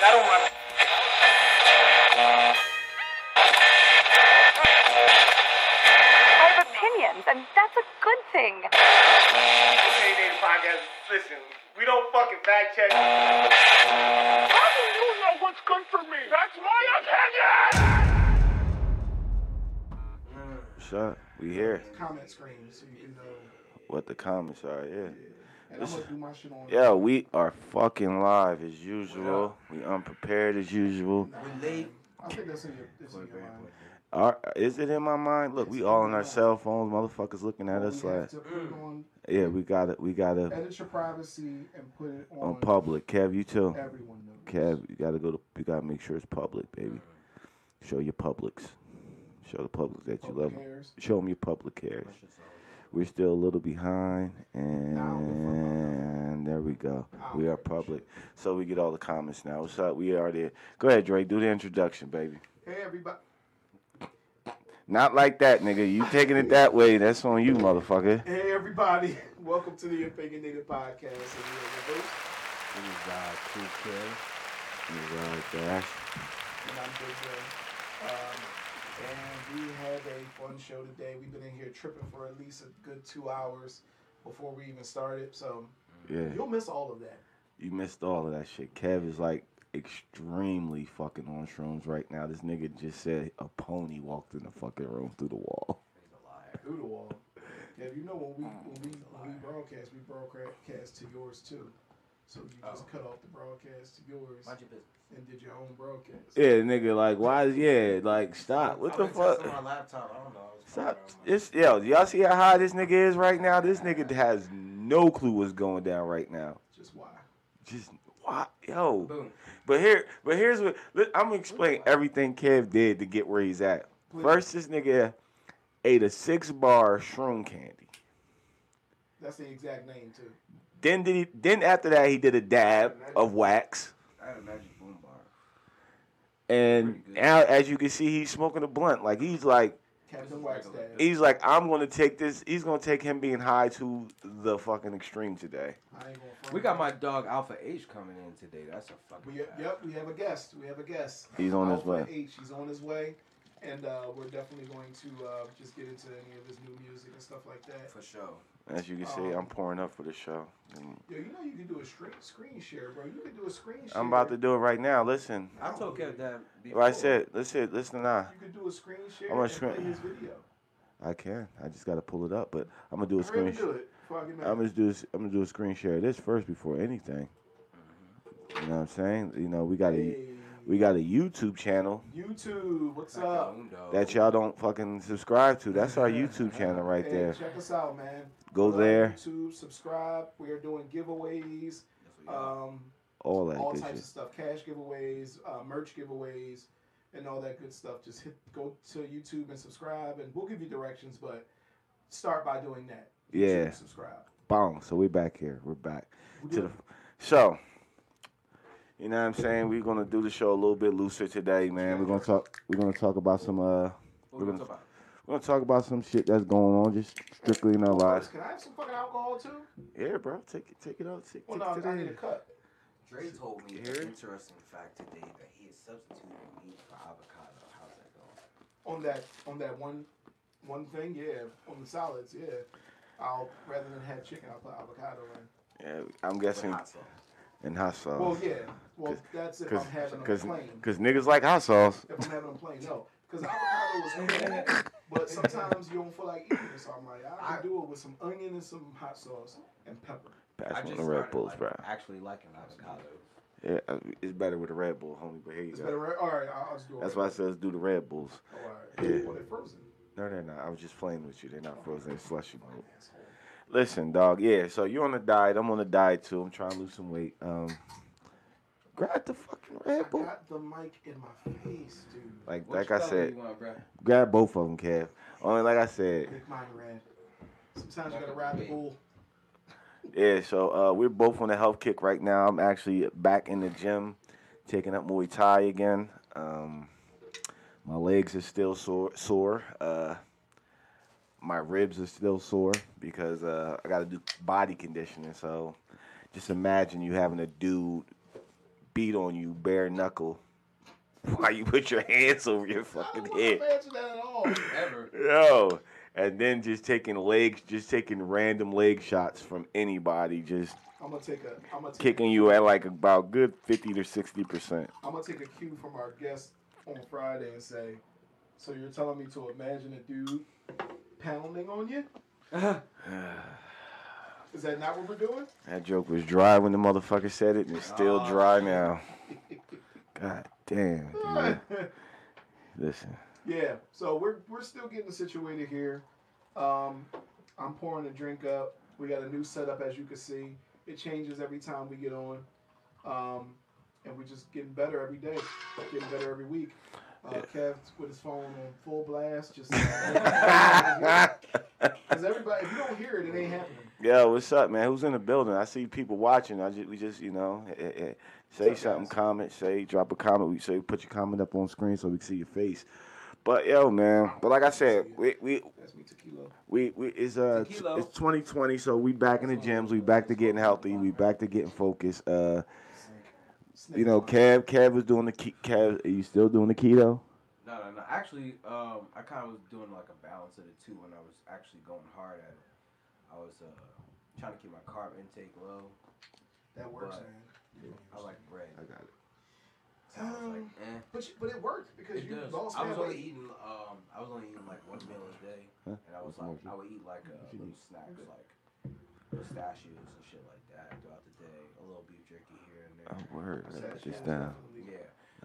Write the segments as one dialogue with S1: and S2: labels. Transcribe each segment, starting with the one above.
S1: That'll run.
S2: I have opinions, and that's a good thing.
S3: Hey, Daily Podcast, listen, we don't fucking fact check. How do you know what's good for me? That's my opinion!
S4: Shot. We here.
S5: comment screen so you can know.
S4: What the comments are, yeah.
S5: And I'm gonna do my shit on.
S4: Yeah, we are fucking live as usual. We unprepared as usual.
S5: I think that's in your. It's in your mind.
S4: Our, is it in my mind? Look, we all on our cell phones. Motherfuckers looking at us
S5: We have
S4: like,
S5: to put it on.
S4: yeah, we gotta, we gotta
S5: Edit your privacy and put it on.
S4: on public. Kev, you too.
S5: Everyone knows.
S4: Kev, you gotta go to, you gotta make sure it's public, baby. Show your publics. Show the public that you love
S5: Public
S4: 'em.
S5: cares.
S4: Show them your public cares. We're still a little behind, and there we go. We are public, so we get all the comments now. What's up? We are there. Go ahead, Dre. Do the introduction, baby.
S5: Hey everybody.
S4: Not like that, nigga. You taking it that way? That's on you, motherfucker.
S5: Hey everybody. Welcome to the Opinionated Podcast. And we are your host, and I'm Big Ray. Um, and we had a fun show today. We've been in here tripping for at least a good two hours before we even started. So
S4: Yeah,
S5: you'll miss all of that.
S4: you missed all of that shit. Kev is like extremely fucking on shrooms right now. This nigga just said a pony walked in the fucking room through the wall.
S5: through the wall. Now you know when we
S6: Oh,
S5: when we, when we broadcast, we broadcast to yours too. So you
S6: Oh.
S5: just cut off the broadcast to yours
S6: Mind your business.
S5: and did your own broadcast.
S4: Yeah, nigga. Like, why? is- Yeah, like, stop. What
S6: I've
S4: the
S6: been
S4: fuck?
S6: texting my laptop. I don't know. I was
S4: Stop.
S6: fucking around.
S4: It's yo. do Y'all see how high this nigga is right now? This nigga has no clue what's going down right now.
S5: Just why?
S4: Just why, yo.
S6: Boom.
S4: But here, but here's what look, I'm gonna explain everything Kev did to get where he's at. First, this nigga ate a six bar shroom candy.
S5: That's the exact name too.
S4: Then did he, then after that he did a dab of wax,
S6: I had a magic boom bar.
S4: and now as you can see he's smoking a blunt. Like he's like
S5: Captain Wax Dad.
S4: he's like I'm gonna take this. He's gonna take him being high to the fucking extreme today.
S5: I ain't gonna front.
S6: We got my dog Alpha H coming in today. That's a fucking.
S5: We, yep, we have a guest. We have a guest.
S4: He's on his
S5: Alpha
S4: way.
S5: H, he's on his way, and uh, we're definitely going to uh, just get into any of his new music and stuff like that.
S6: For sure.
S4: As you can see, I'm pouring up for the show.
S5: Yo, you know you can do a screen screen share, bro. You can do a screen share.
S4: I'm about to do it right now. Listen,
S6: I told Kev that. Before.
S4: like I said, listen, listen. Nah,
S5: You can do a screen share
S4: I'm gonna
S5: and
S4: screen-
S5: play his video.
S4: I can. I just gotta pull it up, but I'm gonna do a
S5: Hurry up
S4: screen.
S5: and do it. Fucking
S4: I'm gonna do. this- I'm gonna do a screen share of this first before anything. You know what I'm saying? You know we got a
S5: Hey,
S4: we got a YouTube channel
S5: YouTube, what's
S6: Like
S5: up?
S6: a dog.
S4: that y'all don't fucking subscribe to. That's our YouTube channel right
S5: Hey,
S4: there.
S5: check us out, man.
S4: Go
S5: Go on
S4: there.
S5: YouTube, subscribe. We are doing giveaways, um,
S4: All that
S5: all
S4: good
S5: types of
S4: shit.
S5: stuff, cash giveaways, uh, merch giveaways, and all that good stuff. Just hit go to YouTube and subscribe, and we'll give you directions. But start by doing that. YouTube,
S4: Yeah.
S5: subscribe.
S4: Boom. So we back here. We're back
S5: We
S4: to the.
S5: good.
S4: So. You know what I'm saying? We're gonna do the show a little bit looser today, man. We're gonna talk. We're gonna talk about some uh.
S6: What we talking about?
S4: We're gonna talk about some shit that's going on just strictly in our lives.
S5: Can I have some fucking alcohol too?
S4: Yeah, bro, take it, take it out, take,
S5: Well,
S4: take
S5: no,
S4: it
S5: I
S4: out.
S5: need a cup.
S6: Dre told me
S4: Here?
S6: an interesting fact today that he is substituting meat for avocado. How's that going?
S5: on that on that one one thing, yeah, on the salads, yeah. I'll rather than have chicken, I'll put avocado in.
S4: Yeah, I'm
S6: With
S4: guessing
S6: hot sauce.
S4: in hot sauce.
S5: Well, yeah. Well, that's if
S4: Cause,
S5: I'm having them
S4: cause,
S5: plain.
S4: 'cause niggas like hot sauce.
S5: If I'm having them plain, no, because avocado is plain. but sometimes you don't feel like eating it, so I'm like, I
S6: I-
S5: can do it with some onion and some hot sauce and pepper.
S4: Pass
S6: I
S4: me
S6: just
S4: the Red
S6: started
S4: Bulls,
S6: like,
S4: bro.
S6: actually liking avocado.
S4: Yeah, I- it's better with the Red Bull, homie. But here you
S5: It's
S4: go.
S5: better. Right? All right, I'll I'll just do it.
S4: That's why I said let's do the Red Bulls.
S5: All right.
S4: Yeah.
S5: Well, they're frozen.
S4: No, they're not. I was just playing with you. They're not frozen. They're slushy. mode. Listen, dog. Yeah. So you're on a diet. I'm on a diet too. I'm trying to lose some weight. Um, grab the fucking
S5: I
S4: Red Bull.
S5: got the mic in my face, dude.
S4: Like
S6: What
S4: like
S6: you
S4: I
S6: color
S4: said,
S6: You want, bro?
S4: grab both of them, Kev. Only like I said,
S5: Make mine red. Sometimes you gotta ride the bull.
S4: Yeah, so uh, we're both on a health kick right now. I'm actually back in the gym, taking up Muay Thai again. Um, my legs are still sore. sore. Uh, my ribs are still sore because uh, I got to do body conditioning. So just imagine you having a dude beat on you bare knuckle while you put your hands over your
S5: I don't
S4: fucking
S5: wanna
S4: head.
S5: imagine that at all.
S7: Ever.
S4: Yo. And then just taking legs, just taking random leg shots from anybody, just
S5: I'm gonna take a. I'm gonna take,
S4: kicking you at like about good 50 to 60%.
S5: I'm gonna take a cue from our guest on Friday and say, so you're telling me to imagine a dude pounding on you? Is that not what we're doing?
S4: That joke was dry when the motherfucker said it, and it's still
S7: Oh.
S4: dry now. God damn. Dude. Listen,
S5: yeah. So we're we're still getting situated here. Um, I'm pouring a drink up. We got a new setup, as you can see. It changes every time we get on, um, and we're just getting better every day, getting better every week. Uh, Kev with his phone on full blast, just because everybody, if you don't hear it, it ain't happening.
S4: yo, what's up, man? Who's in the building? I see people watching. I just, we just, you know, eh, eh, eh, say
S5: What's up,
S4: something,
S5: guys?
S4: comment, say, drop a comment. We say, put your comment up on screen so we can see your face. But yo, man. But like I said, we we
S5: That's me, tequila.
S4: we, we it's uh t-
S7: Tequila.
S4: it's 2020, so we back in the gyms. We back to getting healthy. We back to getting focused. Uh,
S5: Snake
S4: you know,
S5: wine.
S4: Kev Kev was doing the ke- Kev. Are you still doing the keto?
S7: No, no, no. Actually, um, I kind of was doing like a balance of the two when I was actually going hard at it. I was uh, trying to keep my carb intake low.
S5: that works, man.
S7: I like bread.
S4: I got it.
S7: So I was like,
S5: Um,
S7: eh.
S5: But you, but it worked because
S7: It
S5: you
S7: does.
S5: lost
S7: I was
S5: that
S7: only
S5: weight.
S7: eating um I was only eating like one meal a day,
S4: Huh?
S7: and I was like I would eat like uh, little snacks like pistachios and shit like that throughout the day. A little beef jerky here and there.
S4: Oh, word. I put this
S5: Sachet,
S4: down.
S5: definitely.
S7: Yeah,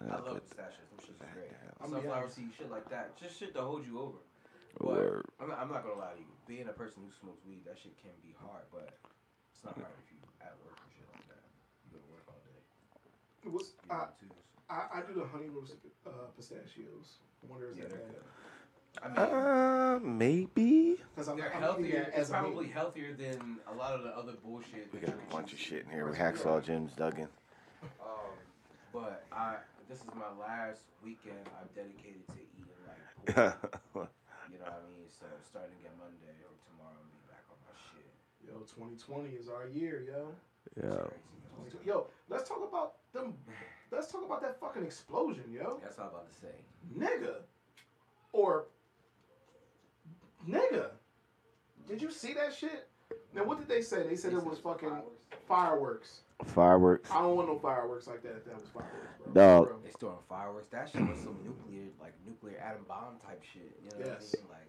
S4: I
S7: I love
S4: put
S7: pistachios. Them shit's
S4: that
S7: great.
S5: down.
S7: Sunflower seeds, shit like that. Just shit to hold you over.
S4: the
S7: But
S4: word.
S7: I'm not, I'm not gonna lie to you. Being a person who smokes weed, that shit can be hard, but it's not hard if you at work and shit like that. You go to work all day.
S5: It was,
S7: You go
S5: I,
S7: to twos.
S5: I, I do the honey roasted uh, pistachios. I wonder is
S7: Yeah,
S5: that
S7: they're
S5: bad?
S7: good. I mean,
S4: Uh, maybe.
S5: Because I'm,
S7: They're
S5: I'm eating
S7: healthier.
S5: that
S7: It's
S5: as a meal.
S7: probably healthier than a lot of the other bullshit.
S4: We
S7: that
S4: got
S7: you
S4: a
S7: can
S4: bunch of
S7: choose.
S4: shit in here with Hacksaw Jim's Duggan.
S7: Um, but I, this is my last weekend. I've dedicated to eating like, pork, you know what I mean. So starting at Monday or tomorrow, I'll be back on my shit.
S5: Yo, 2020 is our year, yo.
S7: It's
S4: yeah.
S7: crazy.
S5: 2020 Yo, let's talk about them. Let's talk about that fucking explosion, yo,
S7: That's all I'm about to say.
S5: nigga, or nigga. Did you see that shit? Now what did they say? They said it was fucking fireworks.
S4: Fireworks.
S5: I don't want no fireworks like that. That was fireworks, bro.
S4: Dog.
S5: Bro.
S7: They throwing fireworks. That shit was some nuclear, like nuclear atom bomb type shit. You know
S5: Yes.
S7: what I mean? Like,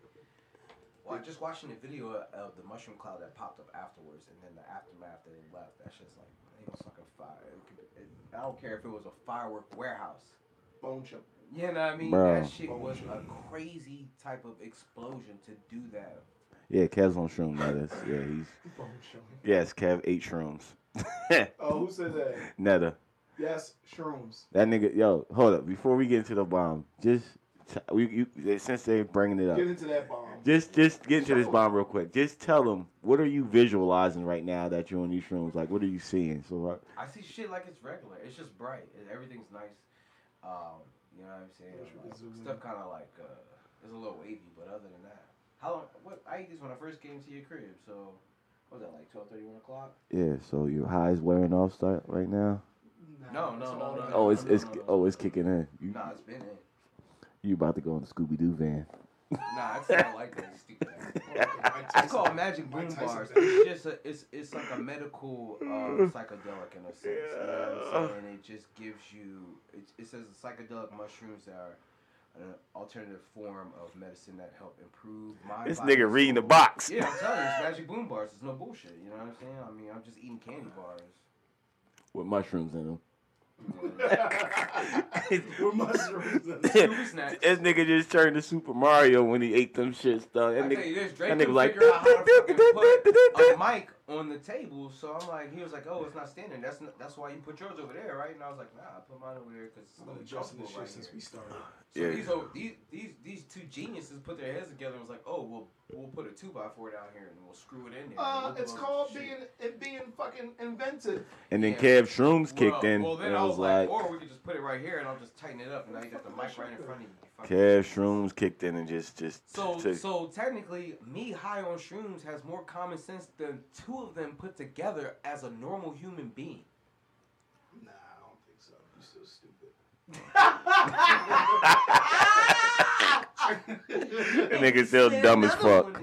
S7: well, just watching the video of the mushroom cloud that popped up afterwards, and then the aftermath that it left. That shit's like, it was fucking fire. It could, it, I don't care if it was a firework warehouse.
S5: Bone chip.
S7: You know what I mean?
S4: Bro.
S7: That shit was a crazy type of explosion to do that.
S4: Yeah, Kev's on shroom. That is. Yeah, he's.
S5: Bone chip.
S4: Yes, Kev ate shrooms.
S5: Oh, who said that?
S4: Netta.
S5: Yes, shrooms.
S4: That nigga. Yo, hold up. Before we get into the bomb, just t- we you they- since they're bringing it up,
S5: Get into that bomb.
S4: just just get into this bomb real quick. Just tell them what are you visualizing right now that you're on these shrooms? Like, what are you seeing? So. uh,
S7: I see shit like it's regular. It's just bright. It, everything's nice. Um, you know what I'm saying?
S5: Wish we could
S7: Like,
S5: zoom in.
S7: stuff kind of like uh, it's a little wavy, but other than that, how long? What I ate this when I first came to your crib. So what was that like 12, 31 o'clock?
S4: Yeah, so your high's wearing off start right now.
S7: No, no, no, no,
S4: Oh, it's it's
S7: no, no, no.
S4: oh it's kicking in. You,
S7: Nah, it's been in.
S4: you about to go on the Scooby Doo van?
S7: Nah, it's not like that. It's stupid. It's
S5: It's
S7: called magic
S5: Mike
S7: boom
S5: Tyson.
S7: bars. It's just a, it's it's like a medical um, psychedelic in a sense. You know what I'm saying? It just gives you. It, it says psychedelic mushrooms are an alternative form of medicine that help improve mind.
S4: This
S7: body,
S4: nigga
S7: and
S4: reading the
S7: soul.
S4: box.
S7: Yeah, I'm telling you, it's magic boom bars. It's no bullshit. You know what I'm saying? I mean, I'm just eating candy bars.
S4: With mushrooms in them.
S7: You know?
S5: We're mushrooms.
S7: Scooby snacks.
S4: This nigga just turned to Super Mario when he ate them shits, dog. That
S7: I tell
S4: nigga,
S7: you this, Drake
S4: that
S7: couldn't
S4: nigga like.
S7: figure out how to fucking put a mic on the table, so I'm like, he was like, oh, it's not standing. That's not, that's why you put yours over there, right? And I was like, nah, I put mine over there because it's
S5: I've
S7: gonna
S5: been
S7: be
S5: adjusting
S7: comfortable
S5: this shit
S7: right
S5: since
S7: here.
S5: we started.
S7: So
S4: Yeah.
S7: these, old, these these these two geniuses put their heads together and was like, oh, we'll we'll put a two by four down here and we'll screw it in there.
S5: Uh,
S7: We'll do
S5: it's
S7: all
S5: called
S7: this shit."
S5: being it being fucking invented.
S4: And then
S7: Yeah.
S4: Kev Shrooms kicked
S7: well,
S4: in,
S7: Well, then
S4: and
S7: I was like, or
S4: Kev
S7: we could just put it right here and I'll just tighten it up and now you got the mic right in front of you. you. fucking
S4: Shrooms kicked in and just just
S7: So,
S4: took.
S7: so technically, me high on shrooms has more common sense than two of them put together as a normal human being.
S5: Nah, I don't think so. so stupid.
S4: Nigga still dumb as fuck.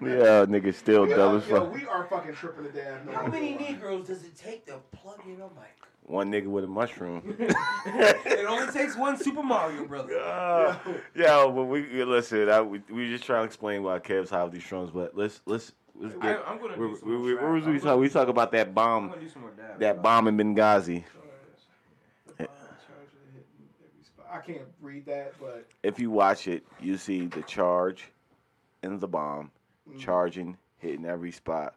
S4: Yeah, nigga uh, still
S5: We
S4: dumb
S5: are-
S4: as
S5: yo,
S4: fuck.
S5: we are fucking tripping the damn.
S8: How many Negroes does it take to plug in a mic?
S4: One nigga with a mushroom.
S7: It only takes one Super Mario brother.
S4: Uh, yeah, but we we- listen. I, we we just trying to explain why Kev's high with these shrooms, but let's let's let's
S7: I,
S4: get.
S7: I'm gonna
S4: we
S7: do some
S4: we,
S7: more
S4: we,
S7: rap.
S4: where was
S7: I'm
S4: we
S7: gonna-
S4: talk? We talk about that
S7: I'm
S4: bomb,
S7: gonna do some more dab.
S4: that bomb in Benghazi.
S5: I can't read that, but
S4: If you watch it, you see the charge and the bomb
S5: mm,
S4: charging, hitting every spot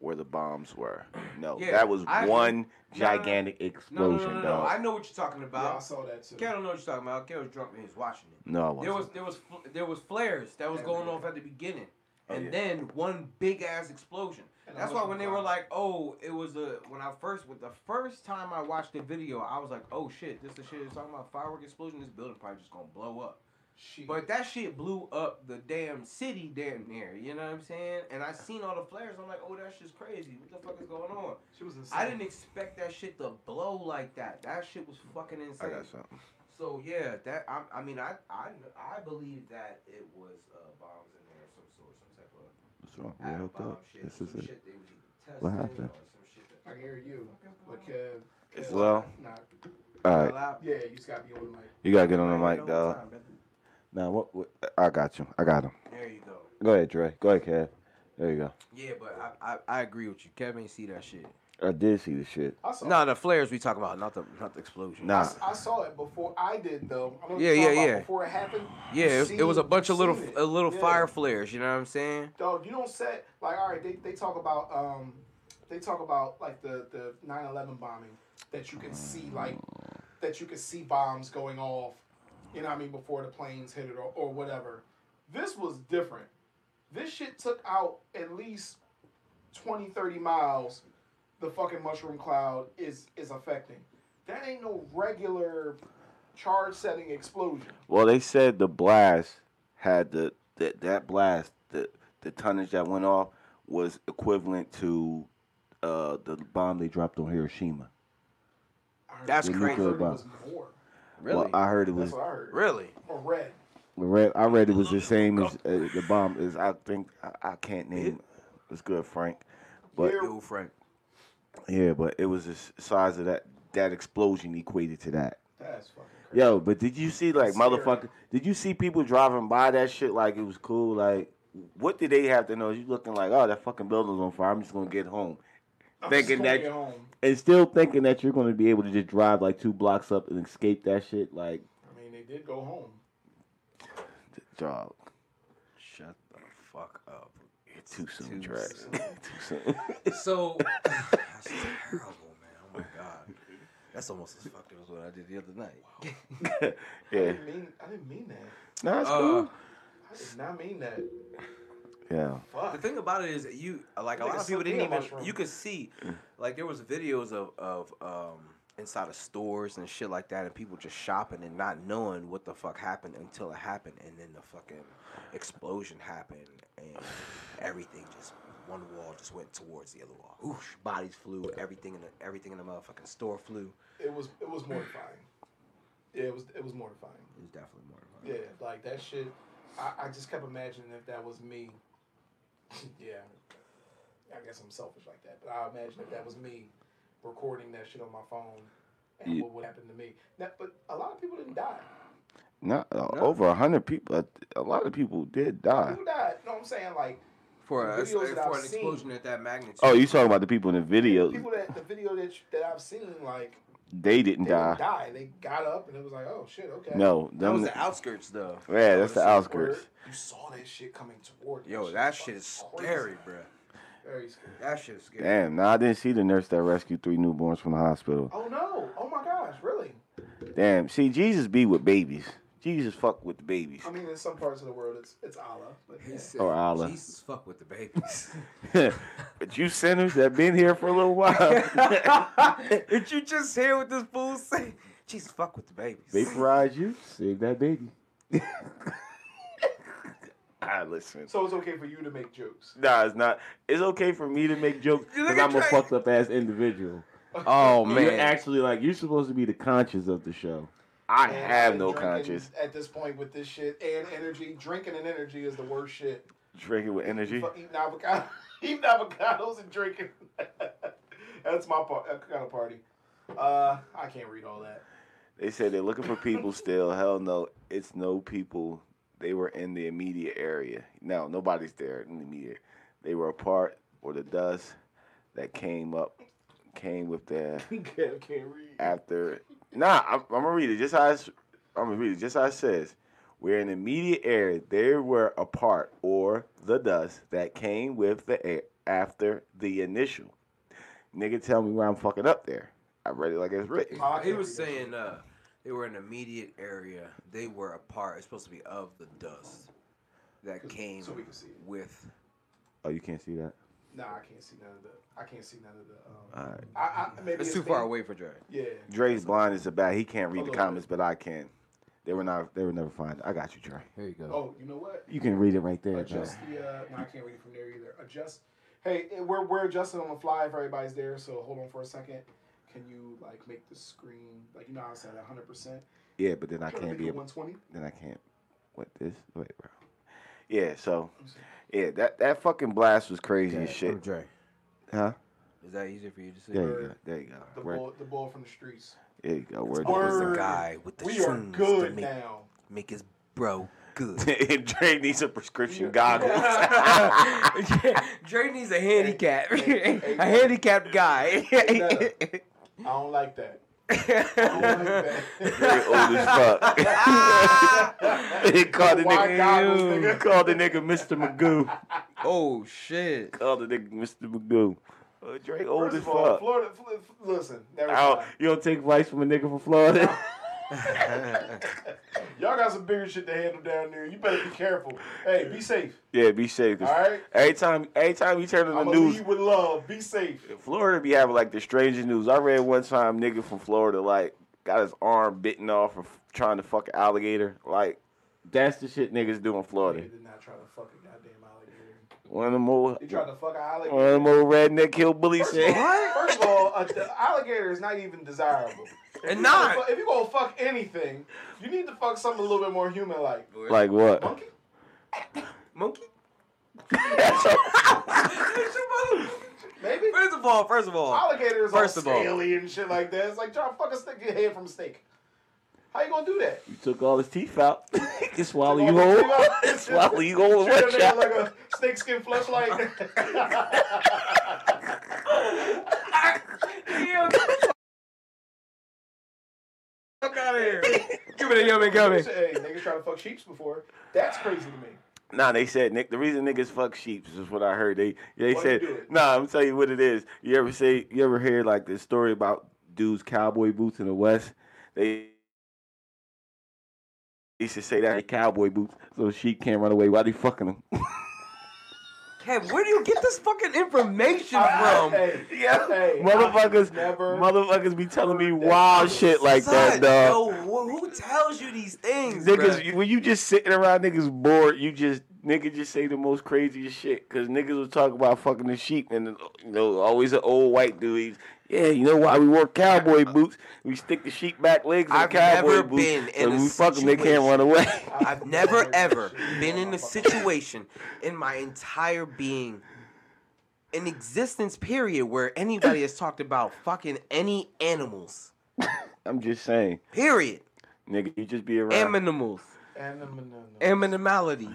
S4: where the bombs were. No,
S7: Yeah,
S4: that was
S7: I-
S4: one
S7: no, no, no.
S4: gigantic
S7: No, no,
S4: explosion,
S7: no, no, no.
S4: dog.
S7: I know what you're talking
S5: yeah, I
S7: about.
S5: saw that too.
S7: Kel don't know what you're talking about. Kel was drunk and he was watching it.
S4: No, I
S7: There was
S4: wasn't.
S7: there was fl- there was flares that was going off at the beginning, and
S4: Oh, yeah.
S7: then one big ass explosion.
S5: And I
S7: That's
S5: was
S7: why when they were like,
S5: surprised.
S7: "Oh, it was a," when I first with the first time I watched the video, I was like, "Oh shit, this the shit they're talking about firework explosion. This building probably just gonna blow up."
S5: Shit.
S7: But that shit blew up the damn city damn near. You know what I'm saying? And I seen all the flares. I'm like, "Oh, that's just crazy. What the fuck is going on?"
S5: she was insane.
S7: I didn't e- expect that shit to blow like that. That shit was fucking
S4: I
S7: insane.
S4: got something.
S7: So yeah, that I, I mean I, I I believe that it was uh, bombs in there of some sort, some type of
S4: What's wrong? We
S7: atom
S4: hooked
S7: bomb
S4: up.
S7: shit,
S4: This
S7: some
S4: is it.
S7: shit they was testing
S4: What happened?
S7: or some shit that-
S5: I can hear you, but
S7: Okay.
S5: Kev. Kev
S4: Well-
S5: not,
S4: All right,
S7: Loud.
S5: yeah, you just gotta be on the mic.
S4: you gotta get on the
S7: Loud
S4: mic,
S7: all the
S4: dog.
S7: time, brother.
S4: Now what, what? I got you. I got him.
S7: There you go.
S4: Go ahead, Dre. Go ahead, Kev. There you go.
S7: Yeah, but I, I, I agree with you. Kevin ain't see that shit.
S4: I did see the shit.
S5: I saw.
S7: No, the flares we talking about, not the not the explosion.
S4: Nah.
S5: I saw it before I did though. I'm gonna
S7: Yeah,
S5: talk
S7: yeah,
S5: about
S7: yeah.
S5: Before it happened.
S7: Yeah, it, it was a
S5: Seen-
S7: bunch of little
S5: seen it.
S7: a little
S5: Yeah.
S7: fire flares. You know what I'm saying?
S5: Dog, you don't set like all right. They, they talk about um, they talk about like the the 9/11 bombing that you can see like that you can see bombs going off. You know what I mean before the planes hit it or, or whatever. This was different. This shit took out at least 20, 30 miles. The fucking mushroom cloud is is affecting. That ain't no regular charge setting explosion.
S4: Well, they said the blast had the that that blast the the tonnage that went off was equivalent to uh, the bomb they dropped on Hiroshima.
S5: I heard-
S7: That's
S5: I
S7: crazy.
S5: heard it was more.
S4: Well, I heard it was.
S5: That's what I heard.
S7: really?
S5: Or red.
S4: Re- I read it was the same as uh, the bomb is. I think I, I can't name. It's good, Frank. But
S5: Here-
S7: Yo, Frank.
S4: yeah, but it was the s- size of that that explosion equated to that.
S5: That's fucking crazy.
S4: Yo, but did you see like
S5: Scary.
S4: motherfucker? Did you see people driving by that shit like it was cool? Like, what did they have to know? You looking like, oh, that fucking building's on fire. I'm just gonna get home,
S5: I'm
S4: Thinking
S5: just gonna
S4: that-
S5: get home.
S4: and still thinking that you're gonna be able to just drive like two blocks up and escape that shit. Like,
S5: I mean, they did go home.
S4: dog,
S7: Shut the fuck up.
S4: it's too soon,
S7: Too
S4: Dre.
S7: soon.
S4: too soon.
S8: So that's terrible, man. Oh my god. That's almost as fucked up as what I did the other night.
S5: I
S4: yeah,
S5: didn't mean. I didn't mean that.
S4: nah, it's
S7: Uh,
S4: cool.
S5: I did not mean that.
S4: Yeah,
S5: Fuck.
S7: The thing about it is that you like a
S5: Nigga
S7: lot of people
S5: slipped
S7: didn't
S5: in
S7: even
S5: mushroom.
S7: you could see like there was videos of of um inside of stores and shit like that and people just shopping and not knowing what the fuck happened until it happened and then the fucking explosion happened and everything just one wall just went towards the other wall. Whoosh, bodies flew, everything in the everything in the motherfucking store flew.
S5: It was. It was mortifying. Yeah, it was. It was mortifying.
S7: It was definitely more
S5: Yeah, like that shit. I, I just kept imagining if that was me. yeah. I guess I'm selfish like that, but I imagine if that was me, recording that shit on my phone, and
S4: Yeah.
S5: what would happen to me. Now, but a lot of people didn't die.
S4: not uh, over a hundred people. A, a lot of people did die.
S5: Who died? You know what I'm saying? Like
S7: for
S5: The
S7: a,
S5: videos that
S7: for
S5: I've
S7: an
S5: seen-
S7: explosion at that magnitude.
S4: Oh, you talking about the people in the video?
S5: people that the video that you, that I've seen, like
S4: They didn't
S5: they
S4: die.
S5: didn't die. They got up and it was like, oh shit, okay.
S4: No,
S7: that was
S4: them.
S7: the outskirts though.
S4: Yeah, that's the outskirts.
S5: Word, You saw that shit coming toward you.
S7: Yo,
S5: shit's
S7: that shit is
S5: fucking
S7: scary,
S5: crazy.
S7: bruh.
S5: Very scary.
S7: That shit is scary.
S4: Damn, nah, I didn't see the nurse that rescued three newborns from the hospital.
S5: Oh no! Oh my gosh! Really?
S4: Damn, see, Jesus be with babies. Jesus fuck with the babies.
S5: I mean, in some parts of the world, it's it's Allah, but
S7: He
S5: yeah.
S7: said,
S4: Or Allah.
S7: Jesus, fuck with the babies.
S4: but you sinners that been here for a little while,
S7: Did you just hear what this fool say? Jesus, fuck with the babies.
S4: vaporize you, save that baby. I listen.
S5: so it's okay for you to make jokes.
S4: Nah, it's not. It's okay for me to make jokes
S7: You look
S4: because I'm a
S7: at Trey.
S4: fucked up ass individual.
S7: Oh
S4: You're
S7: man,
S4: actually like you're supposed to be the conscience of the show. I
S5: And
S4: have no
S5: drinking
S4: conscience.
S5: at this point with this shit and energy. Drinking and energy is the worst shit.
S4: Drinking with energy.
S5: Fuck eating avocado, eating avocados and drinking. That's my part, kind of party. Uh, I can't read all that.
S4: They said they're looking for people still. Hell no, it's no people. They were in the immediate area. No, nobody's there in the immediate. They were apart or the dust that came up came with the
S5: I can't read.
S4: after. Nah, I'm, I'm gonna read it just how it's, I'm gonna read it just how it says. We're in the immediate area. They were apart or the dust that came with the air after the initial. Nigga, tell me where I'm fucking up there. I read it like it's written.
S5: Oh, I
S7: he
S5: can't
S7: was
S5: read that.
S7: saying uh, they were an immediate area. They were apart. It's supposed to be of the dust that came
S5: so we can see it.
S7: with.
S4: Oh, you can't see that.
S5: Nah, I can't see none of the. I can't see none of the. Um,
S4: All right.
S5: I, I, maybe
S6: It's too far
S5: me.
S6: away for Dre.
S5: Yeah.
S4: Dre's blind is a bad. He can't read the
S5: Hold on.
S4: comments, but I can. They were not. They were never find. I got you, Dre.
S7: There you go.
S5: Oh, you know what?
S4: You can read it right there. Dre.
S5: Adjust the. Uh, no, I can't read from there either. Adjust. Hey, eh, we're we're adjusting on the fly if everybody's there. So hold on for a second. Can you like make the screen like you know how I said 100 percent?
S4: Yeah, but then I can't be able.
S5: 120.
S4: Then I can't. What this? Wait, bro. Yeah. So. Yeah, that that fucking blast was crazy as
S7: From
S4: shit.
S7: Dre.
S4: Huh?
S7: Is that easier for you to see?
S4: There you go. There you
S5: The
S4: go. Word-
S5: bull, the bull from the streets.
S4: there you go. Word.
S7: There's
S5: Word.
S7: a guy with the
S5: we are
S7: shrooms to
S5: good
S7: make,
S5: now.
S7: make his bro good.
S4: Dre needs a prescription goggles.
S7: Dre needs a handicap, a handicapped guy.
S5: I don't like that. I don't like
S4: Dre
S5: that.
S4: old as fuck. he called the
S5: Why
S4: nigga.
S5: goggles,
S4: He
S5: nigga?
S4: called the nigga Mr. Magoo.
S7: oh shit!
S4: Called the nigga Mr. Magoo. Uh, Dre old
S5: First
S4: as
S5: of all,
S4: fuck.
S5: Florida. Fl- f- listen, never
S4: I don't-
S5: mind.
S4: you don't take advice from a nigga from Florida.
S5: Y'all got some bigger shit to handle down there. You better be careful. Hey, be safe.
S4: yeah, be safe. 'cause
S5: All right.
S4: Every time, every time you turn on the
S5: I'm gonna
S4: news,
S5: lead with love. Be safe.
S4: Florida be having like the strangest news. I read one time nigga from Florida like got his arm bitten off for f- trying to fuck an alligator. Like that's the shit niggas do in
S5: They
S4: Florida.
S5: did not try to fuck a goddamn alligator.
S4: One of them old,
S5: They tried to fuck
S4: one
S5: an alligator.
S4: of them old redneck hillbilly
S5: First of
S4: shit.
S5: all, first of all, a, the alligator is not even desirable. If
S7: And
S5: you
S7: not.
S5: gonna fu- if you gonna fuck anything, you need to fuck something a little bit more human like.
S4: Like what?
S5: Monkey?
S7: Monkey.
S5: Maybe?
S7: First of all, first of all,
S5: Alligators
S7: First
S5: First are
S7: of all-
S5: scaly and shit like that. It's like trying to fuck a snake, your head from a snake. How you gonna do that?
S4: You took all his teeth out. Just swallow you
S5: Gonna
S4: whole.
S5: chew up-
S4: swallow you whole. in
S5: chew that
S4: one
S5: nigga
S4: shot.
S5: like a snake skin fleshlight.
S7: fuck out of here. Give me the yummy gummy.
S5: Hey, niggas trying to fuck sheeps before. That's crazy to me.
S4: Nah, they said Nick. The reason niggas fuck sheep is what I heard. They they
S5: Why
S4: said
S5: you do it?
S4: nah. I'm tell you what it is. You ever say you ever hear like this story about dudes cowboy boots in the West? They used to say that they cowboy boots so sheep can't run away. Why they fucking them?
S7: Kev, where do you get this fucking information
S5: I-
S7: from?
S5: I- hey,
S4: Yeah,
S5: hey,
S4: motherfuckers,
S5: I've never-
S4: motherfuckers be telling me
S5: heard that
S4: wild shit like
S7: Son,
S4: that, dog.
S7: Yo, wh- who tells you these things,
S4: Niggas,
S7: bruh?
S4: when you just sitting around niggas bored, you just niggas just say the most craziest shit. Cause niggas will talk about fucking the sheep, and you know always an old white dude. he's, Yeah, you know why we wear cowboy boots? We stick the sheep back legs in
S7: I've
S4: cowboy
S7: never
S4: boots,
S7: been in
S4: and
S7: a
S4: we fuck them. They can't
S7: situation-
S4: run away.
S7: I've never ever been in a situation in my entire being, in existence period, where anybody has talked about fucking any animals.
S4: I'm just saying,
S7: Period.
S4: nigga, you just be around.
S7: Animals.
S5: And I'm gonna-
S7: Animality.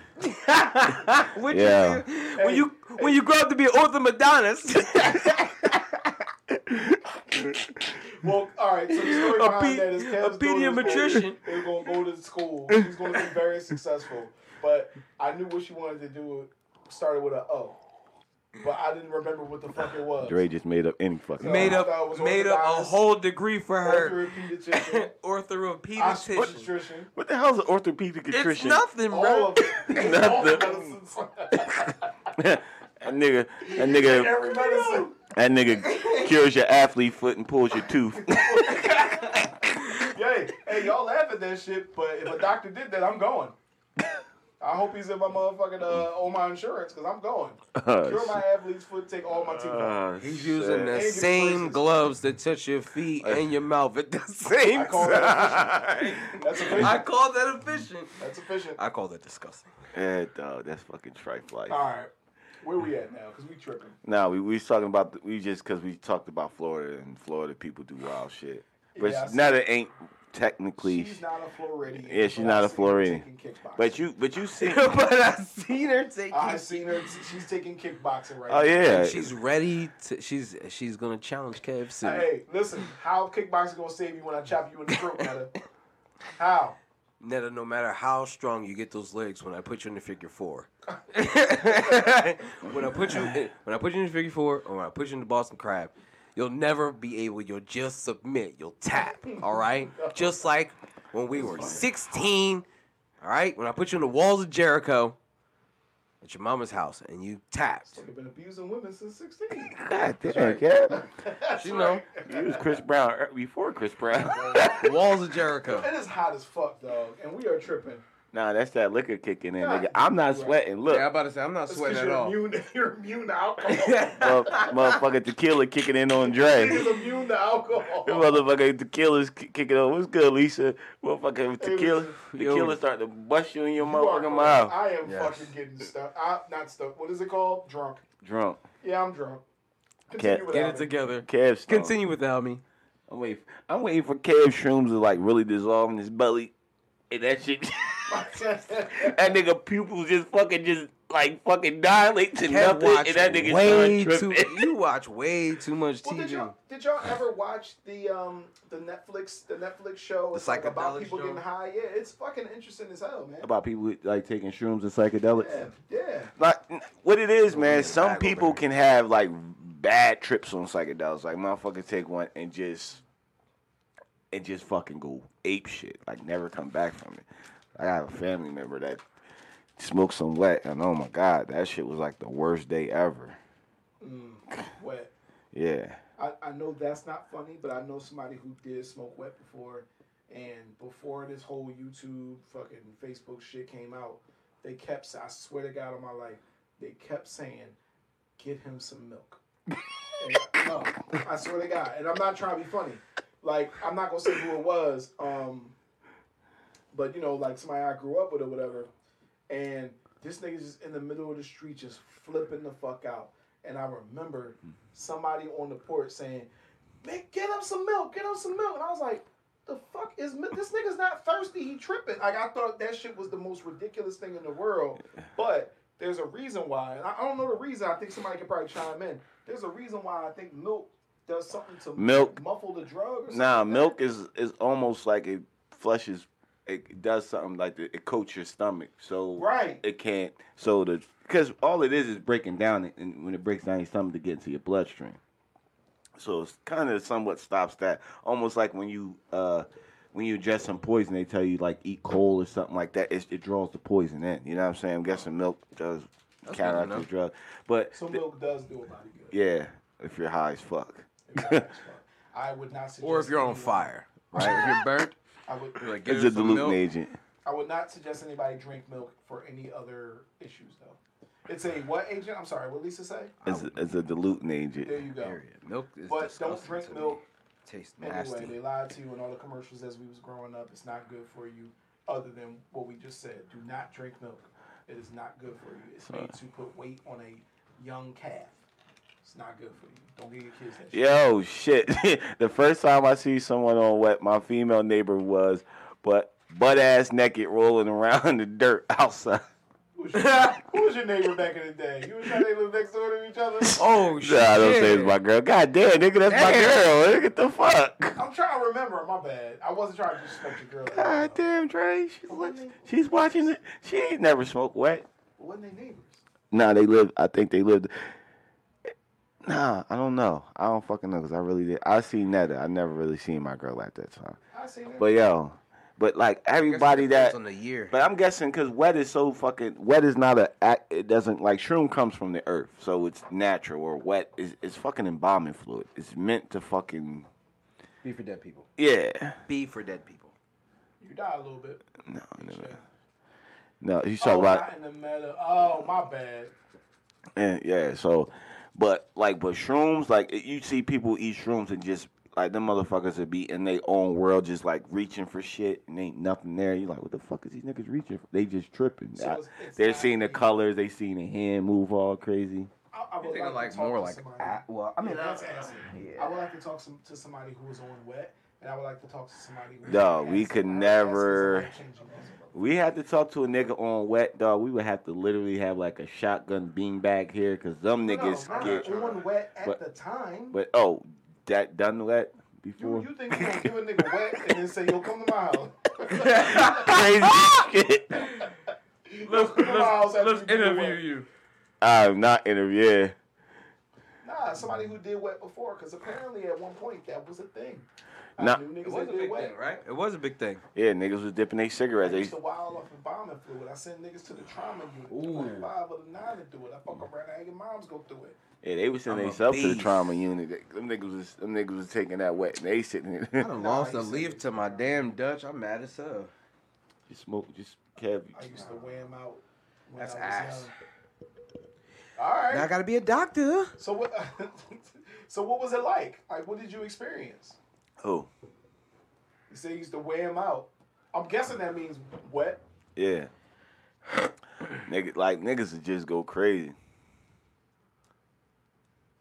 S7: Which
S4: Yeah.
S7: is, when you when you grow up to be orthomodonis,
S5: Well, all right. So the story
S7: A
S5: behind
S7: pe-
S5: that is Kev's
S7: a
S5: daughter's
S7: pediatrician.
S5: Going, is going to go to school. He's going to be very successful. But I knew what she wanted to do. Started with a O, but I didn't remember what the fuck it was.
S4: Dre just made up any fucking.
S7: made
S4: lie.
S7: up
S5: I was
S7: made up a
S5: orthodontist.
S7: whole degree for her.
S5: Orthopediatrician,
S7: Orthopedistician.
S5: obstetrician,
S4: What the hell's an orthopedic
S7: It's
S4: nutrition?
S7: nothing,
S5: all
S7: bro.
S5: of it.
S4: Nothing.
S5: All medicines.
S4: that nigga, that nigga,
S5: Every medicine.
S4: that nigga cures your athlete foot and pulls your tooth.
S5: Yay. Hey, y'all laugh at that shit, but if a doctor did that, I'm going. I hope he's in my motherfucking uh, on my insurance because I'm going. Cure my athlete's foot, take all my teeth out.
S4: Oh, Uh,
S7: He's
S4: shit.
S7: using the
S5: Ain't it
S7: same
S5: racist?
S7: gloves that touch your feet and your mouth at the same
S5: I call that
S7: time.
S5: That's efficient.
S7: I call that efficient.
S5: That's efficient.
S7: I call that disgusting.
S4: Yeah, dog, that's fucking tripe life.
S5: All right, where we at now? Because we tripping.
S4: Nah, we we was talking about the, we just because we talked about Florida and Florida people do wild shit, but
S5: Yeah, I
S4: it's
S5: see.
S4: now that ain't technically.
S5: She's not a Floridian.
S4: Yeah, she's
S5: but
S4: not
S5: I
S4: a
S5: seen her
S4: Floridian.
S5: taking kickboxing.
S4: But you but you see.
S7: but I seen her take.
S5: I seen her. She's taking kickboxing right
S4: oh
S5: now.
S4: yeah,
S7: She's ready to. She's she's gonna challenge Kev soon.
S5: Hey, listen. How kickboxing gonna save you when I chop you in the throat, brother? How?
S7: Netta, no matter how strong you get those legs, when I put you in the figure four, when I put you in, when I put you in the figure four, or when I put you in the Boston Crab, you'll never be able. You'll just submit. You'll tap. All right, just like when we were sixteen. All right, when I put you in the walls of Jericho at your mama's house and you tapped.
S5: I've been abusing women since sixteen.
S4: God damn, Kev.
S7: You know,
S4: You was Chris Brown er, before Chris Brown.
S7: the walls of Jericho.
S5: It is hot as fuck, dog, and we are tripping.
S4: nah, that's that liquor kicking in,
S5: God
S4: nigga. I'm not
S5: damn.
S4: sweating. Look,
S6: Yeah, I'm about to say I'm not
S5: That's
S6: sweating
S5: 'cause
S6: at
S5: you're
S6: all.
S5: Immune, you're immune to alcohol.
S4: Mother- motherfucker tequila kicking in on Dre.
S5: He's immune to alcohol.
S4: This motherfucker tequila's ki- kicking on. What's good, Lisa? Motherfucker tequila, tequila start to bust you in your
S5: You are
S4: motherfucking
S5: correct.
S4: mouth.
S5: I am
S7: Yes.
S5: fucking getting stuck. I, not stuck. What is it called? Drunk.
S4: Drunk.
S5: Yeah, I'm drunk.
S4: Get
S5: without
S7: Get it
S5: me.
S7: together.
S4: Kev Stone.
S7: Continue without me.
S4: I'm waiting. I'm waiting for Kev Shrooms to like really dissolve in his belly, and that shit. that nigga pupils just fucking just like fucking dilate to
S7: Kev
S4: nothing,
S7: watch
S4: and that nigga
S7: way
S4: start
S7: too.
S4: tripping.
S7: You watch way too much
S5: Well, did
S7: TV.
S5: y'all did y'all ever watch the um the Netflix the Netflix show?
S7: The
S5: It's like about
S7: psychedelic
S5: people
S7: show?
S5: getting high. Yeah, it's fucking interesting as hell, man.
S4: About people like taking shrooms and psychedelics.
S5: Yeah, yeah.
S4: like what it is, man.
S7: yeah,
S4: some
S7: bag
S4: people
S7: opener.
S4: can have like bad trips on psychedelics. Like motherfuckers take one and just and just fucking go ape shit. Like never come back from it. Like, I have a family member that smoked some wet, and oh my god, that shit was like the worst day ever.
S5: Wet.
S4: Yeah,
S5: I, I know that's not funny, but I know somebody who did smoke wet before, and before this whole YouTube fucking Facebook shit came out, they kept. I swear to God on my life, they kept saying, "Get him some milk." And I, no, I swear to God, and I'm not trying to be funny. Like I'm not gonna say who it was, um, but you know, like somebody I grew up with or whatever, and this nigga's just in the middle of the street just flipping the fuck out. And I remember somebody on the porch saying, "Man, get him some milk, get him some milk." And I was like, "The fuck is mi- this nigga's not thirsty? He tripping." Like I thought that shit was the most ridiculous thing in the world, but there's a reason why. And I I don't know the reason. I think somebody could probably chime in. There's a reason why I think milk does something to
S4: Milk-
S5: muffle the drug. Or something
S4: nah,
S5: like that.
S4: milk is is almost like it flushes. It does something like the, it coats your stomach, so
S5: Right.
S4: it can't. So the because all it is is breaking down, and when it breaks down your stomach to get into your bloodstream, so it's kind of somewhat stops that. Almost like when you uh when you ingest some poison, they tell you like eat coal or something like that. It, it draws the poison in. You know what I'm saying? I'm guessing milk does
S7: That's good
S4: counteract
S7: enough.
S4: the drug, but
S5: So milk does do a body good.
S4: yeah, if you're high as fuck,
S5: I would not suggest.
S7: Or if you're on
S5: anyone-
S7: fire, right? if you're burnt,
S5: I would.
S7: you're like, get
S4: it's
S7: her
S4: a
S7: some
S4: diluting
S7: milk.
S4: agent.
S5: I would not suggest anybody drink milk for any other issues though. It's a what agent? I'm sorry. What Lisa say?
S4: It's a, it's a diluting
S5: There
S4: agent.
S5: you go.
S7: Period. Milk is
S5: But
S7: disgusting
S5: don't drink
S7: to me.
S5: milk
S7: Tastes nasty.
S5: anyway. They lied to you in all the commercials as we was growing up. It's not good for you. Other than what we just said, do not drink milk. It is not good for you. It's made to put weight on a young calf. It's not good for you. Don't give your kids that. shit.
S4: Yo, shit. the first time I see someone on wet, my female neighbor was, but butt ass naked rolling around in the dirt outside.
S5: Who was, your, who was your neighbor back in the day? You and your neighbor lived next door to each other.
S7: Oh
S4: Nah,
S7: shit!
S4: I don't say it's my girl. God damn, nigga, that's my girl. Nigga, the fuck.
S5: I'm trying to remember. My bad. I wasn't trying to disrespect your girl.
S4: God damn, Trey. She's, watch- she's watching it. She ain't never smoked wet.
S5: Wasn't they neighbors?
S4: Nah, they lived. I think they lived. Nah, I don't know. I don't fucking know because I really did. I seen Netta. I never really seen my girl at that time.
S5: I seen them.
S4: But yo, but like everybody that.
S7: on the year.
S4: But I'm guessing because wet is so fucking wet is not a act- it doesn't like shroom comes from the earth, so it's natural or wet is it's fucking embalming fluid. It's meant to fucking
S6: Be for dead people.
S4: yeah.
S7: B for dead people.
S5: you die a little bit.
S4: No, no, no. No, he's talking
S5: Oh,
S4: about
S5: not in the meta. Oh, my bad.
S4: And yeah, so, but like, but shrooms, like you see people eat shrooms and just like them motherfuckers would be in their own world, just like reaching for shit and ain't nothing there. You like, what the fuck is these niggas reaching? for? They just tripping.
S5: So
S4: I-
S5: it's- it's
S4: they're
S5: not
S4: seeing the
S5: even-
S4: colors, they seeing the hand move all crazy.
S5: I, I would
S6: Thinking
S5: like,
S6: like
S5: to talk
S6: more
S5: to
S6: like
S5: somebody.
S6: a- well, I mean
S5: yeah, that's
S6: uh,
S5: acid. I
S6: yeah.
S5: would like to talk some, to somebody who was on wet, and I would like to talk to somebody. Who was
S4: No,
S5: on
S4: we
S5: acid.
S4: could
S5: I would
S4: never-
S5: ask somebody to change your mind.
S4: We had to talk to a nigga on wet dog. We would have to literally have like a shotgun beanbag here, cause them niggas
S5: no, not
S4: get.
S5: on wet at
S4: but-
S5: the time.
S4: But oh, that done wet before.
S5: you, you think you gonna give a nigga wet and then say, "Yo, come to my house"?
S4: crazy shit.
S5: Let's,
S7: you.
S4: I'm not interviewing.
S5: Nah, somebody who did wet before, because apparently at one point that was a thing.
S4: Nah.
S5: I knew
S6: It
S5: niggas
S6: was
S5: that
S6: a
S5: did
S6: big
S5: wet.
S6: thing, right?
S7: It was a big thing.
S4: Yeah, niggas was dipping their cigarettes.
S5: I
S4: They
S5: used to wild off embalming fluid. I sent niggas to the trauma unit. Like five of the nine to do it. I fuck around. I had your moms go through it.
S4: Yeah, they was sending
S7: I'm a
S4: themselves to the
S7: beast.
S4: trauma unit. They- Them niggas was them niggas was taking that wet and they sitting
S6: I
S4: there.
S6: done
S5: Nah,
S6: lost
S5: you
S6: a
S5: said
S6: leaf
S5: it.
S6: to my damn Dutch. I'm mad as hell.
S4: just smoke, just Kev.
S5: I used to wear them out. When
S6: That's
S5: I was
S6: ass.
S5: Young. All right.
S6: Now I gotta be a doctor.
S5: so what? so what was it like? Like, what did you experience?
S4: Oh,
S5: You say you used to wear them out. I'm guessing that means wet.
S4: yeah. Nigga, like niggas would just go crazy.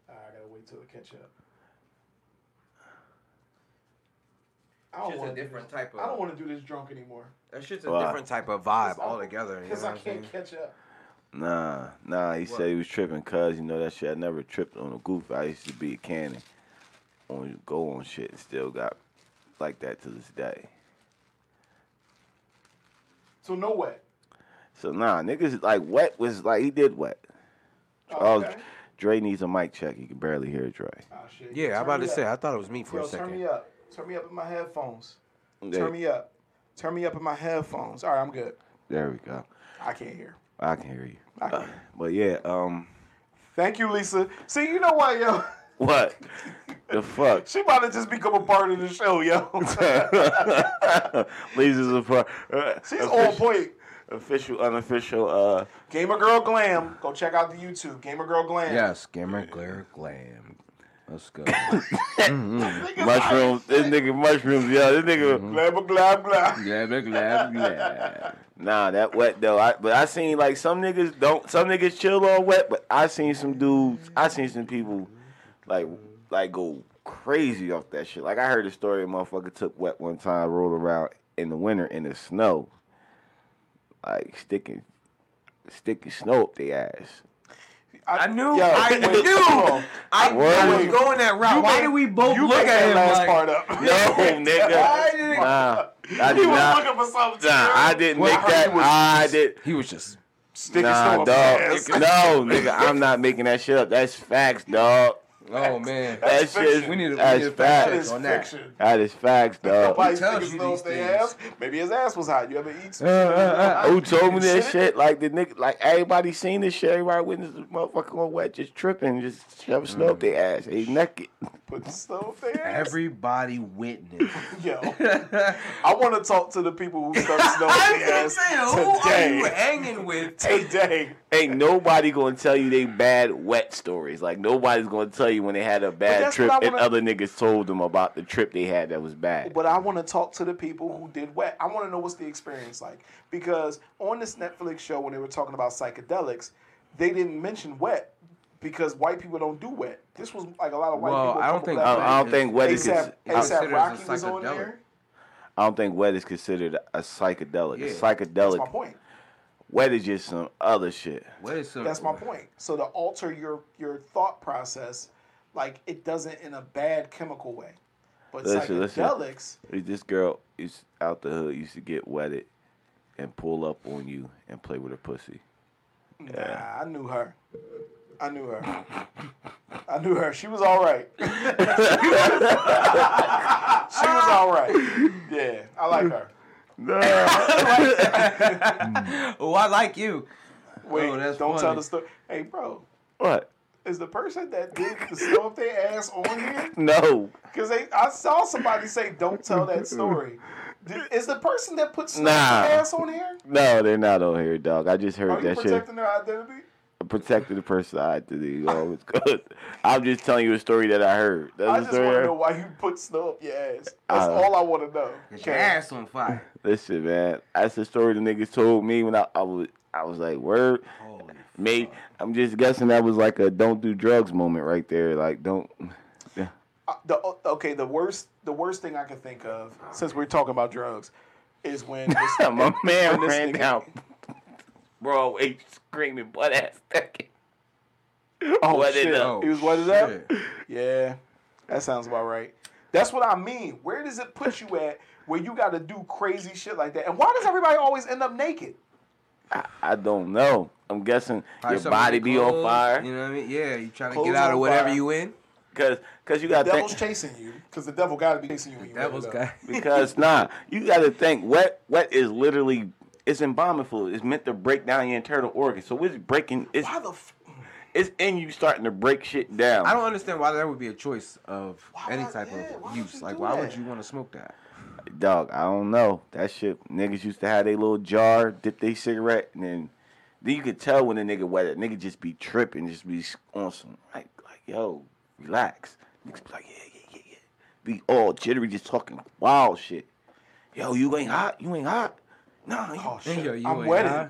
S5: I gotta wait till it catch up. I don't
S7: Just a
S5: wanna do
S7: different
S5: this-
S7: type of-
S5: I don't want to do this drunk anymore.
S7: That shit's a
S4: Why?
S7: different type of vibe
S5: I-
S7: altogether. You know
S5: Because
S7: what
S5: I
S7: I'm saying?
S5: can't catch up.
S4: Nah, nah. He said he was tripping, cause you know that shit. I never tripped on a goof. I used to be a cannon on go on shit and still got like that to this day.
S5: So no wet.
S4: So nah, niggas like wet was like he did wet.
S5: Oh,
S4: Oh,
S5: okay.
S4: Dre needs a mic check. You can barely hear Dre.
S5: Ah, shit.
S7: Yeah, I'm
S5: Turn
S7: about
S5: me
S7: to
S5: up.
S7: say. I thought it was me for
S5: Yo,
S7: a second.
S5: turn me up. Turn me up in my headphones.
S4: There,
S5: Turn me up. Turn me up in my headphones. All right, I'm good.
S4: there we go.
S5: I can't hear.
S4: I can hear you.
S5: I can
S4: Uh, but yeah, um,
S5: Thank you, Lisa. See, you know what, yo?
S4: what the fuck?
S5: She about to just become a part of the show, yo.
S4: Lisa's a part.
S5: She's on point.
S4: Official, unofficial. Uh,
S5: Gamer Girl Glam. Go check out the YouTube. Gamer Girl Glam.
S6: Yeah, skimmer, glare, glam. Let's go.
S5: Nigga,
S4: mushrooms. This nigga mushrooms. Yeah, this nigga.
S5: Glam, glam, glam.
S6: glam, glam, glam.
S4: Nah, that wet though. I, but I seen like some niggas don't. Some niggas chill on wet, but I seen some dudes. I seen some people like like go crazy off that shit. Like I heard a story. A motherfucker took wet one time, rolled around in the winter in the snow, like sticking sticking snow up their ass.
S7: I knew.
S4: Yo.
S7: I knew. I, I was
S4: Word.
S7: going that route. Why did we both
S5: You
S7: look
S5: make
S7: at
S5: that
S7: him
S5: last
S7: like?
S5: part up.
S4: No, nigga. Nah, I
S5: He
S4: did
S5: was
S4: not.
S5: looking for something.
S4: Nah, I didn't
S5: Well,
S4: make
S5: I heard
S4: that.
S5: you was
S4: I did.
S7: He was just.
S5: sticking
S4: Nah,
S5: snow up
S4: dog.
S5: his ass.
S4: No, nigga, I'm not making that shit up. That's facts, dog.
S6: Oh man,
S4: That
S5: That's
S4: shit.
S5: fiction.
S6: we need a, we
S4: that's
S6: need a fact
S4: facts.
S5: That is
S6: check on that.
S5: fiction.
S4: That is facts, dog.
S5: Nobody
S6: tells
S5: sticking
S6: you
S5: snow up
S6: these
S5: their ass.
S6: things?
S5: Maybe his ass was hot. You ever eat
S6: Uh, uh,
S4: Who told me that
S5: Shit.
S4: shit? Like the nigga, like everybody seen this shit. Everybody witnessed this motherfucker on wet, just tripping, just shoving snow
S6: Mm.
S4: up their ass. He naked.
S5: Put the snow up their ass.
S6: Everybody witnessed.
S5: Yo, I want to talk to the people who stuck snow up their ass today.
S7: hanging with?
S5: Today.
S4: Ain't nobody gonna tell you they bad wet stories. Like nobody's gonna tell you when they had a bad
S5: that's
S4: trip
S5: what I
S4: and
S5: wanna-
S4: other niggas told them about the trip they had that was bad.
S5: But I want to talk to the people who did wet. I want to know what's the experience like because on this Netflix show when they were talking about psychedelics, they didn't mention wet because white people don't do wet. This was like a lot of white
S6: Well,
S5: people.
S6: I don't
S5: couple
S6: think-
S5: black
S4: I don't, I don't
S5: people.
S4: think wet is.
S5: ASAP,
S4: cons-
S6: is
S5: ASAP
S6: considered
S5: Rocky
S6: as a
S5: was on
S6: psychedelic.
S5: there.
S4: I don't think wet is considered a psychedelic.
S6: Yeah.
S4: A
S5: That's my
S4: psychedelic
S5: point.
S4: wet is just some other shit.
S6: What is some,
S5: That's my point. So to alter your your thought process, like it doesn't in a bad chemical way, but
S4: Listen, listen.
S5: psychedelics.
S4: This girl is out the hood used to get wetted and pull up on you and play with her pussy.
S5: Nah, I knew her. I knew her. I knew her. She was all right. she was all right. Yeah, I like her.
S6: Oh, I like you.
S5: Wait,
S6: Oh, that's
S5: don't tell
S6: funny.
S5: the story. Hey, bro,
S4: What?
S5: is the person that did the snow up their ass on here?
S4: No.
S5: Because I saw somebody say, "Don't tell that story." Is the person that puts
S4: Nah.
S5: ass on here?
S4: No, they're not on here, dog. I just heard
S5: Are you
S4: that shit.
S5: protecting their identity?
S4: Protecting the person I did. You know, it's good. I'm just telling you a story that I heard. That's
S5: I
S4: a
S5: just
S4: story
S5: want to
S4: heard.
S5: know why you put snow up your ass. That's
S4: Uh,
S5: all I want to know.
S6: Get your
S5: Okay.
S6: ass on fire.
S4: Listen, man, that's the story the niggas told me when I, I was I was like, word,
S6: Holy
S4: mate. I'm just guessing that was like a don't do drugs moment right there. Like don't.
S5: Uh, the okay, the worst the worst thing I can think of since we're talking about drugs is when this,
S4: My man
S5: when this
S4: ran
S5: nigga-
S4: down. Bro, he screaming butt ass naked. Oh what Oh,
S5: shit.
S4: it up?
S5: He was what is
S6: shit.
S5: up? Yeah, that sounds about right. That's what I mean. Where does it put you at where you got to do crazy shit like that? And why does everybody always end up naked?
S4: I don't know. I'm guessing
S6: Probably
S4: your
S6: something
S4: body
S6: with
S4: be on
S6: clothes,
S4: fire
S6: You know what I mean? Yeah, you trying to
S5: Clothes
S6: get out
S5: on
S6: of whatever
S5: fire.
S6: you in.
S4: because because you
S5: The
S4: got to
S5: devil's
S4: think
S5: chasing you because the devil got to be chasing you. When you
S6: That was
S5: wake up.
S6: guy.
S4: because nah you got to think wet wet is literally it's embalming fluid. It's meant to break down your internal organs. So it's breaking. It's
S5: Why the f-
S4: it's in you starting to break shit down.
S6: I don't understand why that would be a choice of
S5: Why
S6: any
S5: would-
S6: type
S5: yeah, why
S6: of
S5: would
S6: use.
S5: you
S6: Like,
S5: do
S6: why
S5: that?
S6: would you want to smoke that?
S4: Dog, I don't know. That shit, niggas used to have their little jar, dip their cigarette, and then, then you could tell when a nigga wet it. Nigga just be tripping, just be on some, like, like yo, relax. Niggas be like, yeah, yeah, yeah, yeah. Be all jittery, just talking wild shit. Yo, you ain't hot. You ain't hot. Nah, you,
S5: Oh shit!
S6: Yo, you
S5: I'm
S6: ain't
S5: wedded.
S6: high.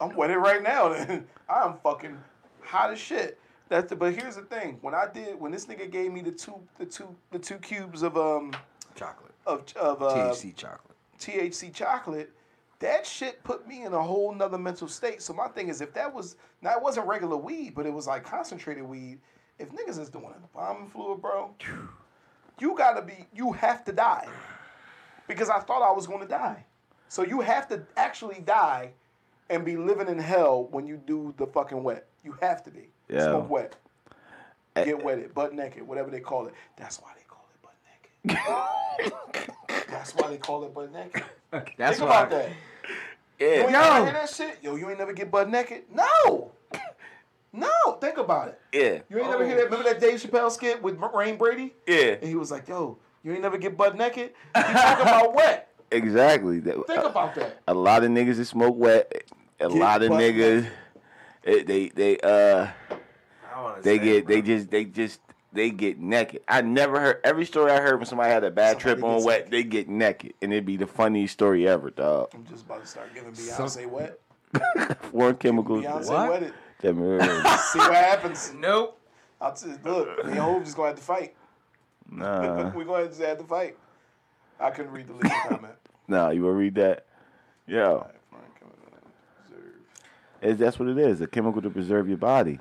S5: I'm wedded right now. Then I'm fucking hot as shit. That's the, but here's the thing. When I did, when this nigga gave me the two, the two, the two cubes of um
S7: Chocolate.
S5: of of uh,
S6: THC chocolate.
S5: THC chocolate, that shit put me in a whole nother mental state. So my thing is, if that was now it wasn't regular weed, but it was like concentrated weed. If niggas is doing a bombing fluid, bro, you gotta be, you have to die, because I thought I was gonna die. So you have to actually die, and be living in hell when you do the fucking wet. You have to be
S4: Yeah.
S5: smoke wet, get wetted, butt naked, whatever they call it. That's why they call it butt naked. That's why they call it butt naked.
S6: That's
S5: Think
S6: why.
S5: about that. You
S4: yeah,
S5: ain't never hear that shit? Yo, you ain't never get butt naked? No. No, think about it.
S4: yeah,
S5: You ain't never hear that. Remember that Dave Chappelle skit with Rain Brady?
S4: yeah,
S5: And he was like, yo, you ain't never get butt naked? You talking about wet.
S4: exactly. That-
S5: Think about that.
S4: a lot of niggas that smoke wet. A lot of
S5: butt
S4: niggas, it, they they uh.
S7: I wanna
S4: They
S7: say,
S4: get
S7: bro.
S4: they just they just they get naked. I never heard every story I heard when somebody had a bad
S5: Somebody
S4: trip on
S5: gets
S4: wet, they get naked. And it'd be the funniest story ever, dog.
S5: I'm just about to start giving Beyonce
S7: Some-
S5: wet.
S4: Foreign chemicals.
S5: Beyonce
S7: What?
S5: wet it.
S4: That man,
S5: See what happens.
S7: Nope.
S5: I'll t- look, me and Hov just gonna have to fight.
S4: nah.
S5: We're gonna just have to fight. I couldn't read the legal comment.
S4: Nah, you wanna read that? Yo.
S5: Frank, come on, observe.
S4: It's, that's what it is. A chemical to preserve your body.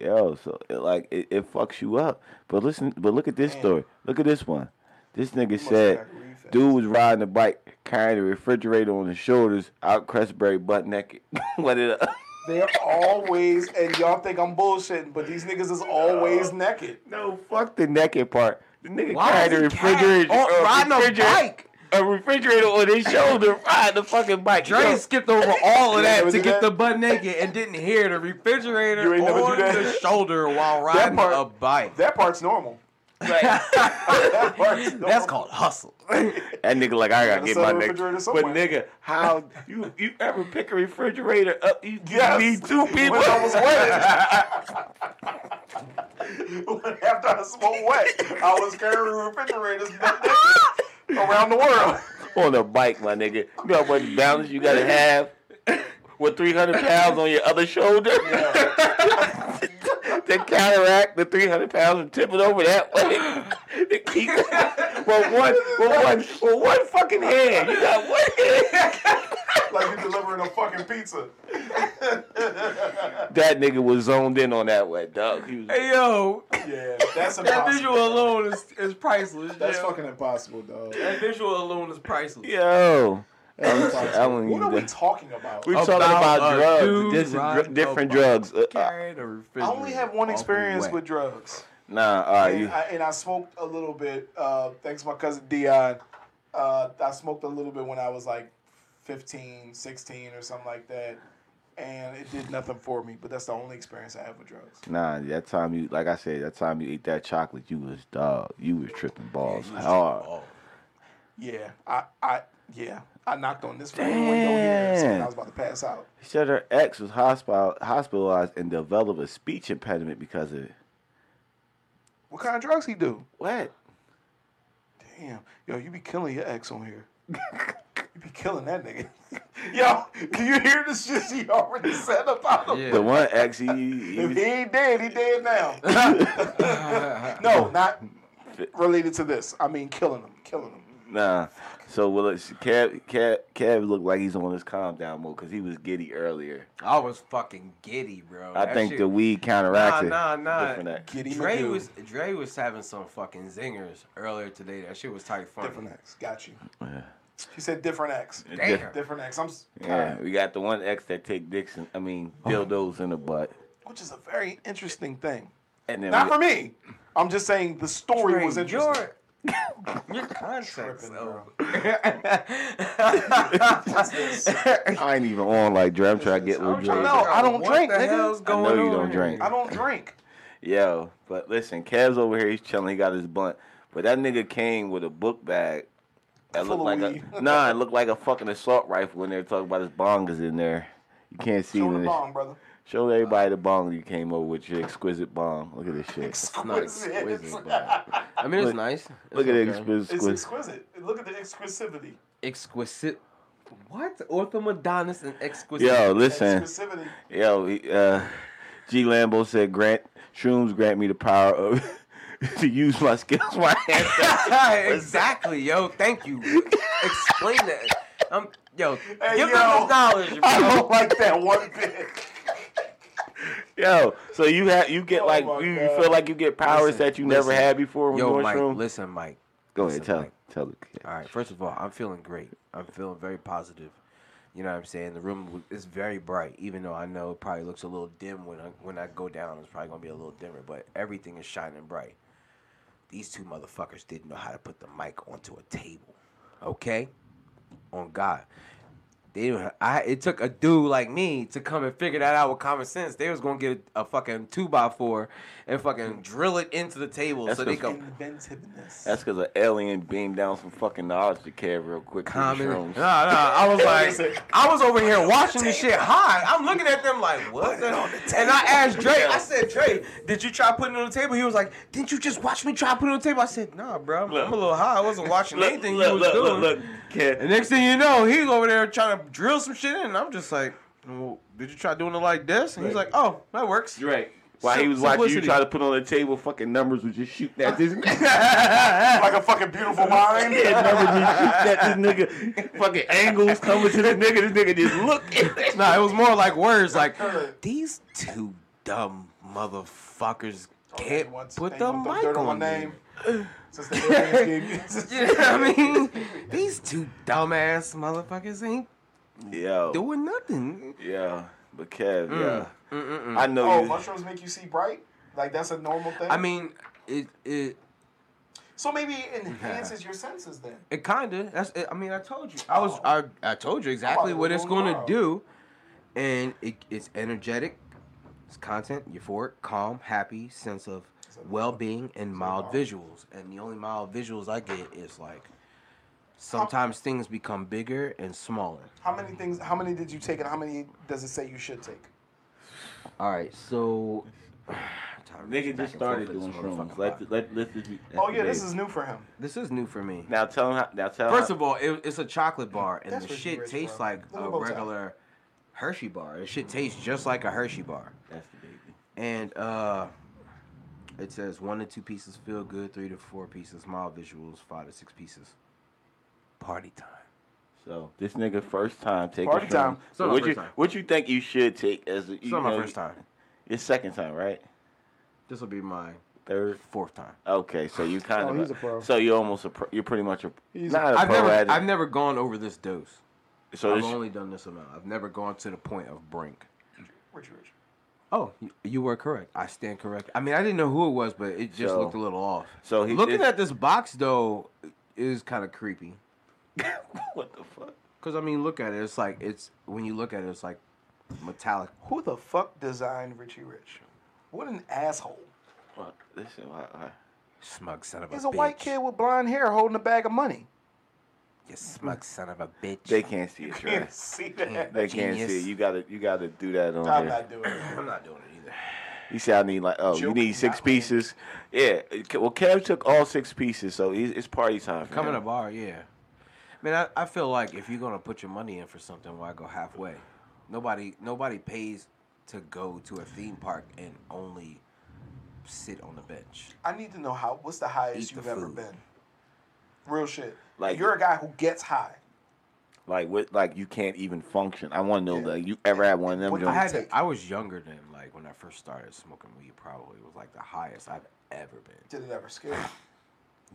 S4: Yo, so it, like it, it fucks you up. But listen, but look at this story. Look at this one. This nigga
S5: must
S4: said,
S5: have got grief at
S4: dude was riding a bike carrying a refrigerator on his shoulders, out Crestbury butt naked. what it? up?
S5: They're always, and y'all think I'm bullshitting, but these niggas is always naked.
S4: No, fuck the naked part. The nigga
S7: Why
S4: carried a
S7: is he carrying-
S4: refrigerator,
S7: oh,
S4: a
S7: riding a
S4: refrigerator-
S7: bike?
S4: a refrigerator on his shoulder, riding the fucking bike.
S7: Dre
S4: Yo,
S7: skipped over all
S5: You
S7: of that
S5: never
S7: to
S5: do
S7: get
S5: that?
S7: the butt naked and didn't hear the refrigerator
S5: You ain't never do
S7: on
S5: that?
S7: the shoulder while riding
S5: part-
S7: a bike.
S5: That part's normal. That part's normal.
S7: That's called hustle.
S4: That nigga like I gotta
S5: Gotta
S4: get
S5: sell
S4: my
S5: a
S4: neck.
S5: refrigerator
S4: But
S5: somewhere.
S4: nigga, how you you ever pick a refrigerator up? You,
S5: Yes.
S4: you need two people.
S5: When I was wet. After I smoked wet, I was carrying refrigerators butt naked around the world.
S4: on a bike, my nigga. You know how much balance you gotta have with three hundred pounds on your other shoulder to counteract the three hundred pounds and tip it over that way. To keep well one well one well one fucking hand. You got one hand.
S5: Like you're delivering a fucking pizza.
S4: That nigga was zoned in on that one, dog. He was
S7: Hey, yo,
S5: Yeah, that's impossible.
S7: that visual alone is, is priceless.
S5: That's
S7: yo.
S5: fucking impossible, dog.
S7: That visual alone is priceless.
S4: yo.
S5: That's
S4: telling
S5: impossible.
S4: you
S5: What are we
S4: that-
S5: talking about?
S4: We're talking about
S7: a
S4: drugs,
S7: dude
S4: dis- dr-
S7: riding a
S4: different
S7: bike
S4: drugs. Uh, uh,
S7: carrying a
S5: I
S7: refrigerator
S5: only have one
S7: off of
S5: experience
S7: wet.
S5: with drugs.
S4: nah, all right,
S5: and,
S4: you,
S5: I, and I smoked a little bit. Uh, thanks to my cousin Dion. Uh, I smoked a little bit when I was like 15, 16 or something like that. And it did nothing for me, but that's the only experience I have with drugs.
S4: nah. That time you, Oh, like I said, that time you ate that chocolate, you was dog. You was tripping balls hard.
S5: Yeah, I, I, yeah, I knocked on this fucking window here, saying I was about to pass out.
S4: Shutter X was hospital, hospitalized and developed a speech impediment because of it.
S5: What kind of drugs he do?
S4: What?
S5: Damn, yo, you be killing your ex on here. you be killing that nigga. yo, can you hear this shit he already said about
S7: Oh,
S5: him?
S4: The one ex, he, he
S5: If he
S4: was,
S5: ain't dead, he dead now. no, not related to this. I mean, killing him, killing him.
S4: nah. So well, it's Kev, Kev, Kev looked like he's on his calm down mode because he was giddy earlier.
S7: I was fucking giddy, bro.
S4: I
S7: That
S4: think
S7: shit-
S4: the weed counteracted.
S7: Nah, nah,
S4: Different
S7: nah.
S4: act.
S5: Giddy
S7: Dre
S5: Magoo.
S7: was Dre was having some fucking zingers earlier today. That shit was tight funny.
S5: Different X, got you.
S4: Yeah.
S5: She said different X.
S7: Damn.
S5: Different X. I'm. s-
S4: Yeah, we got the one ex that take Dixon. I mean dildos in the butt.
S5: Which is a very interesting thing.
S4: And then
S5: Not
S4: we-
S5: for me. I'm just saying the story
S7: Dre,
S5: was interesting.
S7: your your context.
S5: Tripping,
S7: of-
S4: I ain't even on like Dre. I'm trying to get with Dre.
S5: trying to- No, I don't
S7: what
S5: drink,
S7: the
S5: nigga.
S7: Hell's
S4: I know
S7: going
S4: you
S7: on
S4: don't
S7: here?
S4: drink.
S5: I don't drink.
S4: Yo, but listen, Kev's over here. He's chilling. He got his blunt, but that nigga came with a book bag. That
S5: Full
S4: looked
S5: of
S4: like a
S5: weed.
S4: nah. It looked like a fucking assault rifle. When they're talking about his bong is in there, you can't see
S5: Show
S4: it.
S5: the bong, brother.
S4: Show everybody the bong you came over with your exquisite bong. Look at this shit.
S7: Not
S5: Exquisite.
S7: exquisite, but- I mean, it's
S4: Look-
S7: nice.
S4: Look at the exquisite.
S5: It's exquisite. Look at the exclusivity.
S7: exquisite. What orthomodonis and exquisite?
S4: Yo, listen.
S5: Exclusivity.
S4: Yo, he- uh, G Lambo said, "Grant shrooms grant me the power of to use my skills." My ancestors."
S7: exactly, yo. Thank you. Explain that. I'm yo. give
S5: yo.
S7: them the knowledge,
S5: I
S7: bro.
S5: don't like that one bit.
S4: Yo, so you have you get
S5: Oh
S4: like
S5: my
S4: you, you
S5: God.
S4: feel like you get powers
S7: Listen,
S4: that you never
S7: listen.
S4: had before when
S7: Yo,
S4: doing
S7: Mike.
S4: shrooms.
S7: Listen, Mike.
S4: Go ahead,
S7: listen,
S4: tell
S7: Mike.
S4: tell the kid.
S7: All right. First of all, I'm feeling great. I'm feeling very positive. You know what I'm saying? The room w- is very bright, even though I know it probably looks a little dim when I when I go down. It's probably gonna be a little dimmer, but everything is shining bright. These two motherfuckers didn't know how to put the mic onto a table. Okay, on God, they didn't. ha- I it took a dude like me to come and figure that out with common sense. They was gonna get a, a fucking two by four and fucking drill it into the table
S4: That's
S7: so they
S4: the-
S7: could
S5: Inventiveness.
S4: That's because an alien beamed down some fucking knowledge to Kev real quick. through the
S7: Common. Nah,
S4: shrooms.
S7: nah. I was
S5: Listen.
S7: like, I was over here watching this shit high. I'm looking at them like, what? the- And I asked Dre. I said, Dre, did you try putting it on the table? He was like, didn't you just watch me try putting it on the table? I said, nah, bro. I'm, I'm a little high. I wasn't watching anything you was doing.
S4: Kev.
S7: And next thing you know, he's over there trying to drill some shit in. And I'm just like, well, did you try doing it like this? And he's like, oh, that works.
S4: Right. While he was watching you
S7: Simplicity.
S4: try to put on the table, fucking numbers was just shooting at this.
S5: like a fucking beautiful mind.
S4: Yeah, numbers was shooting at this nigga. Fucking angles coming to this nigga. This nigga just look.
S7: Nah, it was more like words like these two dumb motherfuckers
S5: They
S7: can't
S5: want-
S7: put
S5: they
S7: the
S5: want
S7: mic
S5: dirt
S7: on
S5: my
S7: name.
S5: name. Since the aliens gave you. since-
S7: You know what I mean? These two dumbass motherfuckers ain't
S4: Yo.
S7: doing nothing.
S4: Yeah, but Kev,
S7: Mm,
S4: yeah,
S7: Mm-mm-mm.
S4: I know
S5: Oh,
S4: you.
S5: mushrooms make you see bright? Like that's a normal thing?
S7: I mean, it it
S5: So maybe it enhances your senses then.
S7: it kinda. That's it. I mean, I told you. I was I, I told you exactly
S5: Oh,
S7: what it's gonna
S5: wow.
S7: do, and it, it's energetic. It's content, euphoric, calm, happy, sense of well-being, and mild visuals. And the only mild visuals I get is like sometimes things become bigger and smaller.
S5: How many things? How many did you take, and how many does it say you should take?
S7: All right, so Time to
S4: Nigga
S7: back and
S4: just started
S7: forth with
S4: doing
S7: this
S4: shrooms.
S7: motherfucking
S4: Let
S7: podcast.
S4: let let this. Be,
S5: Oh yeah, this is new for him.
S7: This is new for me.
S4: now tell him. How, now tell.
S7: First
S4: him
S7: of all, it, it's a chocolate bar, and
S5: That's
S7: the
S5: where she
S7: shit
S5: rich,
S7: tastes
S5: bro.
S7: like
S5: Look at
S7: a
S5: bow tie.
S7: regular Hershey bar. It shit tastes just like a Hershey bar.
S4: how, that's the baby.
S7: And uh, it says one to two pieces feel good, three to four pieces mild visuals, five to six pieces. Party time.
S4: So this nigga first time taking
S5: Party
S4: shrooms.
S5: time.
S7: It's
S4: So
S7: not my
S4: what you
S7: first time.
S4: what you think you should take as a, you
S7: It's not my
S4: know,
S7: first time.
S4: Your second time, right?
S7: This will be my
S4: Third.
S7: fourth time.
S4: Okay, so you kind
S5: Oh,
S4: of.
S5: he's a pro.
S4: So you're almost a. Pro, you're pretty much a.
S5: He's a-
S4: not a
S7: I've
S4: pro
S7: never,
S4: at it.
S7: I've never gone over this dose.
S4: so
S7: I've
S4: this,
S7: only done this amount. I've never gone to the point of brink.
S5: Richard, Richard.
S7: Oh, you, you were correct. I stand correct. I mean, I didn't know who it was, but it just
S4: So-
S7: looked a little off.
S4: so he
S7: looking
S4: did-
S7: at this box though is kind of creepy.
S4: what the fuck?
S7: Cause I mean, look at it. It's like it's when you look at it, it's like metallic.
S5: Who the fuck designed Richie Rich? What an asshole!
S4: Fuck. Listen, I, I,
S7: Smug son of a
S5: He's
S7: bitch.
S5: a white kid with blonde hair holding a bag of money.
S7: You smug son of a bitch.
S4: They can't see it. Trav.
S3: Can't see
S5: Mm.
S3: that.
S4: They can't see
S7: Genius.
S4: it. You gotta you gotta do that on
S5: I'm
S4: there.
S5: not doing it.
S1: I'm not doing it either.
S4: He said, "I need like oh, you
S5: Joke,
S4: need six
S5: not
S4: pieces." Yeah, it ca- well, Kev took all six pieces, so he's, it's party time. for
S7: Coming
S4: him.
S7: to bar, yeah. Man, I, I feel like if you're gonna put your money in for something, why go halfway? Nobody nobody pays to go to a theme park and only sit on the bench.
S5: I need to know how. What's the highest
S7: Eat the
S5: you've ever
S7: food.
S5: been? Real shit.
S4: Like-
S5: Like you're a guy who gets high.
S4: like what? Like you can't even function. I want to know
S5: Yeah.
S4: like you ever had one of them?
S5: What-
S7: I
S4: joints?
S7: had
S5: take.
S7: I was younger than like when I first started smoking weed. Probably was like the highest I've ever been.
S5: Did it ever scare you?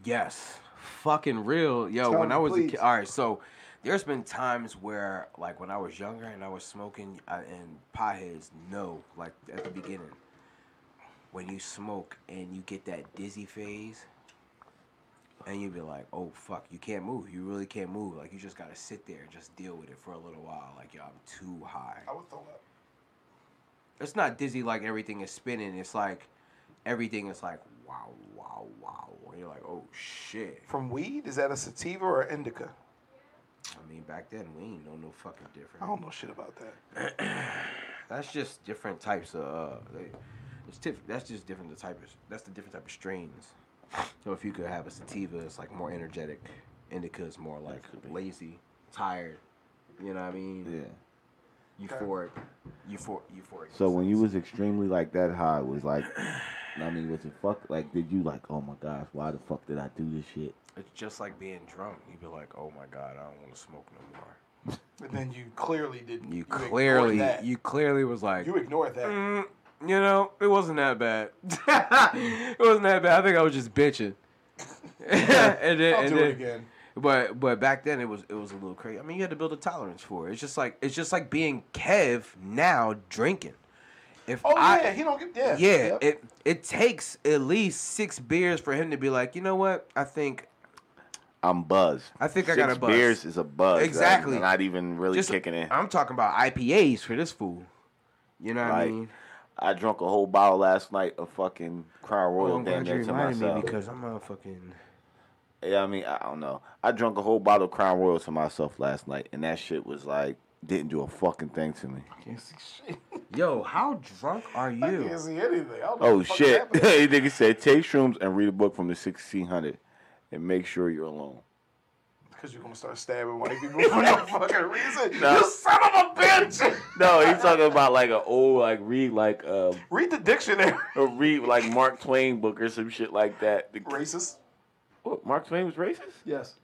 S7: Yes, fucking real, yo.
S5: Tell
S7: when
S5: me,
S7: I was a
S5: please.
S7: kid, all right. So there's been times where like when I was younger and I was smoking I, and potheads know like at the beginning when you smoke and you get that dizzy phase. And you'd be like, oh fuck, you can't move. You really can't move. Like, you just gotta sit there and just deal with it for a little while. Like, yo, I'm too high
S5: I would throw up.
S7: it's not dizzy like everything is spinning. It's like everything is like wow, wow, wow. And you're like, oh shit.
S5: From weed? Is that a sativa or indica?
S7: I mean, back then we ain't know no fucking different.
S5: I don't know shit about that.
S7: That's just different types of. Uh, they- it's tif- that's just different the type of. That's the different type of strains. So if you could have a sativa, it's like more energetic. Indica is more like lazy, tired. You know what I mean?
S4: Yeah.
S7: Yeah. Euphoric. Euphor- euphoric.
S4: So when you was extremely like that high, was like, I mean, was it fuck? Like, did you like? Oh my gosh, why the fuck did I do this shit?
S7: It's just like being drunk. You'd be like, oh my god, I don't want to smoke no more.
S5: But then you clearly didn't.
S7: You
S5: ignored
S7: clearly,
S5: that.
S7: you clearly was like,
S5: you ignored that.
S7: "Mm, you know, it wasn't that bad. it wasn't that bad. I think I was just bitching. and then,
S5: I'll
S7: and
S5: do
S7: then,
S5: it again.
S7: But but back then it was it was a little crazy. I mean, you had to build a tolerance for it. It's just like it's just like being Kev now drinking. If
S5: Oh
S7: I,
S5: yeah, he don't get yeah.
S7: yeah,
S5: yep.
S7: it it takes at least six beers for him to be like, you know what? I think
S4: I'm buzzed.
S7: I think I
S4: Six
S7: got a buzz.
S4: beers is a buzz. right?
S7: Exactly.
S4: Not even really
S7: just
S4: kicking in.
S7: I'm talking about IPAs for this fool. You know what I
S4: Like,
S7: mean?
S4: I drunk a whole bottle last night of fucking Crown Royal
S7: Oh, I'm
S4: damn
S7: glad you
S4: near to
S7: reminded
S4: myself.
S7: me because I'm a fucking.
S4: Yeah, I mean, I don't know. I drank a whole bottle of Crown Royal to myself last night, and that shit was like didn't do a fucking thing to me.
S5: Can't see shit.
S7: Yo, how drunk are
S5: I can't
S7: you?
S5: see anything. I don't know
S4: Oh
S5: what the fuck is
S4: shit!
S5: happening.
S4: hey, nigga said take shrooms and read a book from the 1600, and make sure you're alone.
S5: Because you're gonna start stabbing white people for no fucking reason.
S4: No.
S5: You son of a bitch!
S4: No, he's talking about like an old like read like uh,
S5: Read the dictionary.
S4: a read like Mark Twain book or some shit like that. The-
S5: Racist.
S4: What, Mark Twain was racist?
S5: Yes.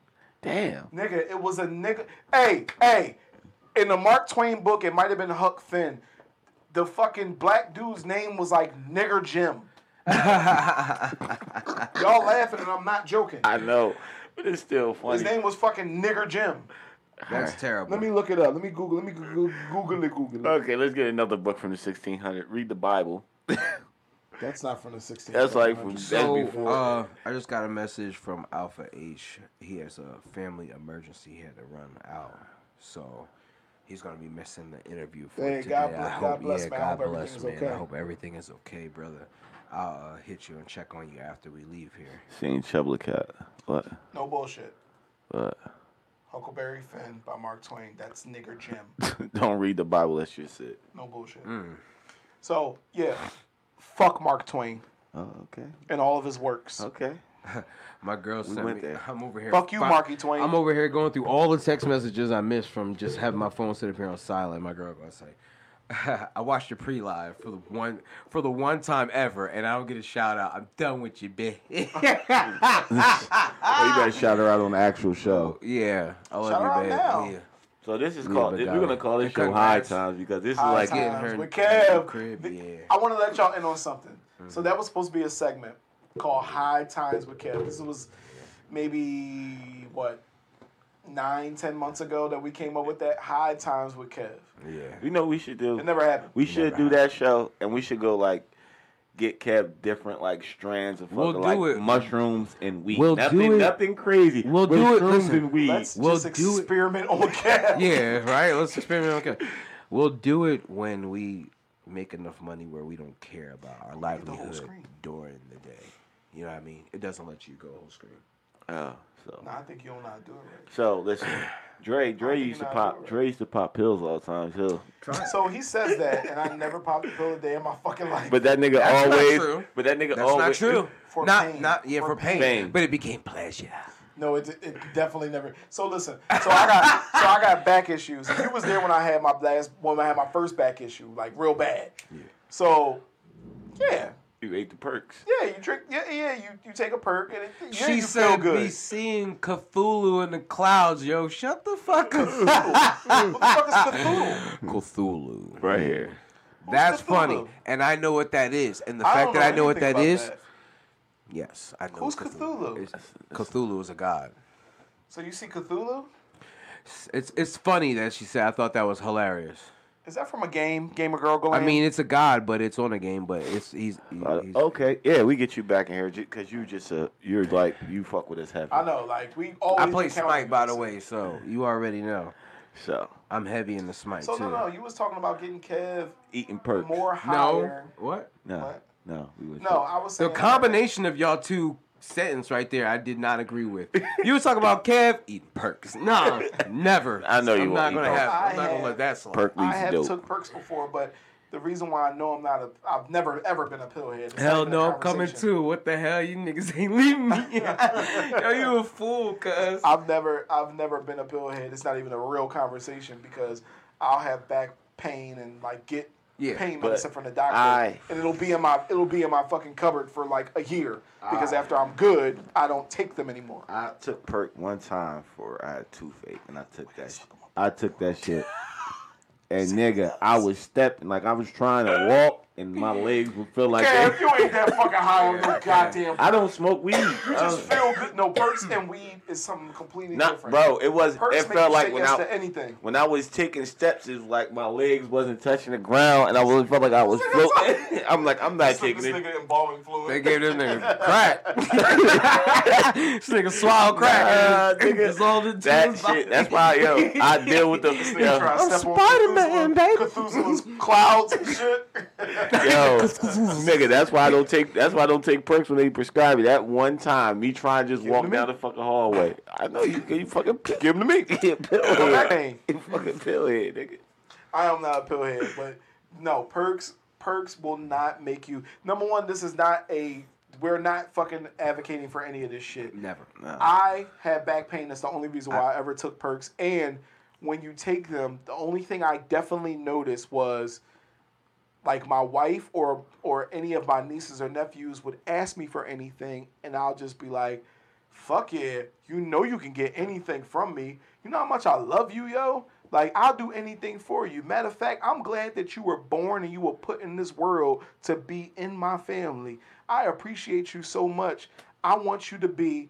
S4: Damn.
S5: Nigga, it was a nigga. Hey, hey, in the Mark Twain book, it might have been Huck Finn. The fucking black dude's name was like Nigger Jim. Y'all laughing, and I'm not joking.
S4: I know, but it's still funny.
S5: His name was fucking Nigger Jim.
S7: That's terrible.
S5: Let me look it up. Let me Google. Let me Google Google it. Google it.
S4: Okay, let's get another book from the 1600. Read the Bible.
S5: That's not from the 16th.
S4: That's like from
S7: so,
S4: that's before.
S7: uh, I just got a message from Alpha H. He has a family emergency. He had to run out, so he's gonna be missing the interview for
S5: Hey,
S7: today.
S5: God
S7: I
S5: bless-
S7: hope,
S5: God bless,
S7: yeah,
S5: man. I
S7: God
S5: hope
S7: bless,
S5: everything's
S7: man.
S5: okay.
S7: I hope everything is okay, brother. I'll uh, hit you and check on you after we leave here.
S4: Seeing Chubba Cat. What?
S5: No bullshit.
S4: What?
S5: Huckleberry Finn by Mark Twain. That's Nigger Jim.
S4: Don't read the Bible. That's just it.
S5: No bullshit.
S4: Hmm.
S5: So yeah, fuck Mark Twain
S4: Oh, okay.
S5: and all of his works.
S4: Okay.
S7: My girl sent
S4: went
S7: me.
S4: there.
S7: I'm over here.
S5: Fuck you,
S7: fi-
S5: Marky Twain.
S7: I'm over here going through all the text messages I missed from just having my phone sit up here on silent. My girl gonna say, "I watched your pre live for the one for the one time ever, and I don't get a shout out. I'm done with you, bitch."
S4: Oh, you better shout her out on the actual show.
S7: yeah, I love
S5: Shout
S7: you,
S5: her out
S7: babe.
S5: now.
S7: Yeah.
S4: So this is
S7: Yeah,
S4: called.
S7: but
S4: We're
S7: that
S4: gonna
S7: was-
S4: call this
S7: and
S4: show High
S7: congrats.
S4: Times because this
S5: High
S4: is like.
S7: Getting
S5: Times
S7: her
S5: with
S7: in the
S5: Kev.
S7: crib,
S5: The-
S7: yeah. Mm-hmm.
S5: I want to let y'all in on something. So that was supposed to be a segment called High Times with Kev. This was maybe what nine, ten months ago that we came up with that High Times with Kev.
S7: Yeah.
S4: You know what we should do.
S5: It never happened.
S4: we should do that show and we should go like. Get kept different like strands of fucking,
S7: We'll
S4: like
S7: do it.
S4: mushrooms and weed.
S7: We'll do
S4: nothing,
S7: it.
S4: nothing crazy.
S7: We'll
S4: With
S7: do it.
S4: Shrooms
S7: Listen,
S4: and weed.
S5: Let's
S7: We'll
S5: just
S7: do it.
S5: experiment on Kev.
S7: yeah, right. Let's experiment. Okay, we'll do it when we make enough money where we don't care about our
S5: the whole
S7: livelihood
S5: screen.
S7: during the day. You know what I mean? It doesn't let you go whole screen.
S4: Oh, So,
S5: Nah, I think you'll not do it
S4: so listen, Dre, Dre
S5: think
S4: used to
S5: not
S4: pop,
S5: doing it.
S4: Dre used to pop pills all the time too.
S5: right. So he says that, and I never popped a pill a day in my fucking life.
S4: But that nigga
S7: That's not
S4: always,
S7: true.
S4: but that nigga
S7: That's
S4: always,
S7: not true.
S5: Oh, For
S7: not
S5: pain.
S7: not yeah for,
S5: For
S7: pain.
S4: pain.
S7: but it became pleasure.
S5: No, it, it definitely never. So listen, so I got so I got back issues. And you was there when I had my last when I had my first back issue, like real bad. Yeah. So, yeah,
S4: You ate the perks.
S5: yeah, you drink, yeah, yeah, you, you take a perk and it, yeah,
S7: she
S5: you feel
S7: said
S5: good.
S7: be seeing Cthulhu in the clouds, yo. Shut the fuck up.
S5: what the fuck is Cthulhu?
S7: Cthulhu.
S4: Right here.
S7: That's
S5: Cthulhu?
S7: funny, and I know what that is, and the
S5: I
S7: fact
S5: don't know
S7: that I know what
S5: anything
S7: that
S5: about
S7: is. Yes, I know.
S5: Who's Cthulhu?
S7: It's- Cthulhu is a god.
S5: So you see Cthulhu?
S7: It's, it's it's funny that she said. I thought that was hilarious.
S5: Is that from a game? Game of Girl going?
S7: I mean, it's a god, but it's on a game. But it's he's, he-
S4: Uh,
S7: he's
S4: okay, yeah, we get you back in here because you just a, you're like you fuck with us heavy.
S5: I know, like we always.
S7: I play
S5: encounter
S7: Smite, by the
S5: this.
S7: way, so you already know.
S4: So
S7: I'm heavy in the Smite,
S5: So
S7: too.
S5: no, no, you was talking about getting Kev
S4: eating perks.
S5: more
S7: No.
S5: higher.
S7: What?
S4: no,
S5: What?
S4: no, we was
S5: No, I was
S7: The
S5: saying
S7: combination of y'all two sentence right there, I did not agree with. You were talking about Kev eating perks. No, never.
S4: I know you
S7: I'm
S4: won't
S7: not
S4: eat
S7: gonna
S4: perks.
S7: have. I'm
S5: I
S7: not gonna
S5: have-
S7: let that slide.
S4: perk
S5: I
S4: leads
S5: have
S4: to dope.
S5: took perks before, but the reason why I know I'm not a, I've never ever been a pillhead. It's not
S7: Hell
S5: even a
S7: no, I'm coming
S5: conversation.
S7: too. What the hell? You niggas ain't leaving me. Yo, you a fool, cuz.
S5: I've never, I've never been a pillhead. It's not even a real conversation because I'll have back pain and like get
S7: Yeah,
S5: pain
S4: but
S5: medicine from the doctor,
S4: I-
S5: and it'll be in my, it'll be in my fucking cupboard for like a year because after I'm good, I don't take them anymore.
S4: I took perk one time for I had toothache, and I took that. Sh- I took that shit, and nigga, I was stepping like I was trying to walk, and my legs would feel like.
S5: Kev,
S4: they-
S5: you ain't that fucking high on no goddamn.
S4: I don't smoke weed. I
S5: Just
S4: don't-
S5: feel good. No, perks and weed is something completely
S4: Nah,
S5: different.
S4: bro, it was.
S5: Perks
S4: It
S5: make
S4: felt
S5: you
S4: like
S5: say
S4: when
S5: yes
S4: I
S5: to anything.
S4: when I was taking steps, it was like my legs wasn't touching the ground, and I was felt like I was floating. I'm like, I'm not
S5: This nigga-
S4: taking
S5: this
S4: it.
S5: nigga embalming fluid.
S7: They gave this nigga crack. this nigga swallowed crack.
S4: Nah,
S7: and
S4: nigga,
S7: it's all into
S4: That
S7: his body.
S4: shit. That's why yo, I deal with the
S5: This nigga try to
S4: yo,
S5: step on
S7: Spider-Man,
S5: Cthulhu's-
S7: baby.
S5: Cthulhu's clouds and shit.
S4: yo, nigga. That's why I don't take. That's why I don't take perks when they prescribe me. That one time, me trying to just walk down the fucking hallway. I know you. You fucking p- give them to me. Yeah, pillhead.
S5: Hey,
S4: You fucking pillhead, nigga.
S5: I am not a pillhead, but no perks. Perks will not make you. Number one, this is not a. We're not fucking advocating for any of this shit.
S7: Never.
S5: I had back pain. That's the only reason why I ever took perks. And when you take them, the only thing I definitely noticed was like my wife or or any of my nieces or nephews would ask me for anything and I'll just be like, fuck yeah, you know you can get anything from me. You know how much I love you, yo? Like I'll do anything for you. Matter of fact, I'm glad that you were born and you were put in this world to be in my family. I appreciate you so much. I want you to be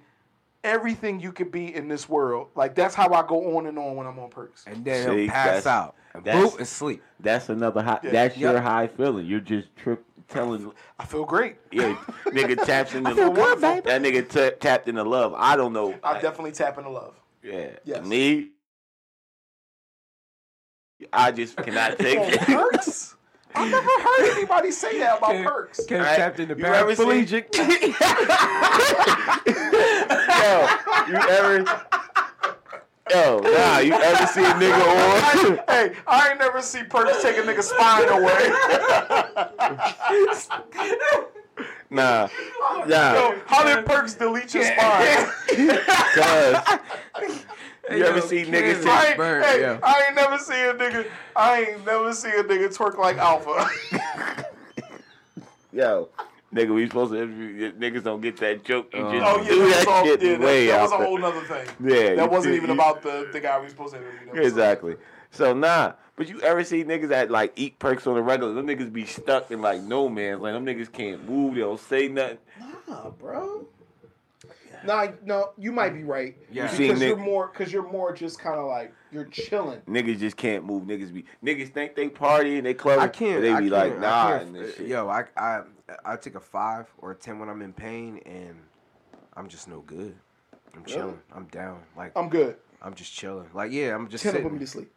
S5: everything you could be in this world. Like that's how I go on and on when I'm on perks.
S7: And then
S4: See,
S7: he'll pass
S4: that's-
S7: out. And
S4: that's-
S7: boop and sleep.
S4: That's another high.
S5: Yeah.
S4: That's your
S7: Yep.
S4: high feeling. You're just trip telling.
S5: I feel great.
S4: Yeah, nigga taps into
S5: feel good, baby.
S4: That nigga ta- tapped into love. I don't know.
S5: I'm
S4: like,
S5: definitely tapping the love.
S4: yeah,
S5: Yes.
S4: me. I just cannot take
S5: On
S4: it.
S5: perks? I've never heard anybody say that about
S7: Kev-
S5: perks.
S7: Kev
S4: Right?
S7: tapped into
S4: You ever seen-
S7: paraplegic.
S4: Yo, you ever? Yo, nah, you ever see a nigga on?
S5: hey, I ain't never see perks take a nigga's spine away.
S4: Nah, nah,
S5: Yo, how did perks delete your spine?
S4: cause you ever
S7: yo,
S4: see
S7: Kev
S4: niggas
S7: is
S4: take?
S5: I ain't,
S7: Burn,
S5: hey,
S7: yeah.
S5: I ain't never see a nigga. I ain't never see a nigga twerk like Alpha.
S4: Yo, nigga, we supposed to interview. Niggas don't get that joke. You just
S5: oh yeah,
S4: do
S5: that was,
S4: that
S5: all, yeah,
S4: shit
S5: that,
S4: way
S5: that was a
S4: out the-
S5: whole nother thing.
S4: Yeah, you
S5: that wasn't
S4: did-
S5: even
S4: you-
S5: about the, the guy we supposed to interview. That was-
S4: Exactly. So nah, but you ever see niggas that like eat perks on the regular? Them niggas be stuck in like no man's land. Them niggas can't move. They don't say nothing.
S5: Nah, bro. Nah, no, you might be right.
S7: Yeah. You
S5: because
S4: seen
S5: you're
S4: Nick-
S5: more, because you're more just kind of like you're chilling.
S4: Niggas just can't move. Niggas be niggas think they party and they club.
S7: I can't.
S4: They be
S7: I can't,
S4: like nah.
S7: I
S4: And this
S7: can't,
S4: shit.
S7: Yo, I, I I take a five or a ten when I'm in pain, and I'm just no good. I'm chilling. I'm down. Like I'm,
S5: I'm good.
S7: just chilling. Like yeah, I'm just
S5: Ten of them
S7: sitting.
S5: to sleep.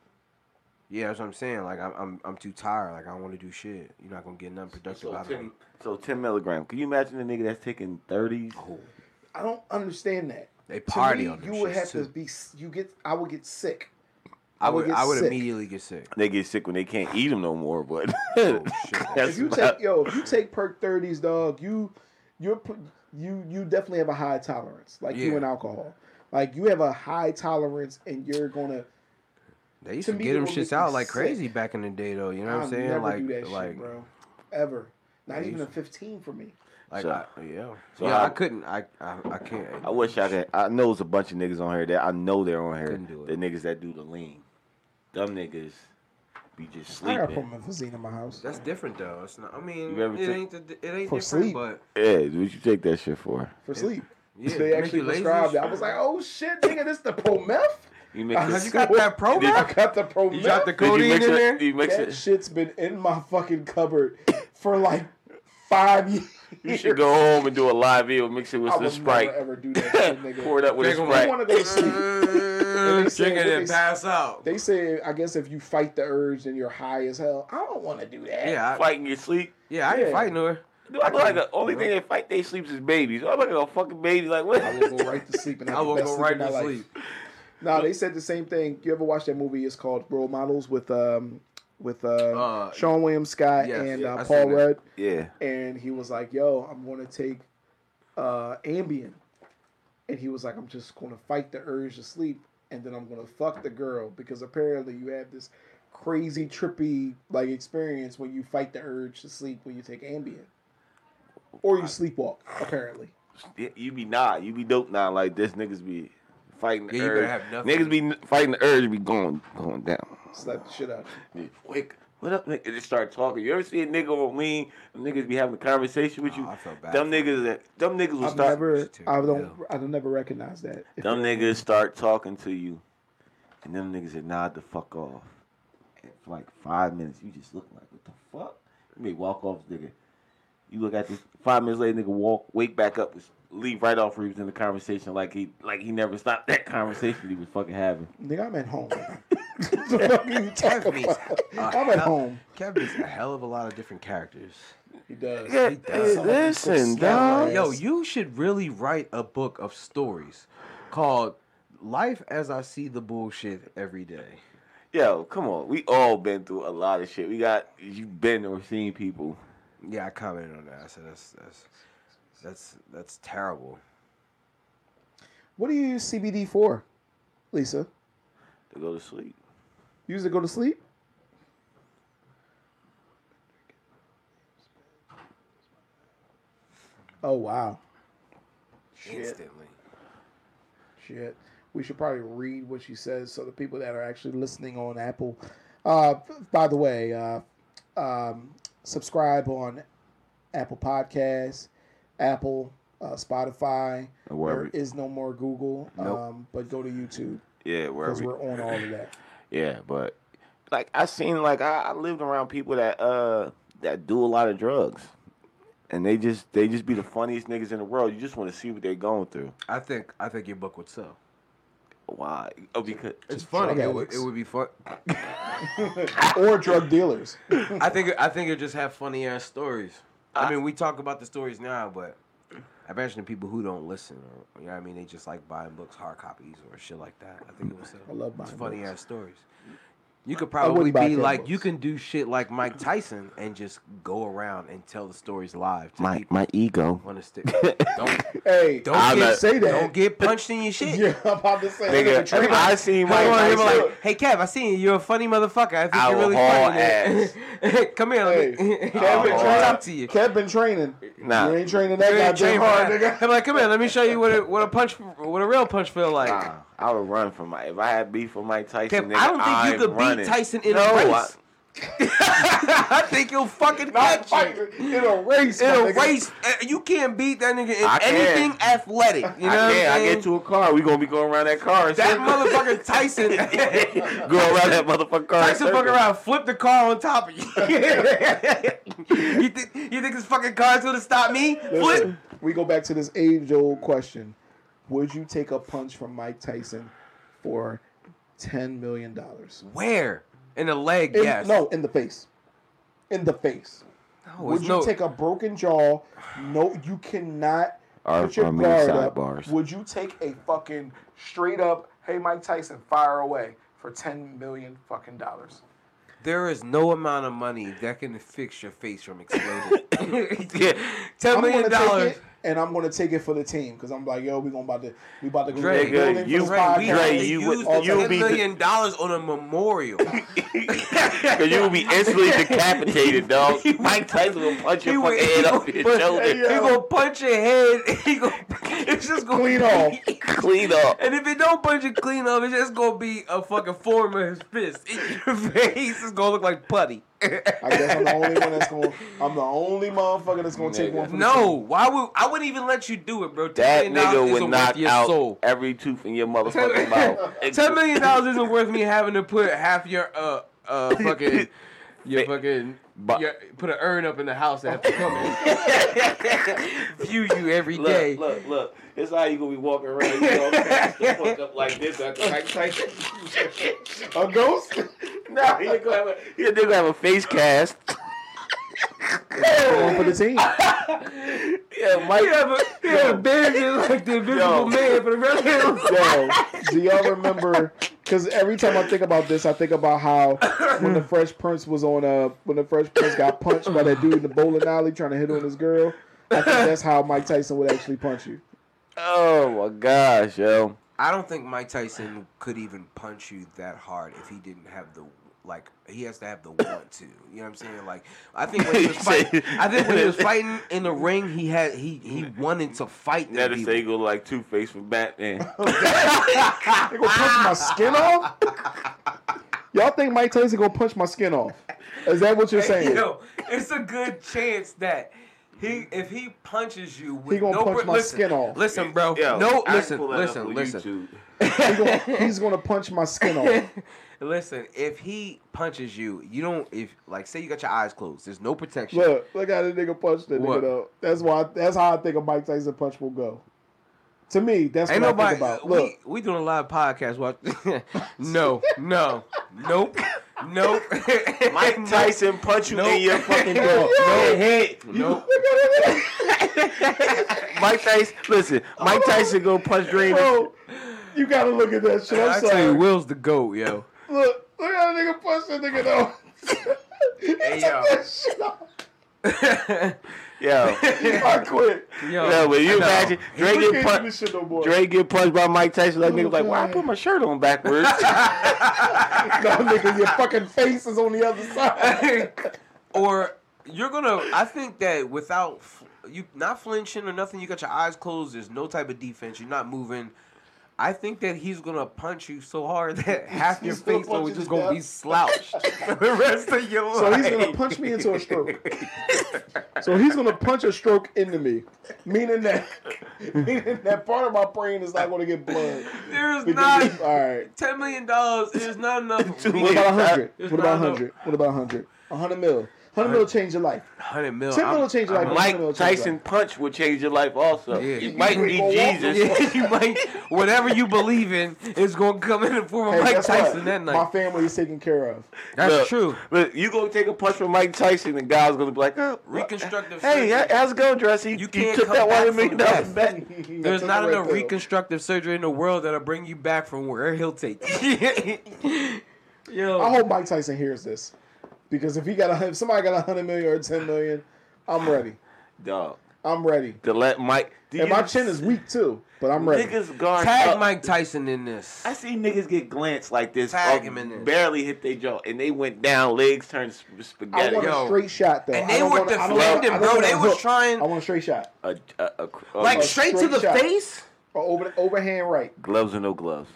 S7: Yeah, that's what I'm saying. Like I'm I'm, I'm too tired. Like I don't want to do shit. You're not gonna get nothing productive
S4: So
S7: out of me.
S4: ten,
S7: Oh.
S4: so ten milligram. Can you imagine a nigga that's taking thirties?
S5: I don't understand that.
S7: They
S5: to
S7: party
S5: me,
S7: on them
S5: you would
S7: shits,
S5: have to
S7: too.
S5: be. s- You get. I would get sick.
S7: I
S5: would
S7: would
S5: get
S7: I would
S5: sick.
S7: immediately get sick.
S4: They get sick when they can't eat them no more, but
S7: Oh,
S5: if you take yo, if you take perk thirties, dog, you you're pr- you you definitely have a high tolerance, like you
S7: Yeah.
S5: and alcohol. Like you have a high tolerance, and you're gonna.
S7: They used
S5: To
S7: to,
S5: me,
S7: get
S5: it
S7: them
S5: would make
S7: shits
S5: me
S7: out like
S5: sick.
S7: crazy back in the day though. You know
S5: I'll
S7: what I'm saying?
S5: never
S7: like
S5: do that
S7: like
S5: shit, bro. Ever. Not
S7: Yeah,
S5: even
S7: you-
S5: a fifteen for me.
S7: like
S4: So-
S7: I, yeah.
S4: so
S7: yeah,
S4: how-
S7: I couldn't. I I, I can't.
S4: I wish I could. I know it's a bunch of niggas on here that I know they're on here.
S7: Couldn't do it.
S4: The niggas that do the lean, dumb niggas be just
S5: I got
S4: sleeping.
S5: promethazine in my house.
S7: That's different though. It's not. I mean,
S4: You ever
S7: it
S4: took-
S7: ain't. The, it ain't
S5: For
S7: different.
S5: sleep.
S7: But
S4: Yeah, what you take that shit for?
S5: for sleep.
S7: yeah, it
S5: they
S7: make
S5: actually
S7: you lazy as
S5: prescribed it. I
S7: shit.
S5: was like, oh shit, nigga, this the prometh.
S4: You mix
S5: Uh,
S4: it.
S7: Have you got that pro?
S4: Did-
S5: I got the prometh.
S7: You dropped the
S4: Did you
S7: codeine in
S4: mix it?
S7: there.
S4: You mix
S5: that
S4: it.
S5: shit's been in my fucking cupboard for like five years.
S4: You should go home and do a live video, mix it with
S5: I
S4: some
S5: would
S4: Sprite,
S5: never ever do that shit, nigga.
S4: pour it up with a
S7: Take 'em
S5: I
S4: Sprite.
S5: want to go to sleep.
S7: Uh,
S5: they said
S7: Drink
S5: what
S7: it
S5: they
S7: and
S5: s-
S7: pass out.
S5: They say, I guess if you fight the urge and you're high as hell, I don't want to do that.
S7: Yeah, I,
S4: Fight in your sleep.
S7: yeah, I ain't
S5: Yeah.
S7: fighting her.
S4: Dude, I look like the only thing that fight they sleeps is babies. I look like a fucking baby. Like what?
S5: I will go right to sleep and have
S7: I will
S5: the
S7: go
S5: best sleep
S7: right
S5: in my
S7: to
S5: life.
S7: sleep.
S5: No, they said the same thing. You ever watch that movie? It's called Role Models with um with uh,
S7: Uh,
S5: Sean William Scott
S7: yes,
S5: and
S7: yeah,
S5: uh,
S7: I
S5: Paul
S7: seen that.
S5: Rudd.
S4: Yeah.
S5: and he was like, "Yo, I'm gonna take uh, Ambien," and he was like, "I'm just gonna fight the urge to sleep, and then I'm gonna fuck the girl because apparently you have this crazy trippy like experience when you fight the urge to sleep when you take Ambien, or you sleepwalk apparently."
S4: Yeah, you be not, you be dope now. Like this niggas be fighting the
S7: Yeah, you better
S4: urge.
S7: have nothing.
S4: niggas be n- fighting the urge, be going going down.
S5: Slap the shit out. of you.
S4: Yeah, Wake, what up? Nigga? Just start talking. You ever see a nigga on lean? Them niggas be having a conversation with you.
S7: Oh, I felt bad
S4: Them
S7: for
S4: niggas, that, them niggas will
S5: I've
S4: start.
S5: never,
S7: It's
S5: I
S7: terrible,
S5: don't, I don't never recognize that. If
S4: Them niggas start talking to you, and them niggas that nod the fuck off. And for like five minutes, you just look like, what the fuck? You may walk off, nigga. You look at this five minutes later, nigga walk, wake back up, was- leave right off where he was in the conversation, like he like he never stopped that conversation he was fucking having.
S5: Nigga, I'm at home. the fuck you talking
S7: Kevin's
S5: about?
S7: a
S5: I'm at
S7: hell-
S5: home.
S7: uh, Kevin's a hell of a lot of different characters.
S5: He does.
S4: Yeah,
S7: He does.
S4: hey, listen, dog.
S7: Yo, you should really write a book of stories called "Life as I See the Bullshit Every Day."
S4: Yo, come on. We all been through a lot of shit. We got you been or seen people.
S7: Yeah, I commented on that. I said that's that's that's that's terrible.
S5: What do you use CBD for, Lisa?
S4: to go to sleep.
S5: You use it to go to sleep? Oh wow. Shit.
S7: Instantly.
S5: Shit. We should probably read what she says so the people that are actually listening on Apple. Uh, by the way, uh, um, subscribe on Apple Podcasts, Apple, uh, Spotify.
S4: And wherever-
S5: There is no more Google,
S4: Nope.
S5: um, but go to YouTube
S4: Yeah, where
S5: because
S4: we
S5: we're on all of that.
S4: Yeah, but like I seen like I, I lived around people that uh that do a lot of drugs. And they just they just be the funniest niggas in the world. You just want to see what they're going through.
S7: I think I think your book would sell.
S4: Why? Oh, because
S7: It's funny.
S5: drug
S7: It would,
S5: addicts.
S7: it would be fun.
S5: or drug dealers.
S7: I think I think it'll just have funny ass stories. I, mean, we talk about the stories now, but I imagine the people who don't listen, or you know, what I mean, they just like buying books, hard copies, or shit like that. I think it was
S5: I love buying
S7: funny
S5: books.
S7: ass stories. You could
S5: wouldn't
S7: probably
S5: buy
S7: be
S5: them
S7: like
S5: books.
S7: you can do shit like Mike Tyson and just go around and tell the stories live to
S4: my
S7: people.
S4: my ego.
S7: on the stick. Don't
S5: Hey,
S7: don't
S4: I'm
S7: get,
S4: not-
S5: say that.
S7: Don't get punched in your shit.
S5: yeah, I'm about to say
S4: Nigga,
S5: that.
S4: I seen
S7: Come
S4: Mike
S7: on, he be
S4: Tyson.
S7: like, hey Kev, I seen you. You're a funny motherfucker. I think
S4: I
S7: you're really
S4: will haul
S7: funny. Come here, let me Oh,
S5: Hey,
S7: I
S5: Kev
S7: wanna
S5: been
S4: will
S5: training.
S7: talk to you.
S5: Kev been training.
S4: Nah.
S5: You ain't training that
S7: You're in
S5: goddamn
S7: chamber.
S5: hard, nigga.
S7: I'm like, come here, let me show you what a what a punch what a real punch feel like.
S4: Nah, I would run for my. If I had beef with Mike Tyson,
S7: Kev,
S4: nigga,
S7: I don't think
S4: I'm
S7: you could
S4: running.
S7: beat Tyson in
S4: No,
S7: a
S4: I-
S7: race. I, think you'll fucking
S5: Not
S7: catch you.
S5: fighting in a race.
S7: In
S5: my
S7: a
S5: nigga.
S7: race, Uh, you can't beat that nigga in
S4: I can.
S7: anything athletic. You know
S4: I
S7: what I'm
S4: can't. I
S7: saying?
S4: get to a car. We gonna be going around that car. in
S7: that
S4: circles.
S7: motherfucker Tyson.
S4: Go around that motherfucking car. in
S7: Tyson fuck
S4: circles.
S7: around, flip the car on top of you. you think you think this fucking car's gonna stop me? Flip.
S5: Listen, we go back to this age old question. Would you take a punch from Mike Tyson for $10 million?
S7: Where? In the leg?
S5: In-
S7: yes.
S5: No, in the face. In the face.
S7: No,
S5: Would
S7: it's
S5: you
S7: no-
S5: take a broken jaw? No, you cannot
S4: Our-
S5: put your
S4: our mere
S5: guard up,
S4: sidebars.
S5: would you take a fucking straight up, hey Mike Tyson, fire away for ten million fucking dollars?
S7: There is no amount of money that can fix your face from exploding. yeah, ten
S5: I'm
S7: million
S5: gonna
S7: dollars.
S5: take it, and I'm gonna take it for the team because I'm like, yo, we gonna about to, we about to go
S7: Dre,
S5: to the building
S4: Nigga,
S5: for
S4: you-
S5: this
S4: Dre,
S7: we
S5: podcast.
S7: have
S4: Dre,
S7: to
S4: you
S7: use
S4: would- you
S7: the
S4: would
S7: ten
S4: be the-
S7: million dollars on a memorial.
S4: Because you will be instantly decapitated, dog. Mike Tyson will punch your
S7: would-
S4: fucking head
S7: he
S4: up your
S7: would punch-
S4: shoulder.
S7: He gonna punch your head. He gonna, it's just gonna
S5: Clean off.
S4: Clean up.
S7: And if it don't punch it clean up, it's just gonna be a fucking form of his fist in your face. It's gonna look like putty.
S5: I guess I'm the only one that's gonna, I'm the only motherfucker that's gonna take one. For the
S7: no, why would I wouldn't even let you do it, bro?
S4: That
S7: $10 million
S4: nigga
S7: isn't
S4: would knock
S7: worth your
S4: out
S7: soul.
S4: every tooth in your motherfucking
S7: Ten-
S4: mouth.
S7: Ten million dollars isn't worth me having to put half your uh uh fucking your fucking
S4: But-
S7: your, put an urn up in the house after coming. View you every
S4: Look,
S7: day.
S4: look, look. This how you gonna be walking around, you know, fast the fuck up like this after Mike Tyson.
S5: team. a ghost.
S4: Nah, he gonna have a, he gonna have a face cast.
S5: one for the team.
S4: Yeah, Mike.
S7: You have a, you have a bandage like the invisible
S4: Yo.
S7: man for the rest of your life.
S5: Yo, do y'all remember? Because every time I think about this, I think about how when the Fresh Prince was on uh when the Fresh Prince got punched by that dude in the bowling alley trying to hit on his girl. I think that's how Mike Tyson would actually punch you.
S4: Oh my gosh, yo.
S7: I don't think Mike Tyson could even punch you that hard if he didn't have the like. He has to have the want to. You know what I'm saying? Like I think when he was
S4: You say-
S7: fighting, I think when he was fighting in the ring, he had he he wanted to fight them
S4: That is
S7: people.
S4: say you go like Two Face from Batman.
S5: They gonna punch my skin off? Y'all think Mike Tyson gonna punch my skin off? Is that what you're saying?
S7: Yo, it's a good chance that he if he punches you with
S5: He gonna
S7: no
S5: punch
S7: br-
S5: my
S7: listen,
S5: skin off.
S7: Listen, bro.
S4: Yo,
S7: no,
S4: I can
S7: listen,
S4: pull that up
S7: listen,
S4: on
S7: listen.
S4: YouTube.
S5: He gonna- he's gonna punch my skin off.
S7: Listen, if he punches you, you don't if like say you got your eyes closed, there's no protection.
S5: Look, look how the nigga punched that
S7: What?
S5: nigga though. That's why. that's how I think a Mike Tyson punch will go. To me, that's
S7: Ain't
S5: what
S7: nobody.
S5: I think about.
S7: we-
S5: Look,
S7: we, doing a live podcast. Watch. no, no, nope, nope.
S4: Mike Tyson punch you
S7: Nope.
S4: in your fucking dog.
S7: Nope.
S4: head.
S7: Nope.
S4: Mike Tyson, listen, Mike Tyson go punch Dream.
S5: bro, you gotta look at that shit. I'm
S7: I tell
S5: sorry.
S7: you, Will's the goat, yo.
S5: Look, look how that nigga punched that nigga though.
S7: Hey,
S5: hey,
S7: yo.
S5: that shit off.
S4: Yo,
S5: I quit.
S7: Yo,
S4: yo, but you
S7: no.
S4: imagine Dre get
S5: We can't do this
S4: punched.
S5: shit no more.
S4: Dre get punched by Mike Tyson. That nigga like, why I
S5: God.
S4: put my shirt on backwards?
S5: No, nigga, your fucking face is on the other side.
S7: or you're gonna. I think that without f- you not flinching or nothing, you got your eyes closed. There's no type of defense. You're not moving. I think that he's gonna punch you so hard that half your
S5: He's gonna
S7: face
S5: punch
S7: is
S5: you
S7: just
S5: to
S7: gonna be
S5: death.
S7: slouched for the rest of your life.
S5: So he's gonna punch me into a stroke. So he's gonna punch a stroke into me, meaning that meaning that part of my brain is not gonna get blood.
S7: There's
S5: Because
S7: not
S5: it's- all right.
S7: ten million dollars is not enough.
S5: What about a hundred?
S7: It's
S5: What about a
S7: not
S5: hundred? What about a hundred? A hundred mil. Hundred mil change your life.
S7: Hundred mil.
S5: Ten mil
S7: I'm-
S5: will change your
S7: I'm
S5: life. but
S4: Mike
S5: $100 will change your
S4: Tyson punch would change your life also.
S7: Yeah.
S4: You might be
S5: Well, what-
S4: Jesus.
S7: Yeah, you might. Whatever you believe in is gonna come in the form of
S5: Hey,
S7: Mike
S5: guess what?
S7: Tyson that night.
S5: My family is taken care of.
S7: That's
S4: Look,
S7: true.
S4: Look, you gonna take a punch from Mike Tyson, the guy's gonna be like, oh,
S7: Reconstructive
S4: Hey,
S7: surgery.
S4: how's it going, Dressy? You,
S7: can't
S4: took
S7: come
S4: that
S7: back
S4: one
S7: from
S4: million
S7: that.
S4: dollars back.
S7: There's
S5: That's
S7: not
S5: the
S7: enough
S5: right pill.
S7: reconstructive surgery in the world that'll bring you back from where he'll take you. Yo,
S5: I hope Mike Tyson hears this, because if he got a, if somebody got a hundred million or ten million, I'm ready.
S4: Dog,
S5: I'm ready.
S4: to let Mike. Do
S5: And
S4: you
S5: my chin is weak too, but I'm ready.
S4: Niggas guard
S7: tag
S4: up.
S7: Mike Tyson in this.
S4: I see niggas get glanced like this,
S7: Tag
S4: or
S7: him in this.
S4: barely hit their jaw, and they went down, legs turned sp-
S5: I
S4: spaghetti.
S5: want
S7: Yo.
S5: a straight shot though.
S7: And
S5: I
S7: they
S5: don't
S7: were
S5: want a- I don't
S7: defending,
S5: want a- I don't
S7: bro.
S5: want a
S7: They was
S5: hook.
S7: trying-
S5: I want a straight shot.
S4: A- a- a- a-
S7: like
S4: a-
S7: straight to
S5: straight
S7: the
S5: shot.
S7: face.
S5: Or over overhand right.
S4: gloves or no gloves.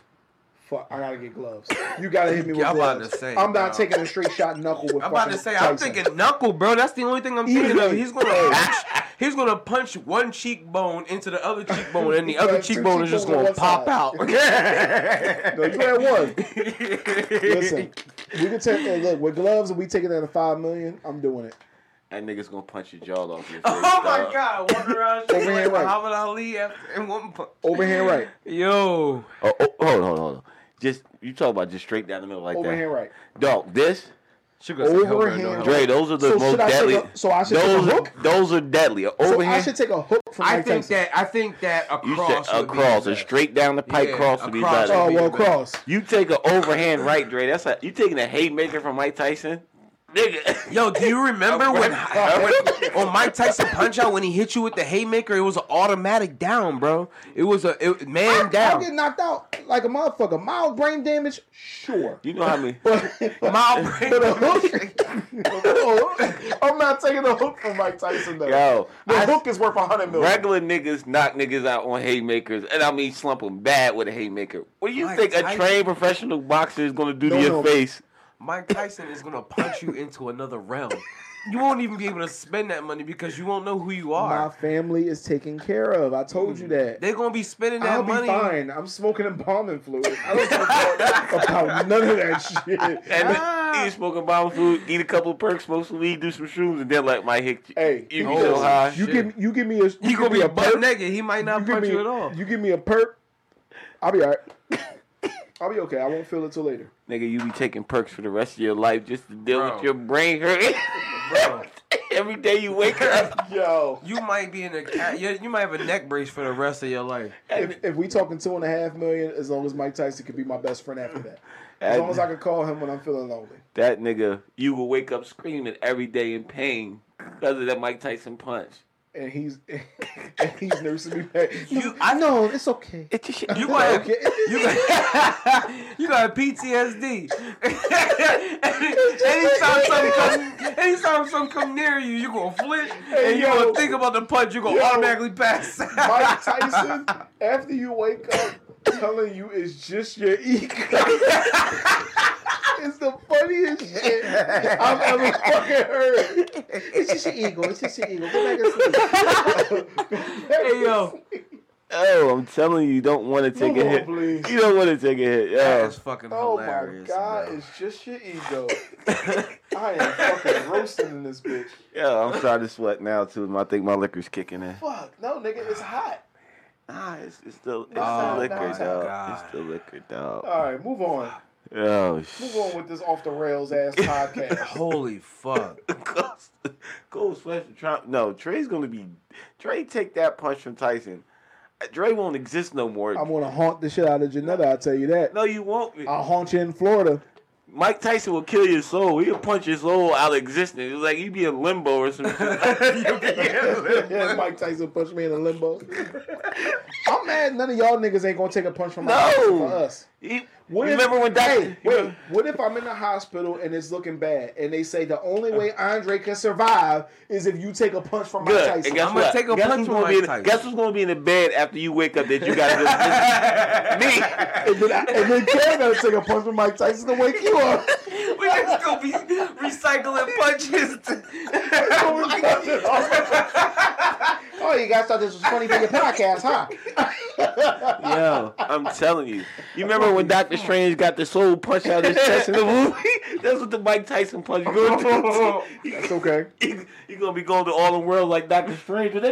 S5: Fuck, I gotta get gloves. You gotta hit me with
S7: Yeah, I'm about
S5: gloves.
S7: to say,
S5: I'm not
S7: bro.
S5: taking a straight shot knuckle with.
S7: I'm about to
S5: fucking
S7: say, I'm
S5: Tyson.
S7: thinking knuckle, bro. That's the only thing I'm thinking of. He's gonna
S5: Hey.
S7: punch, he's gonna punch one cheekbone into the other cheekbone, and the
S5: You
S7: other
S5: got two
S7: cheekbone is just gonna
S5: cheekbones on
S7: pop out.
S5: one No, you had one. Listen, we can take hey, look with gloves. If we take it at a five million, I'm doing it.
S4: That nigga's gonna punch your jaw off. Your face,
S7: oh my
S4: dog.
S7: god, walking around shit
S5: Over
S7: like
S5: here, right.
S7: Muhammad Ali after in one punch.
S5: Overhand right.
S7: Yo,
S4: Oh, oh, hold on, hold on, hold on. Just you talk about just straight down the middle like that.
S5: Overhand right.
S4: Dog, this
S9: Sugar Hill Burn,
S5: Overhand
S9: no help.
S5: right?
S9: Dre,
S4: those are the
S5: so
S4: most
S5: should I take
S4: deadly.
S5: a- so I should take a
S4: those, are,
S5: hook.
S4: those are deadly. An
S5: So I
S4: Overhand.
S5: should take a hook from
S7: I
S5: Mike
S7: think
S5: Tyson.
S7: that I think that a
S4: you
S7: cross.
S4: said a
S7: would be
S4: cross,
S7: the
S4: a
S7: best.
S4: straight down the pipe
S7: Yeah,
S4: cross
S7: a
S4: would be
S7: cross
S4: better.
S7: would
S5: oh
S7: be the
S5: well,
S7: best.
S5: cross.
S4: You take an overhand right, Dre. That's a, you taking a haymaker from Mike Tyson, nigga.
S7: Yo, do you remember when, when on Mike Tyson punch out when he hit you with the haymaker? It was an automatic down, bro. It was a it, man
S5: I, I'll
S7: down.
S5: get knocked out like a motherfucker. Mild brain damage, sure.
S4: You know how many?
S5: But, but, uh,
S7: Mild brain
S5: a
S7: damage.
S5: hook, I'm not taking a hook from Mike Tyson though.
S4: Yo,
S5: the
S4: I-
S5: hook is worth a hundred million.
S4: regular niggas knock niggas out on haymakers, and I mean slump them bad with a haymaker. What do you
S7: Mike
S4: think a
S7: Tyson-
S4: trained professional boxer is gonna do
S5: No,
S4: to your
S5: no.
S4: face?
S7: Mike Tyson is gonna punch you into another realm. You won't even be able to spend that money because you won't know who you
S5: My
S7: are.
S5: family is taken care of. I told
S4: Mm.
S5: you that.
S7: They're gonna be spending that
S5: I'll be
S7: money.
S5: fine. I'm smoking embalming fluid. I don't care about none of that shit.
S4: And
S5: Ah.
S4: eat smoking bomb food, eat a couple perks, smoke some weed, do some shrooms, and then let my hit you.
S5: Hey,
S4: you
S5: you
S4: be so
S5: just-
S4: high.
S5: You
S7: Shit.
S5: give me, you give me a you
S7: He
S5: give
S7: gonna
S5: me
S7: be
S5: a
S7: butt
S5: perp.
S7: naked. He might not
S5: you give
S7: punch
S5: me,
S7: you at all.
S5: You give me a perp. I'll be all right. I'll be okay. I won't feel it till later.
S4: Nigga, you be taking perks for the rest of your life just to deal
S7: Bro.
S4: with your brain hurting.
S7: Bro,
S4: Every day you wake up.
S5: Yo,
S7: you might be in a ca- you, you might have a neck brace for the rest of your life.
S5: if, if we talking two and a half million, as long as Mike Tyson could be my best friend after that, as
S4: That-
S5: long as I can call him when I'm feeling lonely.
S4: That nigga, you will wake up screaming every day in pain because of that Mike Tyson punch.
S5: And he's and he's nursing me back.
S7: You-
S5: No, I know it's okay.
S4: It's just shit.
S7: You
S4: You
S7: might have,
S5: Okay.
S7: you got you got PTSD. anytime something come, anytime something come near you, you gonna flinch and you
S5: yo.
S7: gonna think about the punch. You gonna
S5: Yo.
S7: automatically pass.
S5: Mike Tyson, after you wake up, telling you it's just your ego. it's the funniest shit I've ever fucking heard. It's just your ego. It's just your ego. Go back and sleep.
S7: hey yo,
S4: oh, I'm telling you, you don't want to take
S5: Come
S4: a
S5: on,
S4: hit.
S5: please.
S4: You don't want to take a hit.
S7: that
S4: Yeah.
S7: is fucking
S5: Oh my
S7: hilarious.
S5: god,
S7: bro.
S5: it's just your ego. I am fucking roasting in this bitch.
S4: yeah, I'm starting to sweat now too. I think my liquor's kicking in.
S5: Fuck, no, nigga, it's hot.
S4: Nah, it's, it's the it's
S5: Oh,
S4: the liquor,
S5: my
S4: dog.
S1: God.
S4: It's the liquor, dog.
S5: All right, move on.
S4: Oh
S5: Move on
S4: shit.
S5: with this off the rails ass podcast.
S7: Holy fuck!
S4: Cold sweat from Trump. No, Trey's gonna be. Trey take that punch from Tyson. Uh, Dre won't exist no more.
S5: I'm gonna haunt the shit out of Janetta. I'll tell you that.
S4: no, you won't.
S5: I'll haunt you in Florida.
S4: Mike Tyson will kill your soul. He'll punch your soul out of existence. It's like you'd be in limbo or some shit.
S5: yeah, Mike Tyson punched me in a limbo. I'm mad none of y'all niggas ain't gonna take a punch from Mike
S4: No.
S5: Tyson for us.
S4: He-
S5: What
S4: remember
S5: if,
S4: when Dr.
S5: Hey, wait, what if I'm in the hospital and it's looking bad and they say the only way Andre can survive is if you take a punch from Mike
S4: Good.
S5: Tyson?
S4: And guess
S7: I'ma
S4: what?
S7: take a
S4: guess
S7: punch
S4: who's
S7: from
S4: gonna be
S7: Mike
S4: in-
S7: Tyson.
S4: Guess who's gonna be in the bed after you wake up that you gotta do?
S5: and, then I, and then Karen gonna take a punch from Mike Tyson to wake you up.
S7: We just gonna be recycling punches.
S5: oh, you guys thought this was funny for your podcast, huh?
S4: Me. Yo, I'm telling you. You remember when Doctor Strange got the soul punched out of his chest in the movie? That's what the Mike Tyson punch is going to do.
S5: That's okay.
S4: You- You're gonna be going to all the world like Doctor Strange.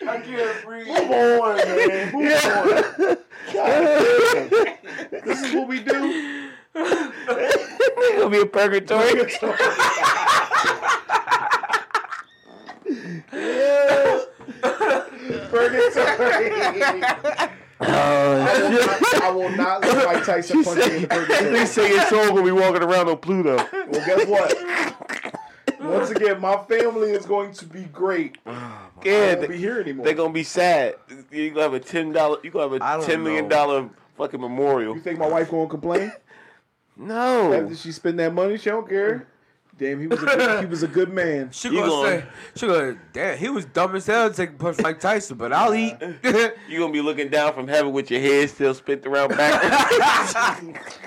S5: Move on, man. Move on. God damn. This is what we do.
S4: They're gonna be in purgatory.
S5: Purgatory. I will not let Mike Tyson punch me in the
S4: They
S5: purgatory.
S4: say it's soul gonna be walking around on Pluto.
S5: Well, guess what? Once again, my family is going to be great. I
S4: Yeah,
S5: won't be
S4: they,
S5: here anymore.
S4: are gonna be sad. You gonna have a ten dollar. You gonna have
S7: I
S4: a
S7: don't
S4: ten million
S7: know.
S4: dollar fucking memorial.
S5: you think my wife gonna complain
S4: No,
S5: after she spend that money? She don't care. Damn, he was a good, he was a good man.
S7: She
S4: You
S7: gonna,
S4: gonna-
S7: say, she gonna, damn, he was dumb as hell taking punch Mike Tyson, but I'll eat.
S4: you gonna be looking down from heaven with your head still spent around backwards.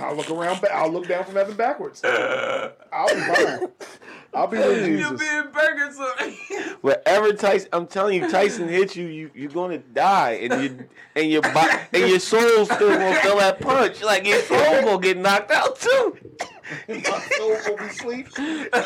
S5: I'll look around. Ba- I'll look down from heaven backwards. I'll be fine. I'll be with
S7: You'll
S5: Jesus.
S7: be in burgers.
S4: Wherever Tyson, I'm telling you, Tyson hits you, you you're gonna die, and you and your bo- and your soul still gonna feel that punch. Like your soul gonna get knocked out too.
S5: My soul will be sleep. I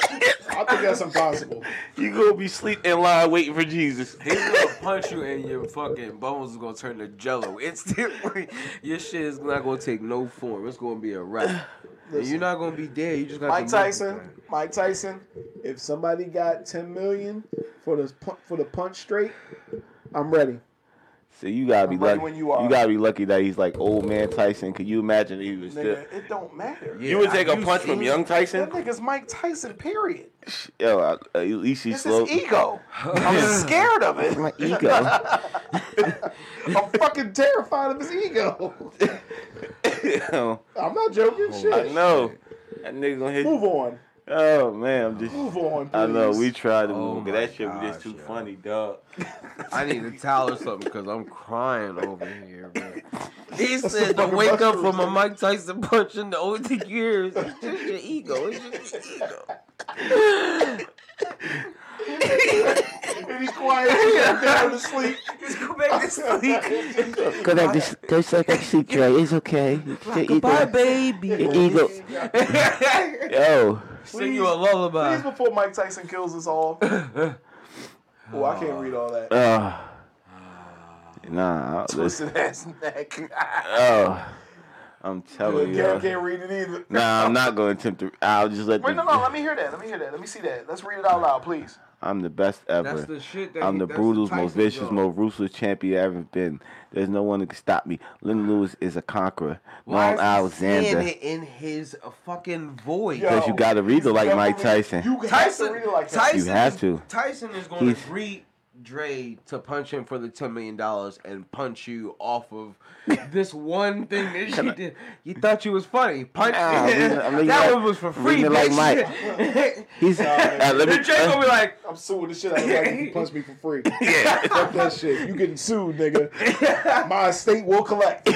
S5: think that's impossible.
S4: You gonna be sleep in line waiting for Jesus.
S7: He's gonna punch you and your fucking bones is gonna turn to jello instantly. Your shit is not gonna take no form. It's gonna be a wrap. And you're not gonna be dead. You just got
S5: Mike Tyson, Mike Tyson. If somebody got ten million for the for the punch straight, I'm ready.
S4: So you gotta be
S5: I'm ready
S4: lucky.
S5: when you are.
S4: gotta be lucky that he's like old man Tyson. Could you imagine if he was still?
S5: Nigga, it don't matter.
S7: Yeah,
S4: you would
S7: I
S4: take a
S7: used
S4: punch
S7: to-
S4: from young
S5: That
S4: Tyson.
S5: nigga's Mike Tyson. Period.
S4: Yo, I- uh, at least he's
S5: This
S4: slow.
S5: is ego. I'm scared of it.
S4: My ego.
S5: I'm fucking terrified of his ego.
S4: Yo,
S5: I'm not joking.
S4: Oh, I
S5: Shit.
S4: know. That nigga gonna hit.
S5: Move on.
S4: Oh man, I'm just.
S5: Move on. Please.
S4: I know we tried to
S7: Oh
S4: move, but
S7: my
S4: that shit was just
S7: gosh,
S4: too
S7: yo.
S4: funny, dog.
S7: I need a towel or something because I'm crying over here, man. He said to wake up from a Mike Tyson punch in the old years. It's just your ego. It's just your ego.
S5: And he's quiet. He's down to sleep.
S7: Just go back to sleep.
S9: Go back to s- go suck that sleep, Dre. It's okay. Your
S7: Bye,
S9: ego,
S7: baby.
S9: your ego.
S4: Yo,
S7: Sing you a
S5: Please,
S7: lullaby.
S5: before Mike Tyson kills us all. Oh, I can't read all that.
S4: uh, nah. I- listen,
S5: Twisted ass neck.
S4: Oh, I'm telling
S5: Cam
S4: you.
S5: can't read it either.
S4: Nah, I'm not going to attempt to. I'll just let.
S5: Wait, no,
S4: the,
S5: no. Let me hear that. Let me hear that. Let me see that. Let's read it out loud, please.
S4: I'm the best ever.
S6: That's the shit that
S4: I'm
S6: he-
S4: the
S6: that's
S4: brutal's,
S6: Tyson's
S4: most vicious,
S7: uh,
S6: dog.
S4: most ruthless champion I've ever been. There's no one that can stop me. Lynn Lewis is a conqueror.
S6: Why
S4: Norm
S6: is he saying
S4: Alexander.
S6: it in his uh, fucking voice?
S5: Yo,
S4: Because you got to read it like
S5: you
S4: Mike
S5: gotta read-
S4: Tyson.
S5: You have to
S7: Tyson,
S5: read it like that.
S7: Tyson,
S4: You have
S7: is-
S4: to.
S7: Tyson is going
S4: He's-
S7: to agree Dre to punch him for the ten million dollars and punch you off of this one thing that you did. You thought you was funny. Punch
S4: Nah, I'm reading- I'm reading
S7: that
S4: like-
S7: one was for
S4: I'm
S7: free.
S4: reading it like
S7: Like
S4: Mike. He's. Uh, let me.
S7: Dre gonna be like,
S5: I'm suing the shit out of you. if You punch me for free. Fuck that shit. You getting sued, nigga. My estate will collect.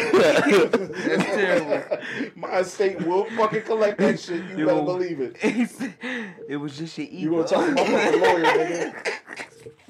S7: that's terrible.
S5: My estate will fucking collect that shit. You
S7: Yo.
S5: better believe it.
S7: He said, it was just your ego.
S5: You gonna talk to my fucking lawyer, nigga.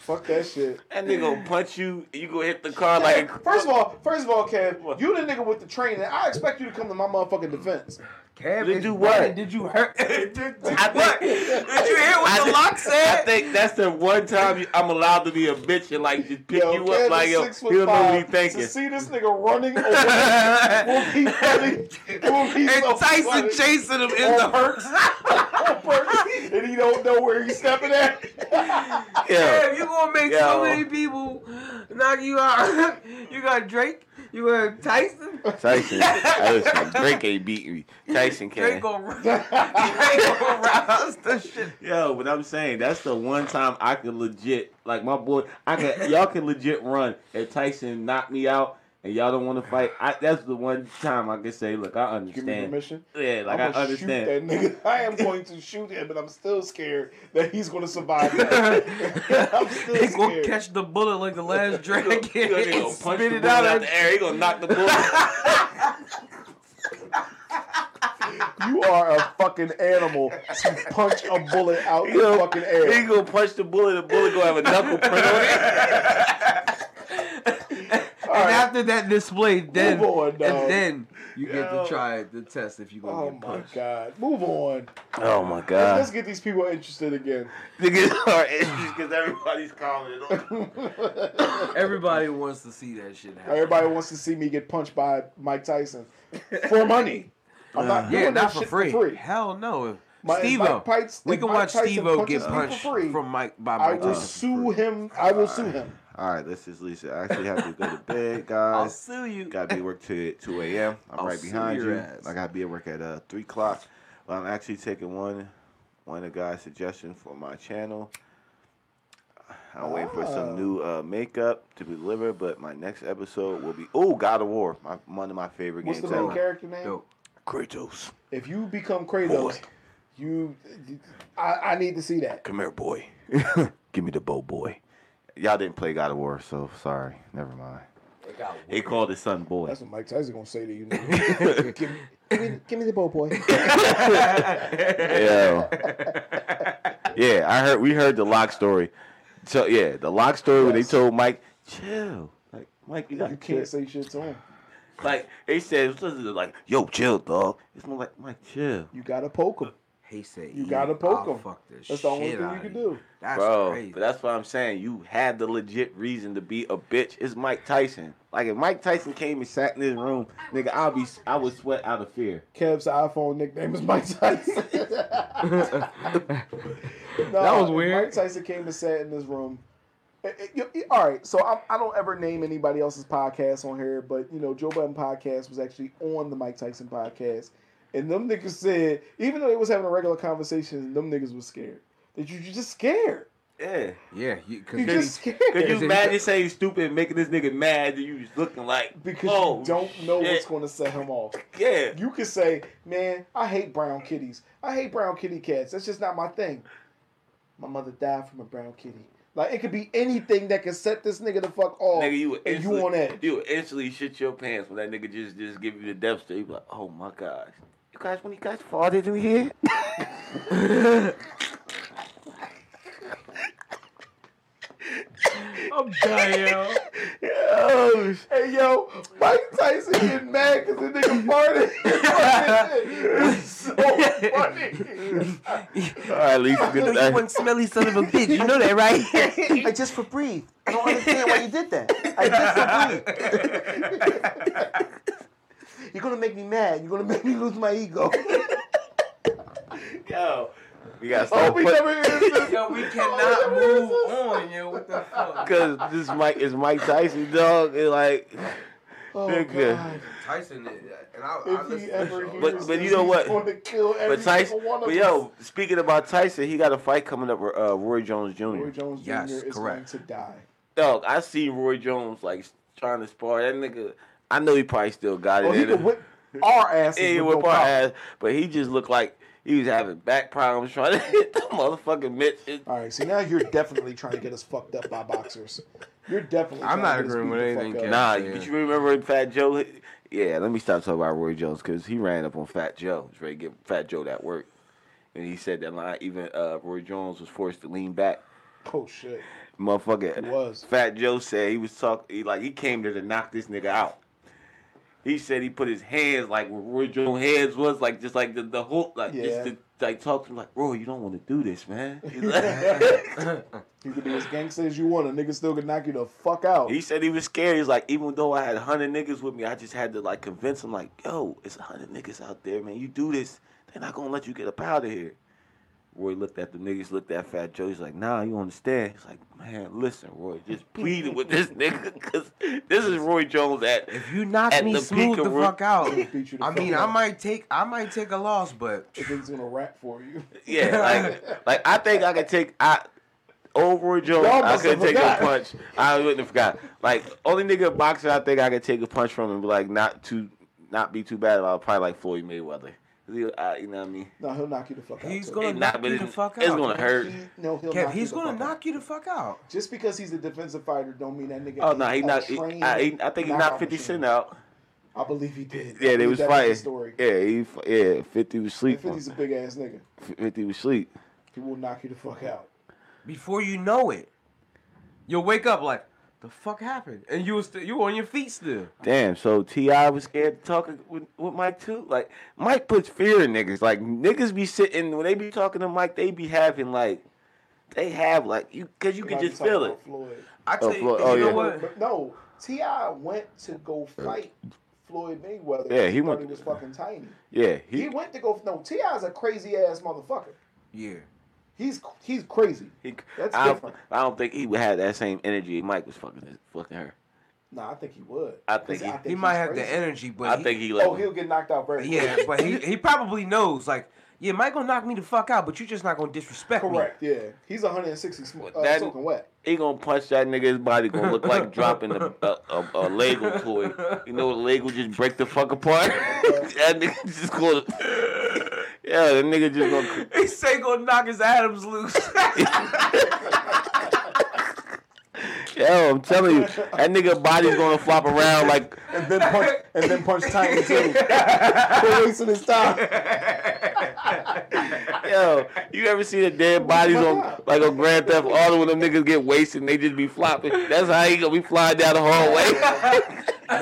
S5: Fuck that shit.
S4: that nigga gonna punch you. You gonna hit the car like.
S5: First of all, first of all, Kev, you the nigga with the training. I expect you to come to my motherfucking defense.
S7: Cam,
S4: Did
S7: it's
S4: you what?
S7: bad. Did you hurt? did,
S4: think-
S7: what? Did you hear what
S4: I
S7: the
S4: thi-
S7: lock
S4: I
S7: said?
S4: think that's the one time you- I'm allowed to be a bitch and like just pick you
S5: Kev
S4: up
S5: is
S4: like yo.
S5: six
S4: You
S5: foot
S4: don't know what he
S5: five.
S4: thinking.
S5: To see this nigga running away will be funny. Will be
S7: and
S5: so
S7: Tyson
S5: funny.
S7: chasing him
S4: Oh,
S7: in the hurts.
S5: and he don't know where he's stepping at.
S7: Damn, you gonna make so
S4: Yo.
S7: many people knock you out. you got Drake. You got Tyson.
S4: Tyson, listen, Drake ain't beating me. Tyson can.
S7: Drake gonna, Drake gonna rouse the shit.
S4: Yo, but I'm saying that's the one time I could legit, like my boy, I could, y'all can legit run if Tyson knocked me out and y'all don't want to fight. I, that's the one time I can say, look, I
S5: Give me
S4: understand.
S5: permission.
S4: Yeah, like i
S5: I'm gonna
S4: understand.
S5: Shoot that nigga. I am going to shoot him, and I'm still scared that he's going to survive. That. I'm still
S7: He gonna
S5: scared.
S7: catch the bullet like the last dragon.
S4: That nigga
S7: and
S4: gonna punch the
S7: spit it
S4: bullet
S7: out.
S4: out
S7: at
S4: the air. He gonna knock the bullet.
S5: you are a fucking animal to punch a bullet out in the fucking
S4: he
S5: air.
S4: gonna punch the bullet. The bullet gonna have a knuckle print on it.
S5: All right.
S7: And after that display, then
S5: Move on, dog.
S7: and then you get
S5: Yo.
S7: to try the test if you gonna
S5: Oh
S7: get
S5: my
S7: punched.
S5: god. Move on.
S4: Oh my
S5: Let's get these people interested again.
S4: Niggas are issues because everybody's commenting on.
S7: Everybody wants to see that shit happen.
S5: Everybody wants to see me get punched by Mike Tyson for money. I'm not doing
S7: Yeah,
S5: that
S7: not for
S5: shit
S7: free.
S5: For free.
S7: Hell no.
S5: My- if
S7: Steve
S5: Mike Pites-
S7: we
S5: if
S7: can
S5: Mike
S7: watch
S5: Tyson
S7: Steve O
S5: punches
S7: get
S5: me for
S7: punched
S5: free,
S7: from Mike by
S5: I
S7: Mike
S5: will
S7: Tyson.
S5: sue him. I will sue him.
S4: All right, let's just leave it. I actually have to go to bed,
S7: I'll
S4: guys.
S7: sue you.
S4: Got to be at work to at 2 a.m. I'm
S5: Oh,
S7: I'll
S4: right
S7: sue
S4: behind
S7: your
S4: you.
S7: ass.
S4: I got to be at work at uh, 3 o'clock. But I'm actually taking one one of the guys' suggestion for my channel. I'm waiting for
S5: Oh.
S4: some new uh, makeup to be delivered, but my next episode will be oh God of War, my, one of my favorite
S5: What's the
S4: games
S5: main
S4: ever.
S5: character name?
S7: Dope.
S4: Kratos,
S5: If you become Kratos, you, I, I need to see that.
S4: come here, boy. Give me the bow, boy. Y'all didn't play God of War, so sorry. Never mind. He called his son boy.
S5: That's what Mike Tyson gonna say to you. nigga. give, me- give me, give me the bow, boy.
S4: yeah. yeah, I heard we heard the lock story. So yeah, the lock story when they
S5: Yes.
S4: told Mike, chill. Like Mike, you got
S5: You
S4: chill.
S5: can't say shit to him.
S4: Like he said, it was like, "Yo, chill, dog." It's more like, "Mike, chill."
S5: You gotta poke him.
S7: He said,
S5: You
S7: "Yeah,
S5: gotta poke
S7: I'll
S5: 'em.
S7: Fuck this
S5: That's the only
S7: shit
S5: thing
S7: outta
S5: you can
S7: you."
S5: do.
S7: That's
S4: Bro,
S7: crazy.
S4: but that's what I'm saying. You had the legit reason to be a bitch. It's Mike Tyson. Like if Mike Tyson came and sat in this room, nigga, I'll be I would sweat out of fear.
S5: Kev's iPhone nickname is Mike Tyson.
S10: That was
S5: if
S10: weird.
S5: Mike Tyson came to sat in this room. it- it- you- it- all right, so I'm, I don't ever name anybody else's podcast on here, but you know, Joe Budden podcast was actually on the Mike Tyson podcast, and them niggas said even though they was having a regular conversation, them niggas was scared. That you you just scared.
S4: Yeah.
S7: yeah, you, cause
S5: You
S7: they-
S5: just scared.
S4: Could you
S7: Is it-
S4: imagine saying you stupid and making this nigga mad that you just looking like
S5: because
S4: oh,
S5: you don't know
S4: shit.
S5: what's going to set him off.
S4: Yeah.
S5: You could say, "Man, I hate brown kitties. I hate brown kitty cats. That's just not my thing." My mother died from a brown kitty. Like it could be anything that could set this nigga the fuck off.
S4: Nigga, you would
S5: and you
S4: instantly-
S5: on edge.
S4: You would instantly shit your pants when that nigga just just give you the death stare. You be like, oh my gosh. You guys, when you guys farted in here?
S10: I'm dying. yo.
S4: Oh, shit.
S5: Hey yo, Mike Tyson getting mad because the nigga farted. it's so funny.
S4: All right, at least you
S7: No,
S4: get
S7: you one
S4: that.
S7: smelly son of a bitch. You know that, right?
S1: I just for breathe. I don't understand why you did that. I just for breathe. You're gonna make me mad. You're gonna make me lose my ego.
S4: Yo, we gotta stop.
S5: Hope he
S4: Put-
S5: never hears this.
S6: Yo, we cannot move on, yo. What the fuck?
S4: Cause this Mike is Mike Tyson, dog. It like,
S5: Oh,
S4: Nigga.
S5: God.
S6: Tyson,
S7: eh,
S6: is- and I, I
S5: If
S6: listen
S5: he
S6: to the
S5: ever
S6: show.
S5: hears
S4: But- but you
S5: this,
S4: know
S5: he's
S4: what?
S5: gonna kill every
S4: but Tyson,
S5: single one of
S4: but
S5: us.
S4: yo, speaking about Tyson, he got a fight coming up with uh, Roy Jones Jr.
S5: Roy Jones Jr.
S7: Yes,
S5: is
S7: correct.
S5: going to die.
S4: Dog, I see Roy Jones like trying to spar that nigga. I know he probably still got it.
S5: Well, Oh, he
S4: in
S5: could
S4: him.
S5: whip our asses.
S4: Yeah, he
S5: with
S4: whip
S5: no
S4: our
S5: problem.
S4: ass, but he just looked like he was having back problems trying to hit the motherfucking mitt. It-
S5: All right, so now you're definitely trying to get us fucked up by boxers. You're definitely.
S6: I'm not
S5: trying to get us
S6: agreeing
S5: beat
S6: with
S5: the fuck
S6: anything,
S5: up.
S6: Kev.
S4: Nah,
S6: Yeah.
S4: but you remember when Fat Joe? hit- Yeah, let me stop talking about Roy Jones because he ran up on Fat Joe. He's ready to give Fat Joe that work, and he said that line. Even uh, Roy Jones was forced to lean back.
S5: Oh shit.
S4: Motherfucker
S5: He was.
S4: Fat Joe said he was talking. He, like he came there to knock this nigga out. He said he put his hands like where Roy Jones' hands was, like just like the the hook, like
S5: Yeah.
S4: just to, like talk to him like Roy, you don't want to do this, man.
S5: You can be as gangster as you want. A nigga still can knock you the fuck out.
S4: He said he was scared. He's like, even though I had hundred niggas with me, I just had to like convince him, like, yo, it's hundred niggas out there, man. You do this, they're not gonna let you get up out of here. Roy looked at the niggas, looked at Fat Joe. He's like, nah, you don't understand. He's like, man, listen, Roy, just pleading with this nigga, cause this is Roy Jones at.
S7: if you knock
S4: At
S7: me
S4: the peak
S7: smooth the
S4: of Ro-
S7: fuck out,
S5: He'll beat you the
S7: I
S5: fuck
S7: mean, I
S5: up.
S7: might take, I might take a loss, but
S5: If he's gonna rap for you.
S4: Yeah, like, like I think I could take I old Roy Jones.
S5: Y'all
S4: I
S5: must
S4: could
S5: have
S4: take a
S5: forgot.
S4: punch. I wouldn't have forgot. Like only nigga boxer I think I could take a punch from and be like not too not be too bad about probably like Floyd Mayweather. 'Cause he- I- you know what I mean?
S5: No, he'll knock you the fuck out.
S7: he's
S5: too.
S7: gonna
S4: It
S7: knock
S4: not- but
S7: you
S4: it-
S7: the fuck out.
S4: it's gonna hurt.
S5: He- no, he'll
S7: Kev,
S5: knock
S7: he's
S5: you the
S7: gonna
S5: fuck out.
S7: knock you the fuck out.
S5: Just because he's a defensive fighter, don't mean that nigga. uh,
S4: Oh no,
S5: ain't
S4: he
S5: a
S4: knocked. he-
S5: trained
S4: I, he- I think he knocked
S5: knockout
S4: Fifty
S5: machine.
S4: Cent out.
S5: I believe he did.
S4: Yeah, they
S5: That
S4: was
S5: the
S4: fighting.
S5: Story.
S4: Yeah, he, f- yeah, Fifty was
S5: And
S4: sleeping.
S5: 50's a big ass nigga.
S4: Fifty was sleep.
S5: He will knock you the fuck out.
S7: Before you know it, you'll wake up like, the fuck happened, and you was st- you on your feet still.
S4: Damn, so T.I. was scared to talk with, with Mike too. Like, Mike puts fear in niggas. Like, niggas be sitting, when they be talking to Mike, they be having, like, they have, like, you, cause you can
S5: Like,
S4: just
S5: talking
S4: feel it.
S5: about Floyd.
S7: I tell you,
S4: Floyd-
S7: you
S4: oh,
S7: know
S4: yeah.
S7: what?
S5: But no, Ti went to go fight Floyd Mayweather.
S4: Yeah, he
S5: thought
S4: went-
S5: He was fucking tiny.
S4: Yeah,
S5: He,
S4: he,
S5: went to go. No, Ti is a crazy ass motherfucker.
S7: Yeah.
S5: He's he's crazy.
S4: he
S5: That's
S4: I, don't,
S5: different.
S4: I don't think he would have that same energy Mike was fucking, fucking her.
S5: Nah, I think he would.
S4: I think
S5: 'Cause
S4: he-
S7: He might
S5: he's
S7: have the
S5: crazy.
S7: energy, but
S4: I
S7: he-
S4: think he, like,
S5: Oh, he'll get knocked out very.
S7: Yeah,
S5: quick.
S7: but he, he probably knows like, yeah, Mike gonna knock me the fuck out, but you're just not gonna disrespect
S5: correct. Yeah, he's 160 sm-
S4: But
S5: uh,
S4: that-
S5: soaking wet.
S4: he gonna punch that nigga, his body gonna look like dropping a, a, a, a Lego toy. You know, the Lego just break the fuck apart. that nigga just gonna, yeah, the nigga just gonna,
S7: me. He say gonna knock his Adams loose.
S4: Yo, I'm telling you, that nigga body's gonna flop around like
S5: And then punch and then punch Titan too. Quit wasting his time.
S4: yo. You ever see the dead bodies on like on Grand Theft Auto when them niggas get wasted and they just be flopping? That's how he gonna be flying down the hallway.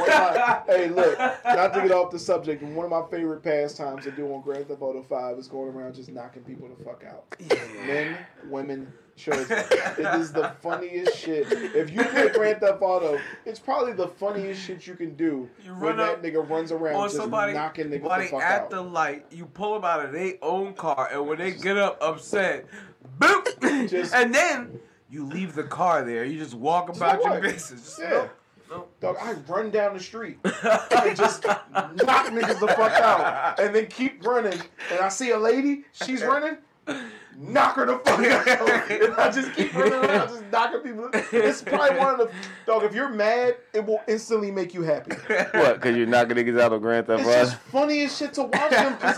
S5: One of my- hey, look, not to get off the subject, but one of my favorite pastimes to do on Grand Theft Auto Five is going around just knocking people the fuck out. Men, women, children. it is the funniest shit. If you play Grand Theft Auto, it's probably the funniest shit you can do
S7: You run
S5: when that
S7: up
S5: nigga runs around
S7: on
S5: just
S7: somebody,
S5: knocking niggas
S7: somebody
S5: the fuck
S7: at
S5: out.
S7: the light, you pull them out of their own car, and when they get up upset, boop,
S5: Just-
S7: and then you leave the car there. You just walk about your
S5: walk.
S7: business. Just,
S5: yeah.
S7: no,
S5: Dog, I run down the street. I just knock niggas the fuck out and then keep running. And I see a lady, she's running, knock her the fuck out. And I just keep running around, just knocking people. It's probably one of the dog. If you're mad, it will instantly make you happy.
S4: What? Because you're knocking niggas out of Grand Theft
S5: It's
S4: Auto?
S5: just funny as shit to watch him. 'cause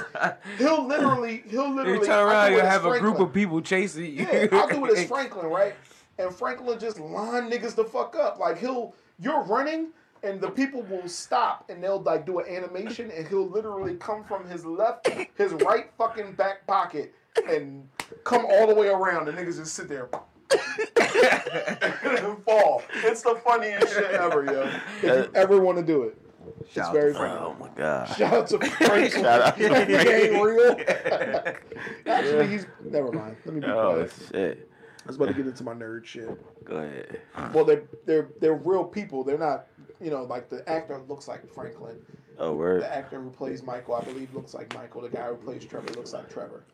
S5: He'll literally, he'll
S7: no.
S5: literally.
S7: You
S5: I
S7: turn
S5: do
S7: around,
S5: it
S7: you
S5: as
S7: have a
S5: Franklin.
S7: group of people chasing you.
S5: Yeah, I'll do it as Franklin, right? And Franklin just line niggas the fuck up. Like he'll you're running and the people will stop and they'll like do an animation and he'll literally come from his left, his right fucking back pocket and come all the way around and niggas just sit there. and fall. It's the funniest shit ever, yo. If you ever want to do it. it's very funny.
S4: Oh my god.
S5: Shout out to Franklin.
S4: Shout out to
S5: He ain't real. Actually, he's never mind. Let me be
S4: Oh
S5: quiet.
S4: shit.
S5: I was about to get into my nerd shit.
S4: Go ahead.
S5: Well, they're they're they're real people. They're not, you know, like the actor looks like Franklin.
S4: Oh word.
S5: The actor who plays Michael, I believe, looks like Michael. The guy who plays Trevor looks like Trevor.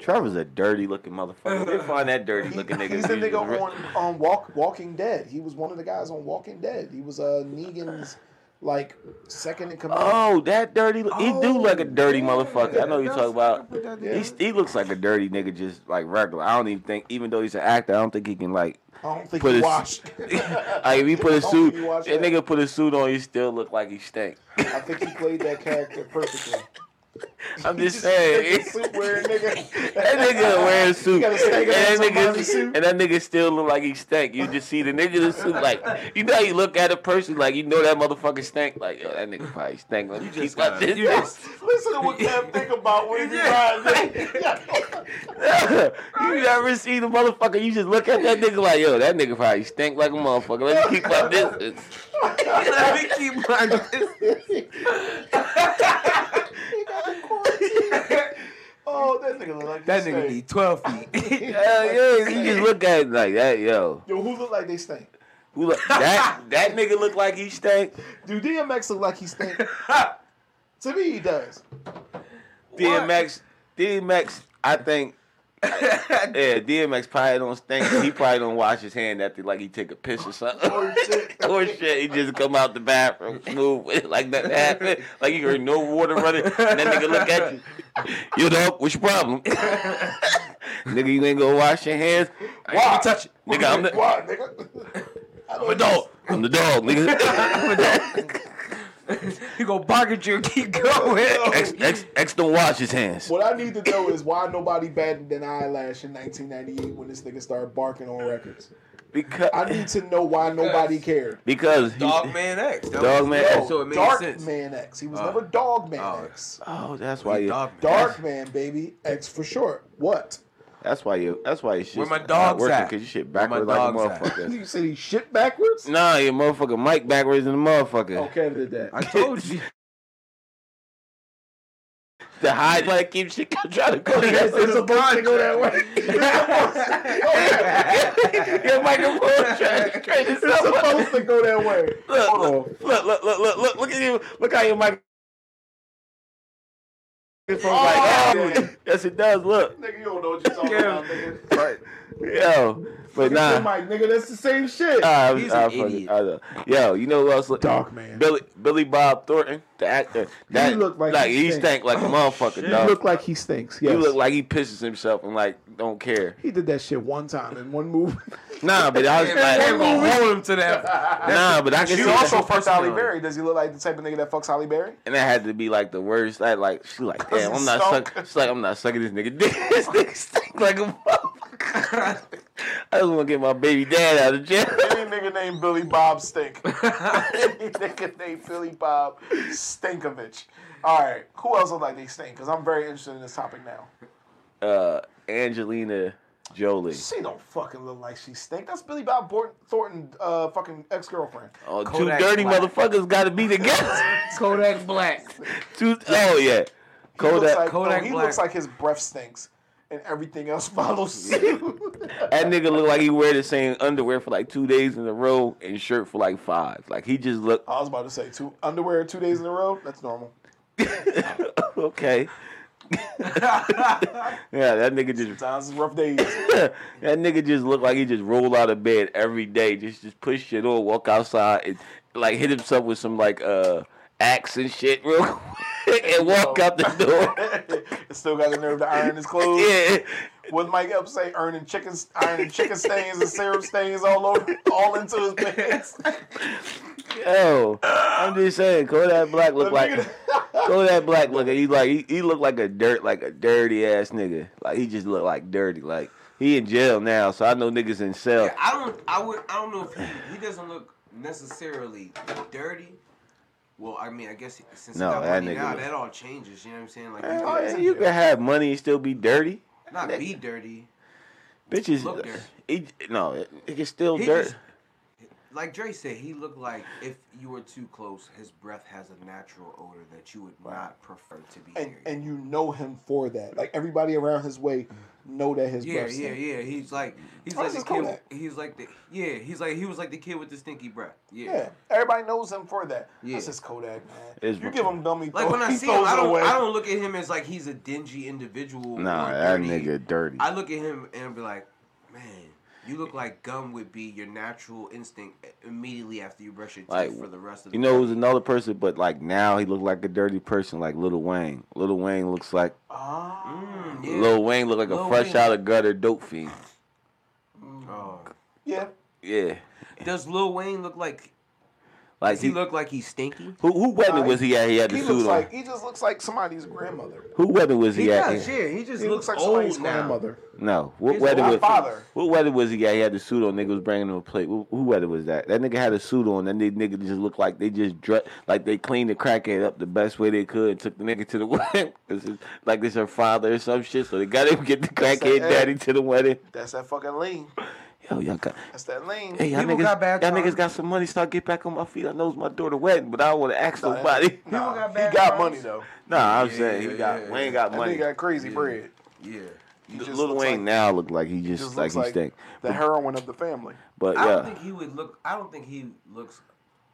S4: Trevor's a dirty looking motherfucker. They find that dirty
S5: He-
S4: looking nigga.
S5: he's the
S4: usually
S5: nigga
S4: ri-
S5: on on Walk Walking Dead. He was one of the guys on Walking Dead. He was uh Negan's like second in command.
S4: Oh, that dirty. He
S5: Oh,
S4: do look a dirty motherfucker. I know you
S7: That's-
S4: talk about.
S5: Yeah.
S4: He's, he looks like a dirty nigga, just like regular. I don't even think, even though he's an actor, I don't think he can like.
S5: I don't think
S4: Put
S5: he
S4: his-
S5: watched.
S4: Like if he put a
S5: Don't
S4: suit,
S5: you watch
S4: that
S5: that?
S4: nigga put a suit on, he still look like he stink.
S5: I think he played that character perfectly.
S4: I'm just
S5: Hey,
S4: saying.
S5: suit wearing nigga.
S4: That nigga wearing a suit,
S5: got
S4: and
S5: a snake
S4: that,
S5: on somebody's
S4: nigga,
S5: suit.
S4: and that nigga still look like he stank. You just see the nigga in the suit, like you know, you look at a person, like you know that motherfucker stank. Like yo, that nigga probably stank. Let me keep
S7: just
S4: my
S7: gotta- you
S4: distance.
S5: Listen to what Cam think about when he
S7: Yeah.
S5: rides. Yeah.
S4: you never see the motherfucker. You just look at that nigga like, yo, that nigga probably stink like a motherfucker. Let me keep my distance.
S7: Let me keep my
S5: Oh, that nigga look like
S7: That
S5: they
S7: nigga be
S5: stink.
S7: twelve feet.
S4: Hell yeah, you just look at it like that, yo.
S5: Yo, who look like they stink?
S4: Who look, that that nigga look like he stank.
S5: Do DMX look like he stink? to me, he does.
S4: DMX, DMX, I think. yeah, DMX probably don't stink. He probably don't wash his hand after like he take a piss or something.
S5: Or Oh, shit.
S4: or Oh, shit, he just come out the bathroom smooth with it, like nothing happened. Like you heard no water running, and that nigga look at you. You know what's your problem? nigga, you ain't gonna wash your hands. Why? Touch it. Nigga, I'm the,
S5: Why, nigga?
S4: I'm a dog. I'm the dog, nigga. I'm a dog.
S7: he gonna bark at you and keep going.
S4: X, X, X don't wash his hands.
S5: What I need to know is why nobody batted an eyelash in 1998 when this nigga started barking on records. I
S4: Because,
S5: need to know why nobody cared.
S4: because he,
S7: Dogman X. That
S4: Dog
S7: was-
S4: Man
S7: yeah,
S4: X.
S7: So it made
S5: Dark
S7: sense.
S5: Man X. He was
S7: Oh.
S5: never Dog Man
S7: Oh.
S5: X.
S4: Oh, that's why you.
S7: Dog Man.
S5: Dark Man, baby. X for short. What?
S4: That's why you. That's why you shit.
S7: Where my dogs at?
S4: Cause you shit
S7: Where my
S4: backwards like a
S7: dogs at?
S4: motherfucker.
S5: You said he shit backwards?
S4: nah, your motherfucker mic backwards in the motherfucker.
S5: Okay, I did that.
S7: I told you.
S4: The high like keep shit trying to go.
S5: Yes,
S4: against
S5: it's
S4: the
S5: supposed to go that way. It's supposed-
S4: Your microphone trying to straight
S5: It's supposed to Oh. go that way.
S4: Look,
S5: Hold
S4: look, look, look, look, look, look, look at you. Look how your mic. It's like, oh, yes, it does. Look,
S5: Nigga, you don't know what you're talking
S7: about,
S5: nigga.
S4: yo, but nah. Uh,
S5: Mike, nigga, that's the same shit.
S4: I,
S7: He's
S4: I
S7: an
S4: fucking-
S7: idiot.
S4: I know. Yo, you know who else? Look,
S5: Dark man.
S4: Billy Billy Bob Thornton, the actor. That,
S5: look like he
S4: he
S5: stink.
S4: stank like a motherfucker,
S5: he
S4: dog.
S5: looked like he stinks. Yes.
S4: He look like he pisses himself and like don't care.
S5: he did that shit one time in one movie.
S4: Nah, but I was
S7: They're
S4: like,
S7: gonna hold him to that.
S4: nah, but I can see
S5: She
S4: that.
S5: also fucks Holly Berry. Does he look like the type of nigga that fucks Holly Berry?
S4: And that had to be like the worst. That like she like, damn, I'm not
S5: Stunk.
S4: suck. She's like, I'm not sucking this nigga dick. this nigga stink like a motherfucker. I just want to get my baby dad out of jail.
S5: Any nigga named Billy Bob Stink. Any nigga named Billy Bob Stinkovich. All right, who else look like they stink? Because I'm very interested in this topic now.
S4: Uh, Angelina Jolie.
S5: She don't fucking look like she stink. That's Billy Bob Bort- Thornton, uh, fucking ex girlfriend.
S4: Oh, two
S11: Kodak
S4: dirty
S11: Black.
S4: motherfuckers got to be together.
S11: Kodak Black.
S4: two, oh yeah, Kodak.
S5: Like,
S11: Kodak
S5: no, he
S11: Black.
S5: looks like his breath stinks, and everything else follows suit.
S4: That nigga look like he wear the same underwear for like two days in a row and shirt for like five. Like he just look
S5: I was about to say two underwear two days in a row. That's normal.
S4: okay. Uh, yeah, that nigga just
S5: Sometimes it's rough days.
S4: that nigga just look like he just roll out of bed every day, just just push shit on, walk outside and like hit himself with some like uh axe and shit real quick and walk out the door.
S5: Still got the nerve to iron his clothes.
S4: yeah.
S5: What Mike up say? Earning chicken, ironing chicken stains and syrup stains all over, all into his pants.
S4: Yo, I'm just saying, Kodak Black look like Kodak Black look. He like he, he look like a dirt, like a dirty ass nigga. Like he just look like dirty. Like he in jail now, so I know niggas in cell.
S7: I don't. I would. I don't know if he, he doesn't look necessarily dirty. Well, I mean, I guess since
S4: No,
S7: he got
S4: that
S7: money
S4: nigga
S7: now,
S4: was-
S7: that all changes. You know what I'm saying? Like,
S4: Man,
S7: you
S4: Oh, you can have money and still be dirty.
S7: can not be dirty.
S4: Bitches,
S7: Look dirty.
S4: he, no, it, it can still
S7: He
S4: dirt.
S7: just- like Dre said, he looked like if you were too close, his breath has a natural odor that you would not prefer to be
S5: and
S7: near you.
S5: and you know him for that. Like everybody around his way know that his
S7: Yeah,
S5: breath
S7: yeah,
S5: stink.
S7: yeah. He's like, he's
S5: Oh,
S7: like
S5: this
S7: the
S5: is
S7: kid.
S5: Kodak.
S7: He's like the yeah. He's like he was like the kid with the stinky breath. Yeah.
S5: Yeah, everybody knows him for that.
S7: Yeah.
S5: That's his Kodak, man.
S4: It's-
S5: you give him dummy,
S7: Like
S5: throw-
S7: when I
S5: he
S7: see
S5: throws
S7: him, I
S5: it
S7: don't.
S5: away.
S7: I don't look at him as like he's a dingy individual.
S4: nah,
S7: or
S4: that
S7: dirty.
S4: nigga dirty.
S7: I look at him and be like, man, you look like gum would be your natural instinct immediately after you brush your teeth
S4: Like,
S7: for the rest of the
S4: you know, it was
S7: day.
S4: another person, but like now he look like a dirty person, like Lil Wayne. Lil Wayne looks like
S5: Ah.
S7: Mm, yeah.
S4: Lil Wayne look like a
S7: Lil
S4: fresh
S7: Wayne.
S4: out of gutter dope fiend.
S7: Oh.
S5: yeah.
S4: Yeah,
S7: Does Lil Wayne look like?
S4: like
S7: Does he look like he's stinky?
S4: Who, who wedding
S5: Nah,
S4: was he at? He had the
S5: He
S4: suit
S5: looks
S4: on.
S5: like he just looks like somebody's grandmother.
S4: who wedding was he,
S7: He
S4: at?
S7: does, yeah. He just
S5: He looks
S7: looks,
S5: like somebody's
S7: old now.
S5: grandmother.
S4: No. What
S7: He's
S4: wedding
S5: my
S4: was?
S5: father.
S4: What wedding was he at? He had the suit on. Nigga was bringing him a plate. Who, who wedding was that? That nigga had a suit on. That nigga, nigga just looked like they just dre- like they cleaned the crackhead up the best way they could. Took the nigga to the wedding. This is- like this her father or some shit. So they got him get the crackhead
S5: that.
S4: daddy to the wedding.
S5: That's that fucking lean.
S4: Yo, y'all got.
S5: That's that lean.
S4: Hey, y'all
S7: People
S4: niggas
S7: got bad
S4: y'all
S7: karma.
S4: niggas got some money. Start get back on my feet. I know it's my daughter wedding, but I don't want to ask
S5: Nah,
S4: nobody.
S5: nah,
S7: People got
S5: he
S7: bad
S5: got
S7: vibes.
S5: money though.
S4: Nah, I'm
S7: Yeah,
S4: saying he
S7: yeah,
S4: got
S7: yeah,
S4: Wayne
S7: yeah.
S4: got
S5: That
S4: money.
S5: nigga got crazy
S7: Yeah.
S5: bread.
S7: Yeah.
S5: He just
S4: Little
S5: looks
S4: Wayne
S5: like-
S4: now look like he just,
S5: Just
S4: like
S5: looks
S4: he
S5: like
S4: stink.
S5: the heroin of the family.
S4: But
S7: I don't
S4: yeah,
S7: think he would look. I don't think he looks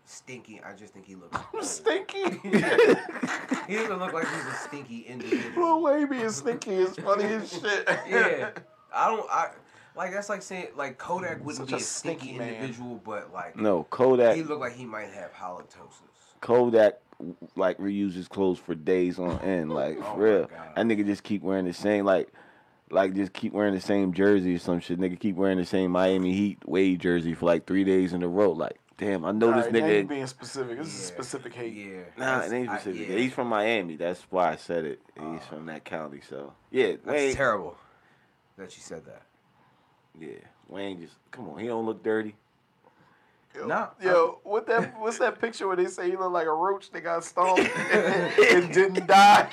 S7: stinky. I just think he looks.
S5: Stinky.
S7: he doesn't look like he's a stinky
S5: Lil
S7: individual.
S5: Wayne being stinky is funny as shit.
S7: yeah. I don't. I like that's like saying like Kodak wouldn't
S5: Such
S7: be
S5: a
S7: a stinky,
S5: stinky man.
S7: individual, but like
S4: no Kodak.
S7: he looked like he might have halitosis.
S4: Kodak like reuses clothes for days on end. Like
S7: Oh
S4: for
S7: my
S4: real,
S7: God.
S4: that nigga just keep wearing the same like. Like just keep wearing the same jersey or some shit. Nigga keep wearing the same Miami Heat wave jersey for like three days in a row. Like, damn, I know
S5: All
S4: this
S5: right, now you
S4: nigga.
S5: being specific. This is
S7: Yeah.
S5: specific hate.
S7: Yeah.
S4: nah,
S7: that's-
S4: it ain't
S7: I-
S4: specific.
S7: yeah. Oh.
S4: He's from Miami. That's why I said it. He's from that county. So yeah,
S7: That's
S4: Wayne.
S7: terrible that you said that.
S4: yeah, Wayne just come on. He don't look dirty.
S5: Yo,
S7: Nah,
S5: yo, what that? What's that picture where they say he look like a roach that got stomped and didn't die?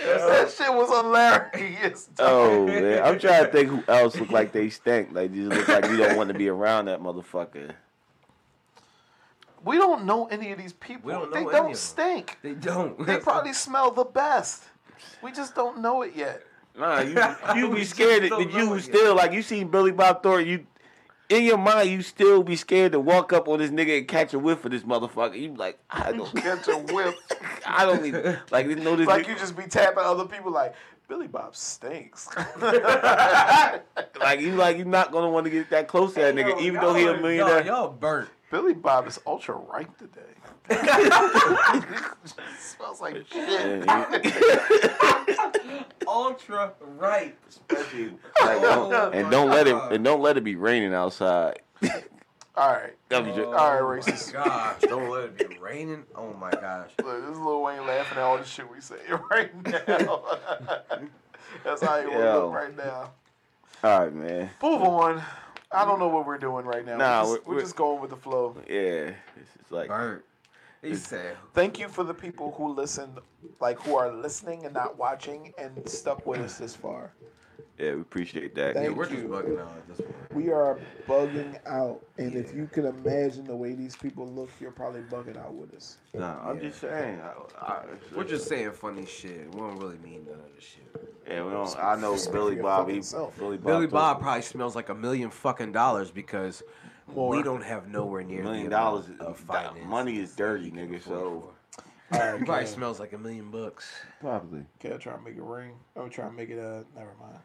S5: that shit was hilarious.
S4: Oh man, I'm trying to think who else look like they stink. Like they just look like you don't want to be around that motherfucker.
S5: We don't know any of these people.
S7: We don't know
S5: they
S7: any of
S5: don't
S7: them.
S5: stink.
S7: they don't.
S5: They probably smell the best. We just don't know it yet.
S4: Nah, you you
S7: We
S4: be
S7: just
S4: scared that
S7: don't
S4: that
S7: know
S4: you
S7: it
S4: still like you seen Billy Bob Thornton. You in your mind you still be scared to walk up on this nigga and catch a whiff of this motherfucker. You be like I don't
S5: Catch a whip.
S4: I don't even like you know this.
S5: like
S4: nigga-
S5: you just be tapping other people like Billy Bob stinks.
S4: like you like you not gonna want to get that close to that nigga, even though he a millionaire.
S7: Y'all, y'all burnt.
S5: Billy Bob is ultra ripe today. smells like shit.
S4: Yeah, he-
S7: Ultra right.
S4: like, don't- and don't let it
S7: Oh.
S4: and don't let it be raining outside.
S5: All right.
S4: That was ju-
S7: Oh.
S5: All right, racist.
S7: Gosh, don't let it be raining. Oh my gosh.
S5: Look, this is Lil Wayne laughing at all the shit we saying right now. That's how you
S4: Yo.
S5: look right now.
S4: All right, man.
S5: Move on. I don't know what we're doing right now.
S4: Nah,
S5: we're, just,
S4: we're-
S5: we're
S4: we're-
S5: just going with the flow.
S4: Yeah, it's just like
S7: Burnt. He said,
S5: Thank you for the people who listened, like who are listening and not watching and stuck with us this far.
S4: Yeah, we appreciate that.
S5: Thank
S12: yeah, we're just
S5: you.
S12: bugging out at this point.
S5: We are bugging out, and if you could imagine the way these people look, you're probably bugging out with us.
S4: Nah, I'm just saying. I, I,
S7: We're just saying funny shit. We don't really mean none of this shit.
S4: Yeah, we don't, I know Billy Bob. He, Billy Bob.
S7: Billy
S4: told-
S7: Bob probably smells like a million fucking dollars because we
S4: More.
S7: don't have nowhere near the
S4: million dollars.
S7: amount of
S4: is-
S7: finance.
S4: Money is dirty, nigga. So
S7: He probably smells like a million bucks.
S4: probably.
S5: Okay, I try to make it ring. I'm trying to make it. Uh, never mind.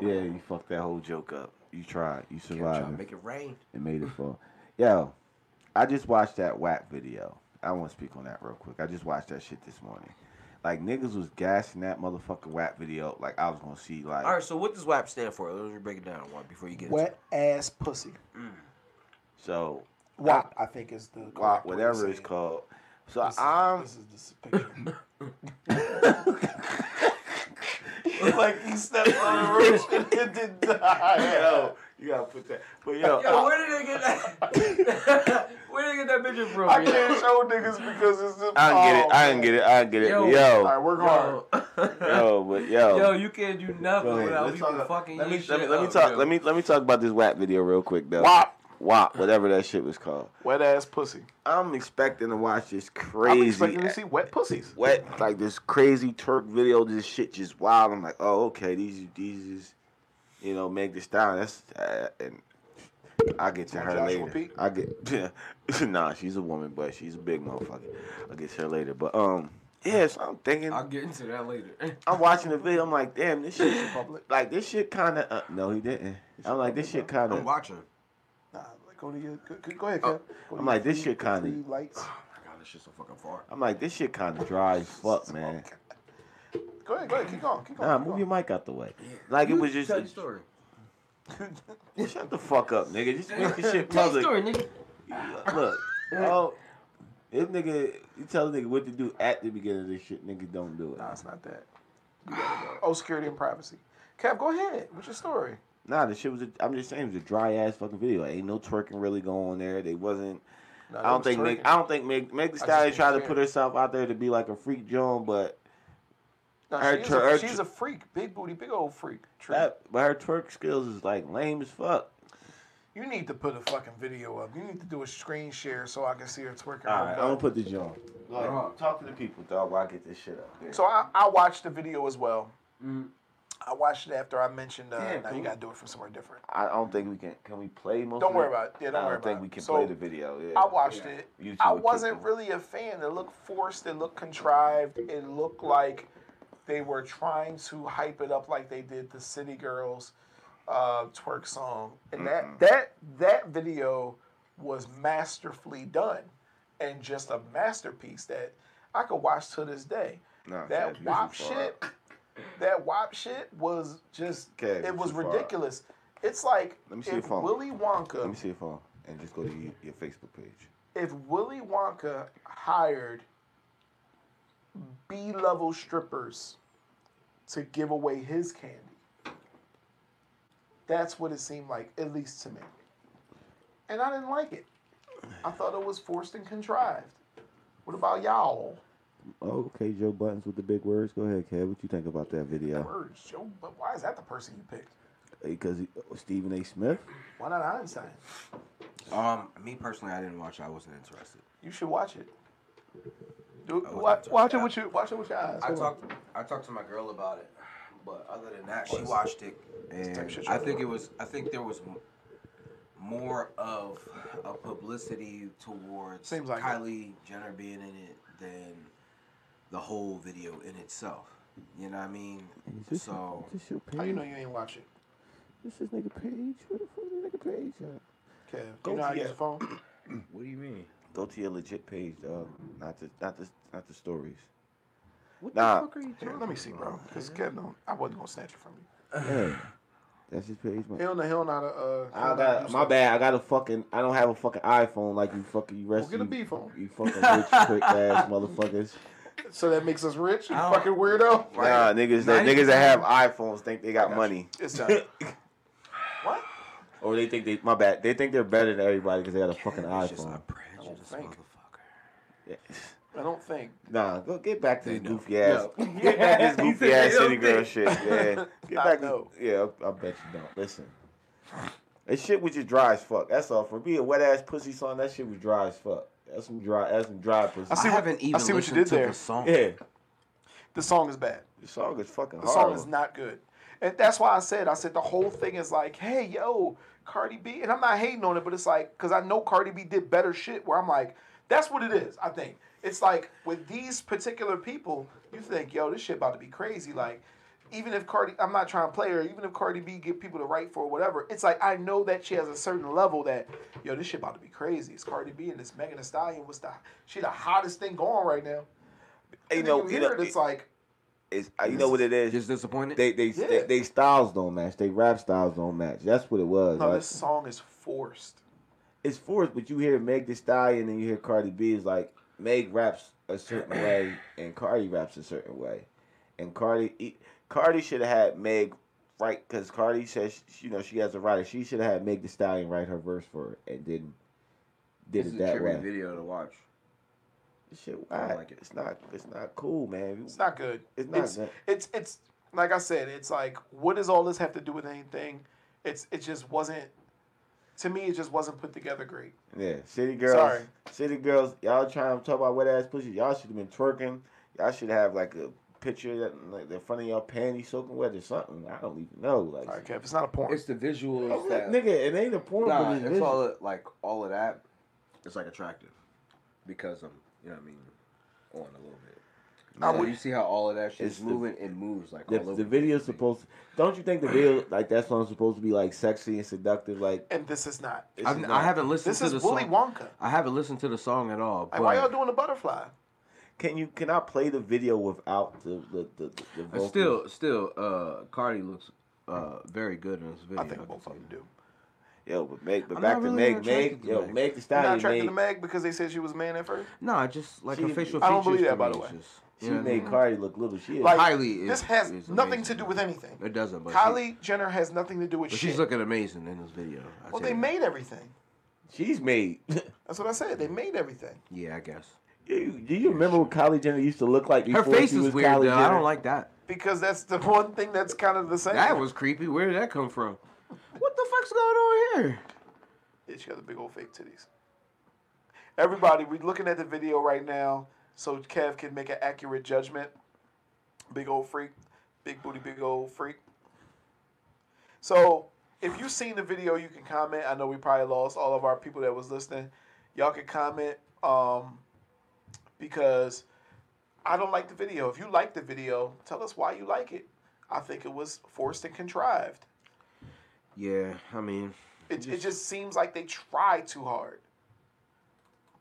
S4: Yeah, you fucked that whole joke up. You tried. You
S7: Try to
S4: survived.
S7: make it rain.
S4: It made it fall. Yo, I just watched that whack video. I want to speak on that real quick. I just watched that shit this morning. Like niggas was gassing that motherfucking whack video. Like I was gonna see like
S7: All right, so what does WAP stand for? Let me break it down one before you get into
S5: Wet ass pussy.
S4: so
S5: WAP, I think is the
S4: whack,
S5: correct way to
S4: whatever
S5: say
S4: it's
S5: it.
S4: called. Um, So
S5: This is-
S4: I'm
S5: This is this picture.
S4: like he stepped on a roach and did die. Yo, you gotta put that. But yo,
S7: it. Yo, where did they get that? where did they get that picture from?
S5: I can't show niggas because it's just.
S4: I, I didn't get
S5: oh,
S4: it. I didn't get it.
S5: man.
S4: I didn't get it.
S7: Yo.
S4: Yo, yo,
S5: All right, work hard.
S4: but yo.
S7: Yo, you can't do nothing
S4: Go ahead.
S7: without
S4: Let's
S7: people
S4: talk-
S7: fucking
S4: let me,
S7: your
S4: let me,
S7: shit
S4: let me
S7: up,
S4: talk.
S7: yo.
S4: Let me let me talk about this WAP video real quick though.
S5: WAP.
S4: WAP, whatever that shit was called.
S5: Wet ass pussy.
S4: I'm expecting to watch this
S5: I'm
S4: crazy,
S5: expecting to see wet pussies.
S4: wet like this crazy Turk video. This shit just wild. I'm like, oh okay, these these is, you know, Meg the Stallion. That's uh, and I get to her
S5: Joshua
S4: later.
S5: Pete?
S4: I get nah, she's a woman, but she's a big motherfucker. I get to her later, but um, yeah. So I'm thinking,
S7: I'll get into that later.
S4: I'm watching the video. I'm like, damn, this shit Like this shit kind of. Uh, no, he didn't. I'm like, this shit kind
S7: I'm
S4: of.
S7: watching.
S5: Nah, go to your. Go, go ahead, Kev. Go to
S4: Oh, I'm like,
S5: your
S4: this shit
S5: three-
S4: kinda-
S5: three lights.
S7: Oh my god, this shit's so fucking far.
S4: I'm like, this shit kind of dry as fuck, man.
S5: Go ahead, go ahead, keep going, keep going.
S4: Nah,
S5: keep
S4: move
S5: going.
S4: your mic out the way. Like it
S7: You
S4: was just.
S7: tell your story.
S4: Shut the fuck up, nigga. Just make the shit
S7: Tell
S4: public.
S7: your story, nigga.
S4: Look, oh, this nigga, you tell a nigga what to do at the beginning of this shit, nigga, don't do it.
S5: Nah, it's not that. You gotta go. Oh, security and privacy. Kev, go ahead. What's your story?
S4: Nah, the shit was. A, I'm just saying, it was a dry ass fucking video. Like, ain't no twerking really going on there. They wasn't.
S5: Nah,
S4: I
S5: that
S4: don't
S5: was
S4: think Meg,
S5: twerking.
S4: I don't think Meg, Meg Thee
S5: just
S4: Stallion
S5: didn't
S4: tried to
S5: care.
S4: put herself out there to be like a freak Joan, but
S5: Nah,
S4: her
S5: she's,
S4: twer- her
S5: a, she's a freak, big booty, big old freak. True.
S4: that, but her twerk skills is like lame as fuck.
S5: You need to put a fucking video up. You need to do a screen share so I can see her twerking. her
S4: All right, I'm
S5: butt.
S4: gonna put this on. Go ahead.
S12: Bruh.
S4: Talk to the people, dog. While I get this shit up.
S5: So I, I watched the video as well.
S7: Mm.
S5: I watched it after I mentioned. Uh,
S4: Yeah,
S5: now
S4: cool.
S5: you gotta do it from somewhere different.
S4: I don't think we can. Can we play most?
S5: Don't
S4: of
S5: worry about it. Yeah, don't
S4: I
S5: worry
S4: don't think
S5: about
S4: we
S5: it.
S4: can
S5: So,
S4: play the video. Yeah.
S5: I watched it.
S4: YouTube
S5: I
S4: would kick
S5: wasn't
S4: it.
S5: really a fan. It looked forced. It looked contrived. It looked like they were trying to hype it up, like they did the City Girls uh, twerk song. And that that that video was masterfully done, and just a masterpiece that I could watch to this day.
S4: Nah, Kev,
S5: that
S4: you
S5: WAP
S4: too far.
S5: shit, that WAP shit was just.
S4: Kev,
S5: it
S4: you
S5: was
S4: too far.
S5: ridiculous. It's like
S4: Let me see your
S5: if
S4: phone.
S5: Willy Wonka
S4: Let me see your phone and just go to your, your Facebook page.
S5: if Willy Wonka hired B level strippers to give away his candy, that's what it seemed like, at least to me. And I didn't like it. I thought it was forced and contrived. What about y'all?
S4: Oh, okay, Joe Buttons with the big words. Go ahead, Kev. What you think about that video?
S5: Words, Joe, but why is that the person you picked?
S4: Because oh, Stephen A. Smith.
S5: Why not Einstein?
S7: Um, me personally, I didn't watch it. I wasn't interested.
S5: You should watch it. Do,
S7: I
S5: watch,
S7: wasn't
S5: watch it
S7: talking
S5: with your watch it with your eyes.
S7: I
S5: Come on.
S7: talked. I talked to my girl about it, but other than that, she watched it, and
S5: type of shit
S7: I
S5: y'all
S7: think
S5: do.
S7: it was. I think there was m- more of a publicity towards
S5: Seems like it.
S7: Kylie Jenner being in it than the whole video in itself. You know what I mean?
S13: Is this,
S7: So-
S13: is this your page?
S5: How you know you ain't watch it?
S13: This is nigga page. Where the fuck is nigga page at?
S5: Okay.
S4: Go
S5: you know how to
S4: get
S5: use
S4: it.
S5: a phone?
S14: What do you mean?
S4: Go to your legit page, dog. Not the not the not the stories. nah,
S5: Here, let me see, bro. Because Kev, don't, I wasn't gonna snatch it from you.
S4: yeah. that's his page. Man.
S5: He don't know. He don't know how to. Uh, he
S4: I
S5: don't know how
S4: got
S5: to do
S4: my
S5: stuff.
S4: bad. I got a fucking. I don't have a fucking iPhone like you fucking you rest.
S5: Well, get a
S4: you-
S5: B phone.
S4: You fucking rich prick ass motherfuckers.
S5: So that makes us rich. You
S7: I don't-
S5: fucking weirdo.
S4: Nah, niggas that
S7: Ninety-
S4: niggas that have iPhones think they got money,
S5: It's done. what?
S4: or they think they. My bad. They think they're better than everybody because they got a fucking
S7: It's just a
S4: iPhone.
S7: prejudiced
S5: think.
S7: motherfucker.
S4: Yeah.
S5: I don't think.
S4: Nah, go get back to this goofy ass.
S5: No.
S4: Get back to this
S5: He
S4: goofy
S5: said
S4: ass
S5: they don't
S4: city girl
S5: think.
S4: shit. Yeah, get
S5: I
S4: back. To,
S5: know.
S4: yeah, I, I bet you don't. Listen, that shit was just dry as fuck. That's all. For being a wet ass pussy song, that shit was dry as fuck. That's some dry. That's some dry pussy.
S5: I see what- haven't I even see what you listened did to the there. song.
S4: Yeah,
S5: The song is bad.
S4: the song is fucking
S5: The
S4: horrible.
S5: song is not good. And that's why I said, I said the whole thing is like, hey, yo, Cardi B. And I'm not hating on it, but it's like, because I know Cardi B did better shit where I'm like, that's what it is, I think. It's like with these particular people, you think, yo, this shit about to be crazy. Like, even if Cardi, I'm not trying to play her, even if Cardi B get people to write for or whatever, it's like I know that she has a certain level that, yo, this shit about to be crazy. It's Cardi B and this Megan Thee Stallion. What's the, she the hottest thing going right now.
S4: You
S5: And you
S4: know,
S5: know, you
S4: you
S5: hear
S4: know,
S5: it, it's like,
S4: It's, uh, you know what it is.
S7: Just disappointed.
S4: They they,
S5: Yeah.
S4: they they styles don't match. They rap styles don't match. That's what it was.
S5: no,
S4: Like,
S5: this song is forced.
S4: it's forced, but you hear Meg Thee Stallion and you hear Cardi B is like Meg raps a certain way and Cardi raps a certain way, and Cardi e- Cardi should have had Meg write because Cardi says sh- you know she has a writer. She should have had Meg Thee Stallion write her verse for her and didn't did
S15: This is
S4: it
S15: a
S4: that
S15: tribute
S4: way.
S15: video to watch.
S4: This Shit,
S15: I don't
S4: whack.
S15: like it.
S4: It's not it's not cool, man.
S5: It's not good.
S4: It's not
S5: It's
S4: good.
S5: it's, it's like I said. It's like what does all this have to do with anything? It's it just wasn't. To me, it just wasn't put together great.
S4: Yeah, city girls.
S5: Sorry.
S4: City girls, y'all trying to talk about wet ass pussy. Y'all should have been twerking. Y'all should have like a picture that like the front of y'all panties soaking wet or something. I don't even know. Like,
S5: All right, Kev. It's not a porn.
S15: It's the visuals
S5: Oh,
S4: I'm
S15: that.
S4: like, nigga, it ain't a porn.
S15: nah,
S4: but
S15: it's
S4: it's visual.
S15: all of- like all of that. It's like attractive because I'm, you know, what I mean, on a little bit.
S4: Nah.
S15: Now, when you see how all of that shit's
S4: It's the-
S15: moving, it moves like
S4: the,
S15: all over.
S4: the
S15: place.
S4: video's supposed. To, don't you think the video like that song's supposed to be like sexy and seductive? Like
S5: And this is not.
S4: it's
S7: I've,
S4: just
S7: I
S4: not-
S7: haven't listened
S5: This
S7: to
S5: is
S7: the
S5: Willy
S7: song.
S5: Wonka.
S7: I haven't listened to the song at all.
S5: Like, why
S7: but-
S5: y'all doing the butterfly?
S4: Can you can I play the video without the the the, the, the
S7: Uh,
S4: vocals?
S7: Still, still, uh, Cardi looks uh, very good in this video.
S5: I think both of them do.
S4: yo, but Meg, but
S7: I'm
S4: back
S7: not
S4: to
S7: really
S4: Meg,
S7: attracted
S4: Meg,
S7: to
S4: yo, Meg
S7: Meg.
S4: the
S5: You're not
S4: Stallion
S5: attracted
S4: made,
S5: to Meg because they said she was a man at first.
S7: No, I just like
S4: She-
S7: her facial
S5: I don't believe
S7: features to
S5: that, by
S7: me
S5: the
S7: is
S5: way.
S7: just-
S4: she
S7: you know what I
S4: made
S7: mean?
S4: Cardi look little. She is
S5: Like
S7: Kylie
S5: this
S7: is-
S5: has
S7: is
S5: nothing to
S7: amazing.
S5: do with anything.
S7: It doesn't. But Kylie,
S5: Kylie Jenner has nothing to do with
S7: but
S5: shit.
S7: she's looking amazing in this video. I
S5: well,
S7: tell
S5: they
S7: you.
S5: made everything.
S4: she's made.
S5: That's what I said. They made everything.
S7: Yeah, I guess.
S4: You- Do you remember what Kylie Jenner used to look like
S7: Her
S4: before
S7: face
S4: she
S7: is
S4: was
S7: weird
S4: Kylie
S7: though.
S4: Jenner?
S7: I don't like that.
S5: Because that's the one thing that's kind of the same.
S7: That was creepy. Where did that come from? What the fuck's going on here?
S5: Yeah, she got the big old fake titties. Everybody, we're looking at the video right now so Kev can make an accurate judgment. Big old freak, big booty, big old freak. So, if you've seen the video, you can comment. I know we probably lost all of our people that was listening. Y'all can comment um, because I don't like the video. If you like the video, tell us why you like it. I think it was forced and contrived.
S7: Yeah, I mean,
S5: It, it just seems like they try too hard,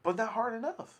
S5: but not hard enough.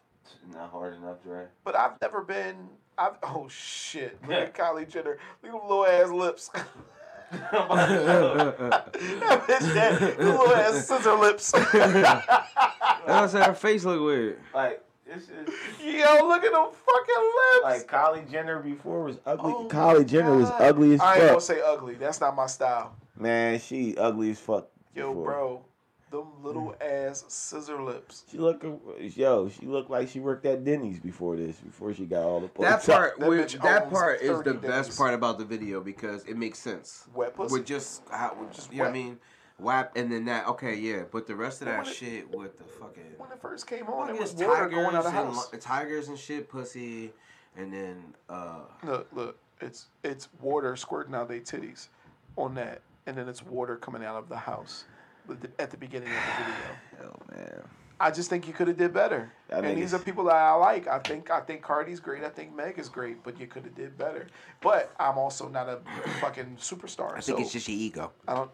S4: Not hard enough, Dre.
S5: But I've never been. I've oh shit! Look at Kylie Jenner. Look at them little ass lips.
S7: uh,
S5: that bitch, that them little ass scissor lips.
S7: I said her face look weird.
S4: Like this is
S5: Yo, look at them fucking lips.
S4: like Kylie Jenner before was ugly.
S5: Oh
S4: Kylie
S5: my
S4: Jenner was
S5: God.
S4: ugly as
S5: I ain't gonna
S4: fuck.
S5: say ugly. That's not my style.
S4: Man, she ugly as fuck.
S5: Yo,
S4: before.
S5: bro, them little ass scissor lips.
S4: She look, yo, she looked like she worked at Denny's before this, before she got all the
S7: That
S4: pull-ups.
S7: part,
S5: That
S7: where,
S5: bitch
S7: that
S5: owns
S7: part is the
S5: 30
S7: best
S5: days.
S7: part about the video because it makes sense.
S5: Wet pussy.
S7: With just how, with just you know what I
S5: wet.
S7: mean, WAP, and then that. Okay, yeah, but the rest of that
S5: When it-
S7: shit with the fucking
S5: When it first came on, it
S7: fucking
S5: was
S7: it's
S5: water
S7: tigers
S5: going out of the
S7: and
S5: house.
S7: li- tigers and shit, pussy, and then uh,
S5: Look, look, it's it's water squirting out of their titties on that, and then it's water coming out of the house with the- at the beginning of the video.
S4: Hell, man.
S5: I just think you could have did better.
S4: That
S5: and
S4: nigga's-
S5: these are people that I like. I think I think Cardi's great. I think Meg is great, but you could have did better. But I'm also not a fucking superstar.
S7: I think
S5: so
S7: it's just your ego.
S5: I don't.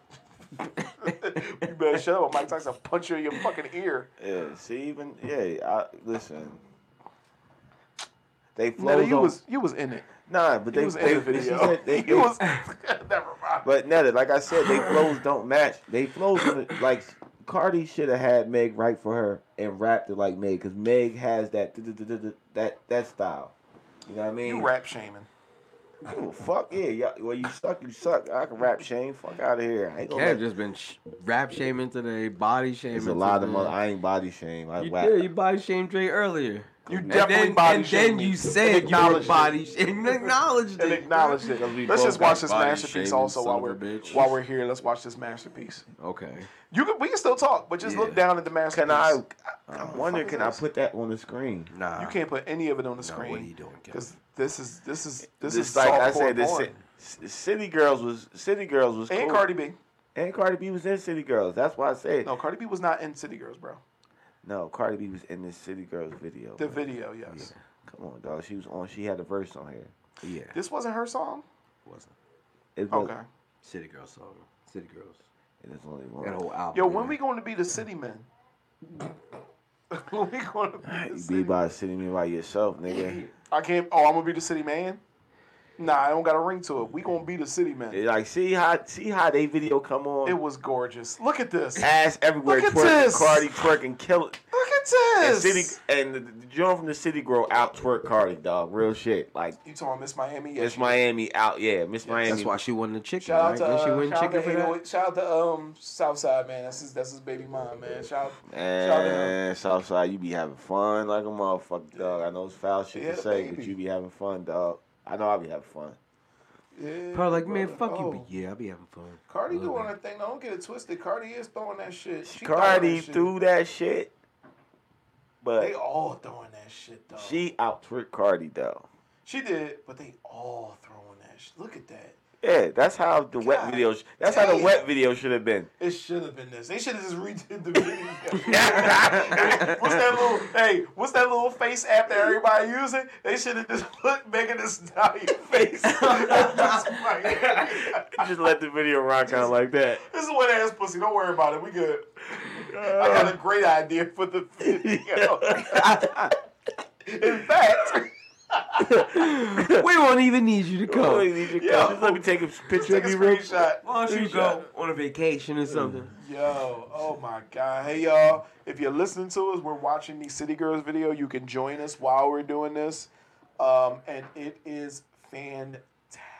S5: you better shut up. or Mike Tyson punch you in your fucking ear.
S4: Yeah, see, even yeah, I listen. They
S5: No,
S4: flows
S5: you
S4: on-
S5: was you was in it.
S4: nah, but
S5: You
S4: they
S5: was
S4: they,
S5: in the
S4: they, she
S5: video.
S4: said they,
S5: You
S4: they-
S5: was never mind.
S4: But Netta, like I said, they flows don't match. They flows on the- like Cardi should have had Meg write for her and rapped it like Meg, because Meg has that that that style. You know what I mean?
S5: You rap shaming.
S4: Ooh, fuck yeah, yeah. Well, you suck, you suck. I can rap Shane. Fuck out of here. I ain't gonna.
S7: Kev
S4: let-
S7: just been sh- rap shaming today, body shaming.
S4: It's a lot of
S7: today.
S4: money. I ain't body shame. I
S7: You
S4: whack.
S7: did. You body shamed Dre earlier.
S5: You
S7: And
S5: definitely
S7: then,
S5: body
S7: and
S5: shamed
S7: then
S5: me.
S7: you said you were
S5: Acknowledged it.
S7: body shamed. and acknowledged it.
S5: Acknowledge it. Let's just watch this
S16: body
S5: masterpiece
S16: shaming
S5: also
S16: son
S5: while
S16: of a
S5: we're
S16: bitch.
S5: while we're here. Let's watch this masterpiece.
S7: Okay.
S5: You can, we can still talk, but just look
S4: Yeah.
S5: down at the masterpiece.
S4: Can I? I wonder. Can I put that on the screen?
S7: Nah.
S5: You can't put any of it on the
S7: uh,
S5: screen.
S7: what are you doing, Kevin?
S5: Because this is this is this,
S4: Just
S5: is
S4: like I
S5: softcore
S4: said, the
S5: porn.
S4: ci- c- City Girls was City Girls was
S5: and
S4: cool.
S5: Cardi B.
S4: and Cardi B was in City Girls. That's why I said
S5: No, Cardi B was not in City Girls, bro.
S4: no. Cardi B was in this City Girls video.
S5: The
S4: man.
S5: video, yes.
S4: Come on, dog. She was on. She had a verse on here.
S7: Yeah.
S5: This wasn't her song.
S7: wasn't.
S4: It was,
S5: Okay.
S7: City Girls song. City Girls.
S4: It is only
S7: That
S4: one.
S7: whole album.
S5: Yo, when
S7: yeah.
S5: we going to be the city men? when we going to be the
S4: You
S5: city?
S4: be by City Me by yourself, nigga.
S5: I can't. Oh, I'm gonna be the city man. Nah, I don't got a ring to it. We gonna be the city man.
S4: It, like see how see how they video come on.
S5: It was gorgeous. Look at this. Look
S4: ass everywhere
S5: Look at
S4: twerking,
S5: this.
S4: Cardi twerking, kill it.
S5: at
S4: And
S5: this.
S4: City and the, the joint from the City Girl out twerk Cardi, dog. Real shit. Like
S5: You talking Miss Miami? Yes.
S4: Miss Miami out, yeah. Miss Miami.
S7: That's why she won the chicken.
S5: Shout out
S7: right?
S5: to
S7: Didn't she
S5: uh,
S7: win
S5: shout out to
S7: chicken for that?
S5: 808 shout out to um Southside man. That's his that's his baby mom man. Shout shout out to him.
S4: And Southside, you be having fun like a motherfucker, dog. I know it's foul shit
S5: Yeah,
S4: to say, but
S5: baby.
S4: you be having fun, dog. I know I be having fun.
S5: Yeah,
S7: Probably like, man,
S5: brother.
S7: fuck you,
S5: Oh,
S7: but yeah, I'll be having fun.
S5: Cardi
S7: Love
S5: doing
S7: it.
S5: her thing. though. Don't get it twisted. Cardi is throwing that shit. She throwing
S4: Cardi
S5: that shit.
S4: threw that shit,
S5: They
S4: but
S5: all throwing that shit though.
S4: she out twerk Cardi though.
S5: She did, but they all throwing that shit. Look at that.
S4: Yeah, that's how the
S5: God
S4: wet video. sh- That's how the
S5: damn.
S4: wet video should have been.
S5: It should have been this. They should have just redid the video. what's that little? Hey, what's that little face app that everybody using? They should have just put Megan Thee Stallion face. Just like-
S4: Just let the video rock out like that.
S5: this is what ass pussy. Don't worry about it. We good. I got a great idea for the video. In fact,
S7: we won't even need you to
S4: Oh,
S7: come.
S4: you should
S5: Yo.
S4: come. Just let me take a picture
S5: take a
S4: of you real quick.
S5: screenshot.
S7: Why don't you go on a vacation or something?
S5: Yo, oh my god. Hey y'all, if you're listening to us, we're watching the City Girls video. You can join us while we're doing this. Um, and it is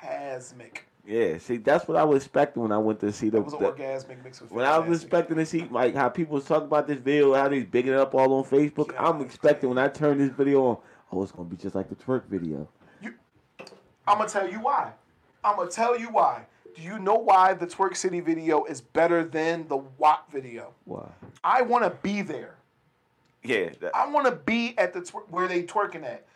S5: fantastic.
S4: Yeah, see, that's what I was expecting when I went to see the.
S5: It was an
S4: the-
S5: orgasmic mix with
S4: when I was
S5: fantastic.
S4: expecting to see like how people was talking about this video, how they bigging it up all on Facebook, I'm expecting when I turn this video on, oh, it's gonna be just like the twerk video.
S5: I'ma tell you why. I'ma tell you why. Do you know why the Twerk City video is better than the WAP video?
S4: Wow.
S5: I wanna be there.
S4: Yeah. that-
S5: I want to be at the twer- where they twerking at.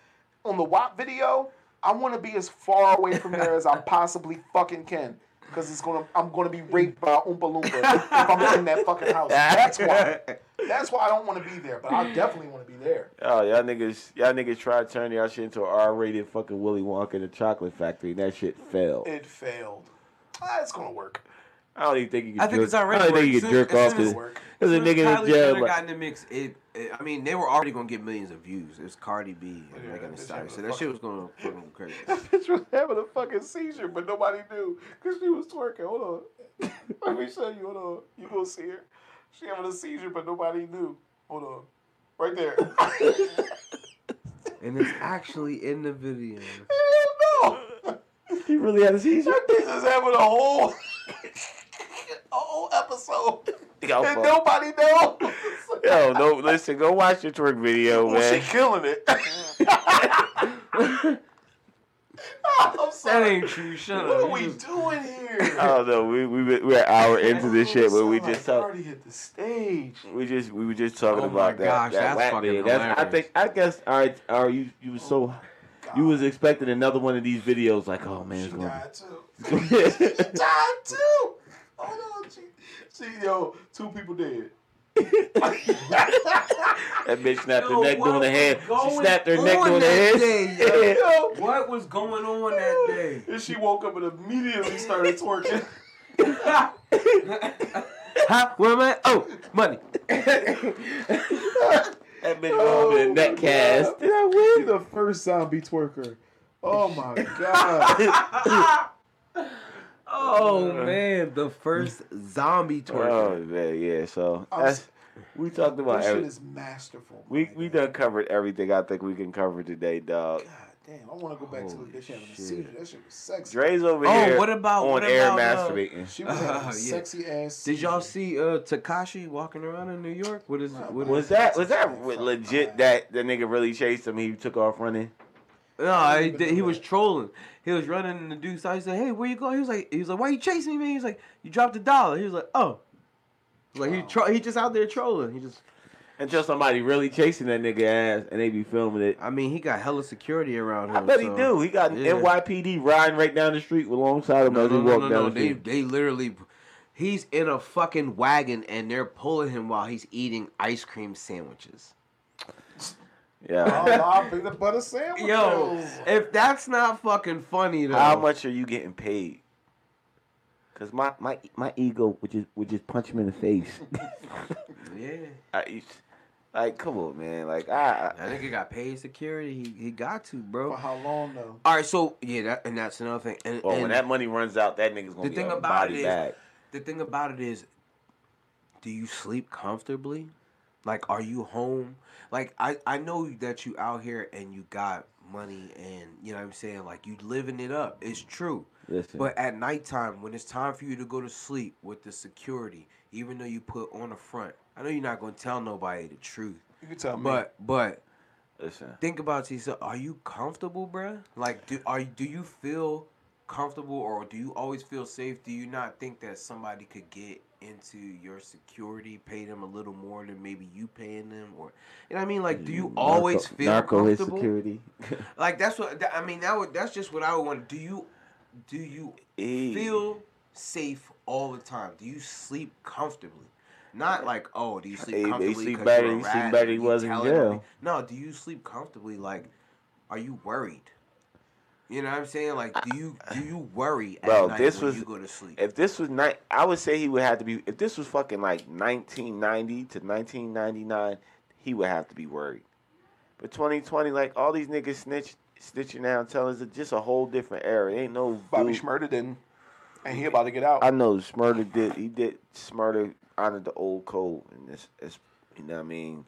S5: On the WAP video, I want to be as far away from there as I possibly fucking can. Cause it's gonna, I'm gonna be raped by Oompa Loompa if I'm in that fucking house. That's why. That's why I don't want to be there, but I definitely want to be there.
S4: Oh, y'all niggas, y'all niggas tried turning y'all shit into an R-rated fucking Willy Wonka and the Chocolate Factory, and that shit failed.
S5: It failed. Ah, it's gonna work.
S4: I don't even think you. Can
S7: I think
S4: jerk,
S7: it's already
S4: I don't think you
S7: worked.
S4: can
S7: Soon-
S4: jerk
S7: as
S4: off
S7: soon as-
S4: this.
S5: Work.
S4: There's a
S7: Soon as
S4: nigga in
S7: Kylie
S4: jail.
S7: Jenner
S4: like-
S7: got in the mix. It, it, I mean, they were already gonna get millions of views. It's Cardi B and
S5: Yeah,
S7: Megan
S5: that
S7: Thee
S5: shit
S7: Stallion,
S5: was
S7: so that shit was gonna fucking crazy.
S5: Bitch was having a fucking seizure, but nobody knew because she was twerking. Hold on, let me show you. Hold on, you gonna see her? She having a seizure, but nobody knew. Hold on, right there.
S7: And it's actually in the video.
S5: Hell no!
S4: He really had a seizure.
S5: That bitch is having a whole, a whole episode,
S4: Yo,
S5: and
S4: fuck.
S5: nobody knows.
S4: Yo, no, listen, go watch the twerk video,
S5: Well,
S4: man.
S5: she killing it. I'm
S7: That
S5: sorry.
S7: ain't true. Shut
S5: What
S7: up.
S5: are
S7: You
S5: we
S7: just-
S5: doing here?
S4: I don't know. We we we're an hour into Uh, this shit, but we
S5: Sound
S4: just
S5: like
S4: talk,
S5: already hit the stage.
S4: we just we were just talking
S7: Oh my
S4: about that.
S7: gosh,
S4: that
S7: that's
S4: whack
S7: fucking
S4: video. That's- I
S7: hilarious. Oh
S4: think I guess all right, all right you you was so you was expecting another one of these videos like oh man
S5: She
S4: it's gonna
S5: died too.
S4: be.
S5: She died too. Hold on, she, she yo, two people dead.
S4: that bitch snapped
S7: Yo,
S4: her neck
S7: what
S4: doing the
S7: was
S4: hand. She
S7: going
S4: snapped her neck
S7: on
S4: doing the
S7: that
S4: hand.
S7: day,
S4: Yeah.
S5: Yo,
S7: What was going on that day?
S5: and she woke up and immediately started twerking.
S7: Huh? Where am I? Oh, money.
S4: That bitch going with a neck cast.
S5: Did I win?
S17: You're the first zombie twerker. Oh my god.
S7: Oh man, the first zombie
S4: Oh
S7: torture.
S4: man, yeah. So
S5: I'm
S4: that's we talked about
S5: This shit
S4: every,
S5: is masterful.
S4: we
S5: man.
S4: we done covered everything I think we can cover today, dog.
S5: God
S18: Damn, I want to go back to the bitch having a seizure. That shit was sexy.
S4: Dre's over
S7: Oh,
S4: here
S7: what about
S4: on
S7: what
S4: air
S7: about, uh,
S4: masturbating.
S18: She was having a sexy ass.
S7: Did y'all see uh, Takashi walking around in New York? What is what
S4: was
S7: is-
S4: that was that re- legit that the nigga really chased him? He took off running.
S7: No, he, did- he was trolling. He was running in the dude's house. He said, "Hey, where you going?" He was like, "He was like, why you chasing me, man?" He was like, "You dropped a dollar." He was like, "Oh." Like he tro- he just out there trolling. He just
S4: Until somebody really chasing that nigga ass and they be filming it.
S7: I mean, he got hella security around him.
S4: I bet
S7: so-
S4: he do. He got
S7: Yeah.
S4: NYPD riding right down the street alongside him
S7: No,
S4: as
S7: no,
S4: he
S7: no,
S4: walked
S7: no,
S4: down the
S7: no. They
S4: street.
S7: they literally, he's in a fucking wagon and they're pulling him while he's eating ice cream sandwiches.
S4: Yeah.
S18: Oh, nah, peanut butter sandwiches.
S7: Yo, if that's not fucking funny though,
S4: How much are you getting paid? Cause my my my ego would just would just punch him in the face.
S7: Yeah,
S4: I, like, come on, man. Like, I,
S7: I think he got paid security. He he got to, bro.
S18: For how long though?
S7: All right, so yeah, that, and that's another thing. And,
S4: Well, when
S7: and
S4: that money runs out, that nigga's gonna
S7: the
S4: be
S7: thing
S4: a
S7: about it
S4: body
S7: is,
S4: bag.
S7: the thing about it is, do you sleep comfortably? Like, are you home? Like, I I know that you out here and you got money and you know what I'm saying. Like, you living it up. It's true.
S4: Listen,
S7: But at nighttime, when it's time for you to go to sleep with the security, even though you put on a front, I know you're not gonna tell nobody the truth.
S5: You can tell me.
S7: But but
S4: listen.
S7: think about yourself. Are you comfortable, bruh? Like, do are you- do you feel comfortable, or do you always feel safe? Do you not think that somebody could get into your security, pay them a little more than maybe you paying them, or you know what I mean? Like, do
S4: Mm, Mm-hmm.
S7: you always feel
S4: his
S7: comfortable?
S4: security?
S7: Like that's what that- I mean. That would that's just what I would want. Do you do you
S4: Eh.
S7: feel safe all the time? Do you sleep comfortably? Not like oh, do you
S4: Hey,
S7: sleep
S4: they
S7: comfortably?
S4: sleep
S7: 'cause
S4: better,
S7: you're a
S4: he sleep
S7: rat
S4: better
S7: and
S4: he
S7: you
S4: was in
S7: tell
S4: jail.
S7: everybody- No, do you sleep comfortably? Like, are you worried? You know what I'm saying? Like, do you do you worry at
S4: Bro,
S7: night
S4: this
S7: when
S4: was-
S7: you go to sleep?
S4: If this was ni- I would say he would have to be. If this was fucking like 1990 to 1999, he would have to be worried. But 2020, like all these niggas snitch, snitching now, and telling us it's just a whole different era. It ain't no
S5: Bobby
S4: dude-
S5: Schmurda didn't, and he about to get out.
S4: I know Smurder did. He did. Smurder honored the old code, and it's, it's you know what I mean.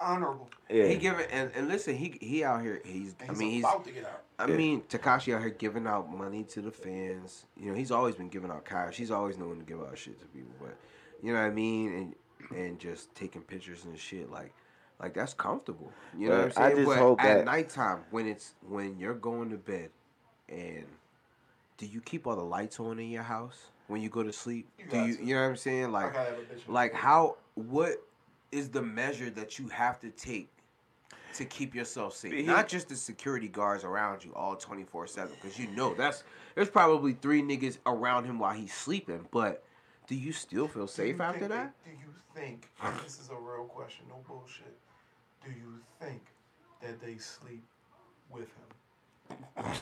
S5: honorable.
S4: Yeah.
S7: He giving and, and listen, he he out here. He's,
S5: And
S7: I
S5: he's
S7: mean he's
S5: about to get out.
S7: I
S4: Yeah.
S7: mean, Takashi out here giving out money to the fans. You know, he's always been giving out cash. He's always known to give out shit to people. But you know what I mean? And and just taking pictures and shit like like that's comfortable. You know what
S4: But
S7: I'm
S4: I
S7: saying?
S4: just
S7: but
S4: hope
S7: at
S4: that-
S7: nighttime when it's when you're going to bed and do you keep all the lights on in your house when you go to sleep?
S18: You
S7: do
S18: got
S7: you
S18: to.
S7: you know what I'm saying?
S18: I
S7: Like
S18: gotta have a bitch.
S7: like how what is the measure that you have to take to keep yourself safe?
S4: He-
S7: Not just the security guards around you all 24/7 cuz you know that's there's probably 3 niggas around him while he's sleeping, but do you still feel
S5: Do
S7: safe
S5: you
S7: after
S5: think
S7: that?
S5: Do you think this is a real question? No bullshit. Do you think that they sleep with him? No, no.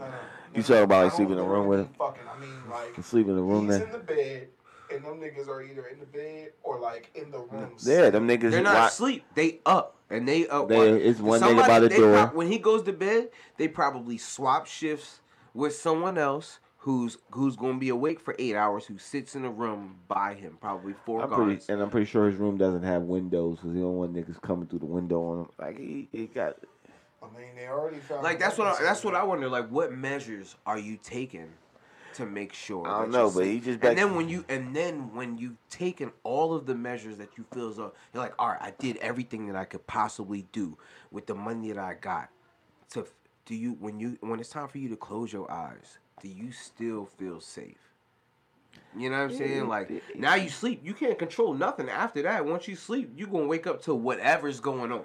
S5: no,
S4: You
S5: no.
S4: talking about,
S5: I
S4: like,
S5: don't
S4: sleep in the
S5: think
S4: room with
S5: they
S4: him?
S5: Fucking, I mean, like
S4: sleep in the room
S5: he's
S4: there.
S5: in the bed, and them niggas are either in the bed or like in the room.
S4: Yeah, them niggas.
S7: They're
S4: is
S7: not
S4: wa-
S7: asleep. They up and they up.
S4: They-
S7: watch-
S4: it's one nigga
S7: somebody-
S4: by the
S7: they
S4: door.
S7: prob- when he goes to bed, they probably swap shifts with someone else who's who's gonna be awake for eight hours. Who sits in a room by him, probably 4
S4: I'm pretty,
S7: guards.
S4: and I'm pretty sure his room doesn't have windows because he don't want niggas coming through the window on him. Like he, he got.
S5: I mean, they already found.
S7: like that's what I,
S5: weapons
S7: that's
S5: in
S7: what I wonder. Like, what measures are you taking to make sure?
S4: I don't
S7: that you're
S4: know, but
S7: safe?
S4: he just back-
S7: and then when you and then when you've taken all of the measures that you feel as though you're like, all right, I did everything that I could possibly do with the money that I got. To f- do you when you when it's time for you to close your eyes, do you still feel safe? You know what I'm saying? Like now you sleep, you can't control nothing after that. Once you sleep, you gonna wake up to whatever's going on.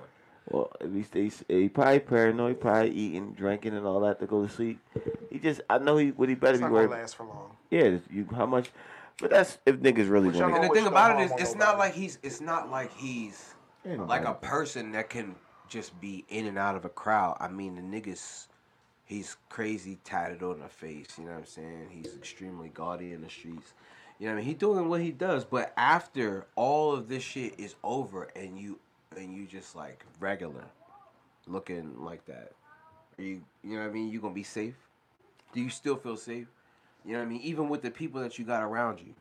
S4: Well, at least he, he probably paranoid, probably eating, drinking, and all that to go to sleep. He just, I know he what he better
S5: It's
S4: be
S5: not gonna
S4: worried.
S5: last for long.
S4: Yeah, you how much? But that's if niggas really
S5: Which I
S4: want
S7: And
S5: don't
S4: to.
S7: the
S5: wish
S7: thing
S5: no
S7: about it
S5: harm
S7: is,
S5: on
S7: it's not
S5: nobody.
S7: like he's it's not like he's like a person that can just be in and out of a crowd. I mean, the niggas, he's crazy tatted on the face. You know what I'm saying? He's extremely gaudy in the streets. You know what I mean? He doing what he does, but after all of this shit is over and you and you just like regular looking like that, are you you know what I mean? You gonna be safe? Do you still feel safe? You know what I mean? Even with the people that you got around you,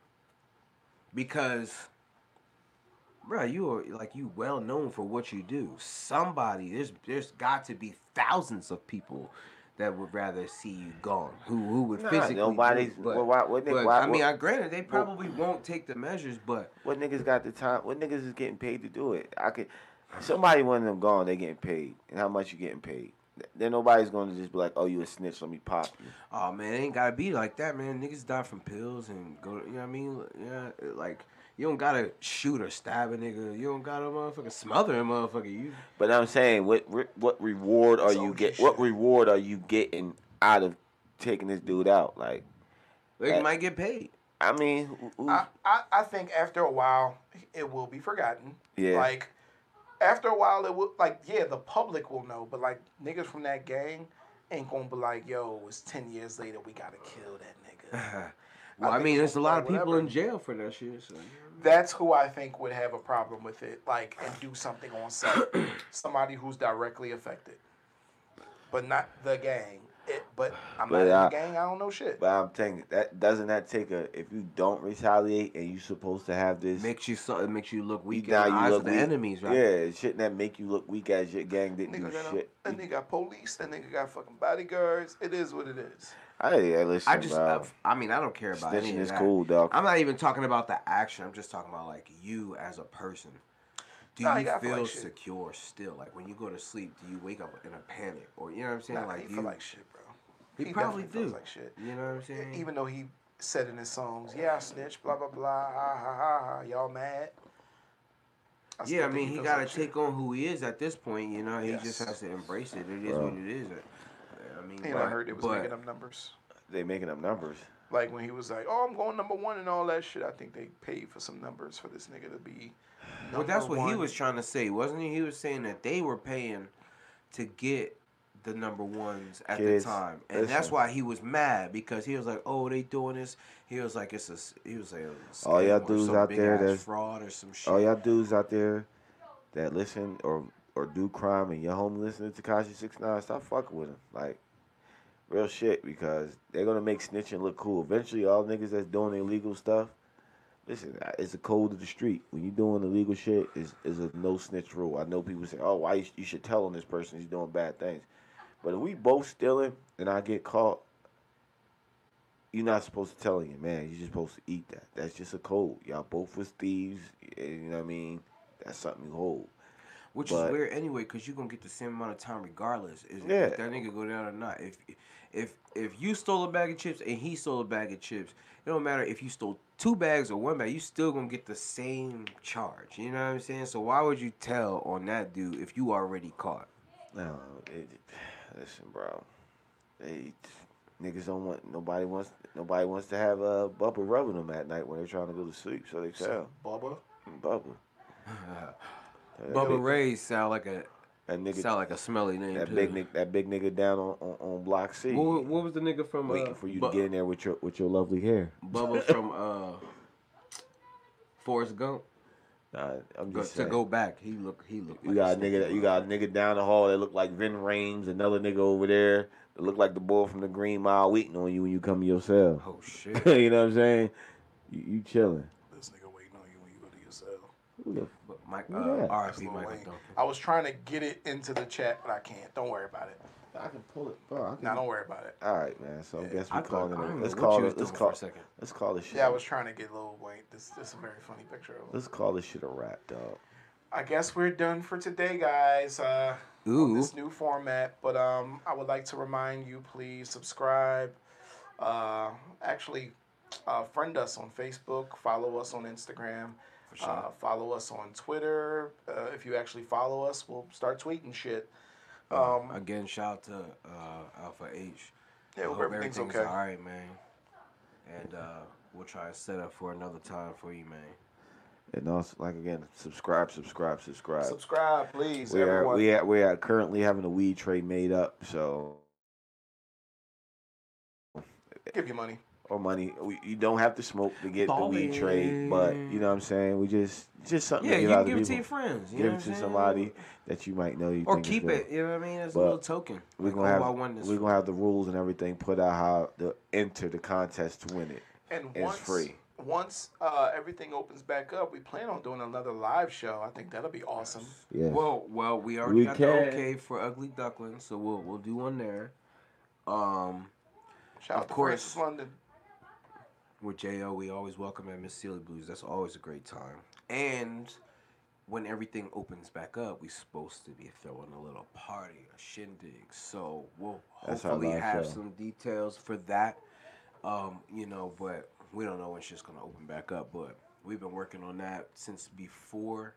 S7: because bro, you are like you well known for what you do. Somebody, there's there's got to be thousands of people that would rather see you gone. Who who would
S4: Nah,
S7: physically?
S4: nobody's-
S7: do it, but,
S4: well, why- what they-
S7: but,
S4: why-
S7: I mean,
S4: what-
S7: I granted they probably won't take the measures, but
S4: What niggas got the time? What niggas is getting paid to do it? I could. Somebody one of them gone. They getting paid, and how much you getting paid? Then nobody's gonna just be like, "Oh, you a snitch? Let me pop you."
S7: oh man, it ain't gotta be like that, man. Niggas die from pills and go. You know what I mean? Yeah, like. You don't gotta shoot or stab a nigga. You don't gotta motherfucking smother a motherfucker. You
S4: But I'm saying, what re- what reward are you get? What reward are you getting out of taking this dude out? Like,
S7: Like,
S4: that-
S7: you might get paid.
S4: I mean, who- who-
S5: I, I, I think after a while it will be forgotten.
S4: Yeah.
S5: Like after a while it will like yeah, the public will know, but like niggas from that gang ain't gonna be like, yo, it's ten years later we gotta kill that nigga.
S7: Well, I,
S5: think
S7: mean, there's a
S5: it's
S7: lot
S5: like
S7: of people
S5: whatever.
S7: in jail for that shit. So.
S5: That's who I think would have a problem with it, like and do something on set. Somebody who's directly affected. But not the gang. It, but I'm
S4: But
S5: not in
S4: I-
S5: the gang, I don't know shit.
S4: but I'm saying that doesn't that take a if you don't retaliate and you supposed to have this
S7: Makes you so it makes you look weak
S4: now
S7: in the
S4: you
S7: eyes
S4: look
S7: of the
S4: weak.
S7: enemies, right?
S4: Yeah, shouldn't that make you look weak as your gang didn't do
S5: Nigga got,
S4: shit?
S5: that nigga got police, that nigga got fucking bodyguards. It is what it is.
S4: I, yeah, listen,
S7: I just, I,
S4: bro.
S7: I mean, I don't care about any
S4: Snitching
S7: of
S4: is
S7: that.
S4: cool, dog.
S7: I'm not even talking about the action. I'm just talking about like you as a person. Do
S5: Nah, you
S7: you
S5: gotta feel
S7: feel
S5: like shit.
S7: secure still? Like when you go to sleep, do you wake up in a panic, or you know what I'm saying?
S5: Nah,
S7: like
S5: he
S7: you,
S5: feel like shit, bro.
S7: he, probably
S5: definitely
S7: do. Mm.
S5: feels like shit. E,
S7: you know what I'm saying?
S5: Even though he said in his songs, "Yeah, I snitch, blah blah blah, ha ha ha, ha y'all mad." still
S7: yeah, I
S5: think
S7: mean, he
S5: feels
S7: got to
S5: like shit.
S7: take on who he is at this point. You know, he
S5: Yes.
S7: just has to embrace it. It is
S4: Bro.
S7: what it is. I- I mean,
S5: And I
S7: but-
S5: heard it was
S7: but-
S5: making up numbers.
S4: They making up numbers.
S5: Like when he was like, "Oh, I'm going number one" and all that shit. I think they paid for some numbers for this nigga to be.
S7: Well, that's
S5: number
S7: what he
S5: one.
S7: was trying to say, wasn't he? He was saying that they were paying to get the number ones at
S4: Kids,
S7: the time, and that's
S4: listen.
S7: why he was mad because he was like, "Oh, they doing this." He was like, "It's a," s- he was like, "Oh, a
S4: All y'all
S7: scam or
S4: dudes
S7: some
S4: out
S7: big
S4: there
S7: ass
S4: that's-
S7: fraud or some shit."
S4: All y'all dudes out there that listen or or do crime and your home listening to Takashi Six Nine, stop fucking with him. Like real shit because they're gonna make snitching look cool. Eventually, all niggas that's doing illegal stuff. Listen, I- it's a code of the street. When you're doing illegal shit, is is a no snitch rule. I know people say, "Oh, why you, sh- you should tell on this person? He's doing bad things." But if we both stealing and I get caught, you're not supposed to tell on your man. You're just supposed to eat that. That's just a code. Y'all both was thieves. eh, You know what I mean? That's something you hold.
S7: Which
S4: But-
S7: is weird anyway, because you're gonna get the same amount of time regardless. Is
S4: Yeah.
S7: if that nigga go down or not. If if if you stole a bag of chips and he stole a bag of chips, it don't matter if you stole two bags or one bag, you still gonna get the same charge. You know what I'm saying? So why would you tell on that dude if you already caught?
S4: No, it, listen, bro. They niggas don't want nobody wants nobody wants to have a uh, bubble rubbing them at night when they're trying to go to sleep. So they tell
S5: Bubba.
S4: bubble.
S7: Bubba Ray sound like a
S4: That nigga.
S7: sound like a smelly name.
S4: that
S7: too.
S4: big nigga, that big nigga down on, on, on block C,
S7: What, wa- what was the nigga from uh,
S4: waiting for you
S7: Bu-
S4: to get in there with your with your lovely hair.
S7: Bubba from uh, Forrest Gump
S4: Nah, I'm
S7: Go-
S4: just
S7: to
S4: saying.
S7: go back. He look he look.
S4: You got a nigga that you got a nigga down the hall that look like Vin Rames, another nigga over there that look like the boy from the Green Mile waiting on you when you come to your cell.
S7: Oh shit.
S4: you know what I'm saying? You, you chilling.
S5: This nigga waiting on you when you go to your cell.
S4: Who the
S7: But Mike,
S4: Who
S7: uh,
S4: that?
S7: R.I.P.
S5: Lil
S7: Michael
S5: Wayne.
S7: Duncan.
S5: I was trying to get it into the chat, but I can't. Don't worry about it.
S4: I can pull it, bro. I can,
S7: Mm-hmm.
S5: Nah, don't worry about it.
S4: All right, man. So I guess we're
S7: I thought-
S4: calling it.
S7: I
S4: A,
S7: don't
S4: let's
S7: know what
S4: call it.
S7: you was
S4: Let's
S7: doing
S4: call.
S7: for a second.
S4: Let's call this shit.
S5: Yeah, I
S4: a-
S5: was trying to get Lil Wayne. This, this is a very funny picture of him.
S4: Let's call this shit a wrap, dog.
S5: I guess we're done for today, guys. Uh, on
S7: Ooh.
S5: this new format, but um, I would like to remind you, please subscribe. Uh, actually, uh, friend us on Facebook. Follow us on Instagram. Uh, follow us on Twitter. Uh, if you actually follow us, we'll start tweeting shit. Um,
S7: Again, shout out to uh, Alpha H.
S5: yeah,
S7: I
S5: hope everything's, okay.
S7: all right, man. And uh, we'll try to set up for another time for you, man.
S4: And also, like again, subscribe, subscribe, subscribe.
S5: Subscribe, please,
S4: we are
S5: everyone.
S4: we are, we are currently having a weed trade made up. So
S5: Give you money.
S4: or money, we, you don't have to smoke to get the weed trade. But you know what I'm saying? We just just something.
S7: Yeah,
S4: to
S7: you
S4: give
S7: can
S4: out
S7: give it to
S4: people.
S7: your friends. You know
S4: give it
S7: what I'm
S4: to
S7: saying?
S4: somebody that you might know you
S7: Or
S4: think is
S7: keep
S4: good.
S7: it. You know what I mean? It's a
S4: But
S7: little token.
S4: We're
S7: Like,
S4: gonna
S7: oh, I
S4: have
S7: won this.
S4: we're gonna have the rules and everything put out how to enter the contest to win it.
S5: And
S4: It's
S5: once,
S4: free.
S5: once uh, everything opens back up, we plan on doing another live show. I think that'll be awesome.
S4: Yeah.
S7: Well, well, we already
S4: We
S7: got
S4: can.
S7: the okay for Ugly Duckling, so we'll we'll do one there. Um,
S5: Shout
S7: of
S5: out to
S7: course,
S5: Francis London.
S7: with Jo, we always welcome at Miss Sealy Blues. That's always a great time. And when everything opens back up, we're supposed to be throwing a little party, a shindig. So we'll
S4: That's our
S7: hopefully
S4: live
S7: have
S4: show.
S7: some details for that. Um, you know, but we don't know when shit's gonna open back up. But we've been working on that since before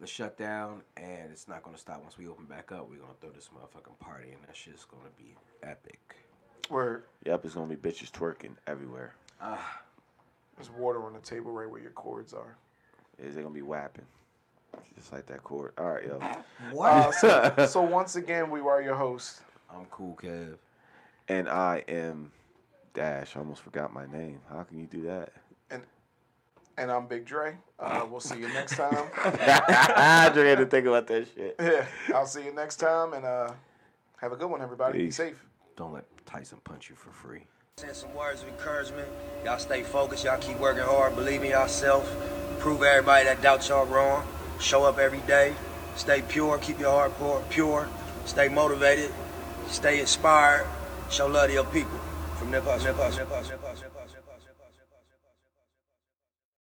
S7: the shutdown, and it's not gonna stop once we open back up. We're gonna throw this motherfucking party, and that shit's gonna be epic.
S5: Where
S4: Yep, it's gonna be bitches twerking everywhere.
S7: Ah,
S5: there's water on the table right where your cords are.
S4: Is it gonna be whapping? Just like that chord. All right, yo.
S7: what?
S5: Uh, so, so once again, we are your host.
S7: I'm cool, Kev.
S4: And I am Dash. I almost forgot my name. How can you do that?
S5: And I'm Big Dre. Uh, we'll see you next time.
S4: I just had to think about that shit.
S5: yeah, I'll see you next time, and uh, have a good one, everybody. Be
S4: Peace.
S5: safe.
S7: Don't let Tyson punch you for free.
S19: Send some words of encouragement. Y'all stay focused. Y'all keep working hard. Believe in yourself. Prove everybody that doubts y'all wrong. Show up every day. Stay pure. Keep your heart pure. pure. Stay motivated. Stay inspired. Show love to your people. From Nip Hustle. Nip Hustle. Nip Hustle. Nip Hustle. Nip Hustle.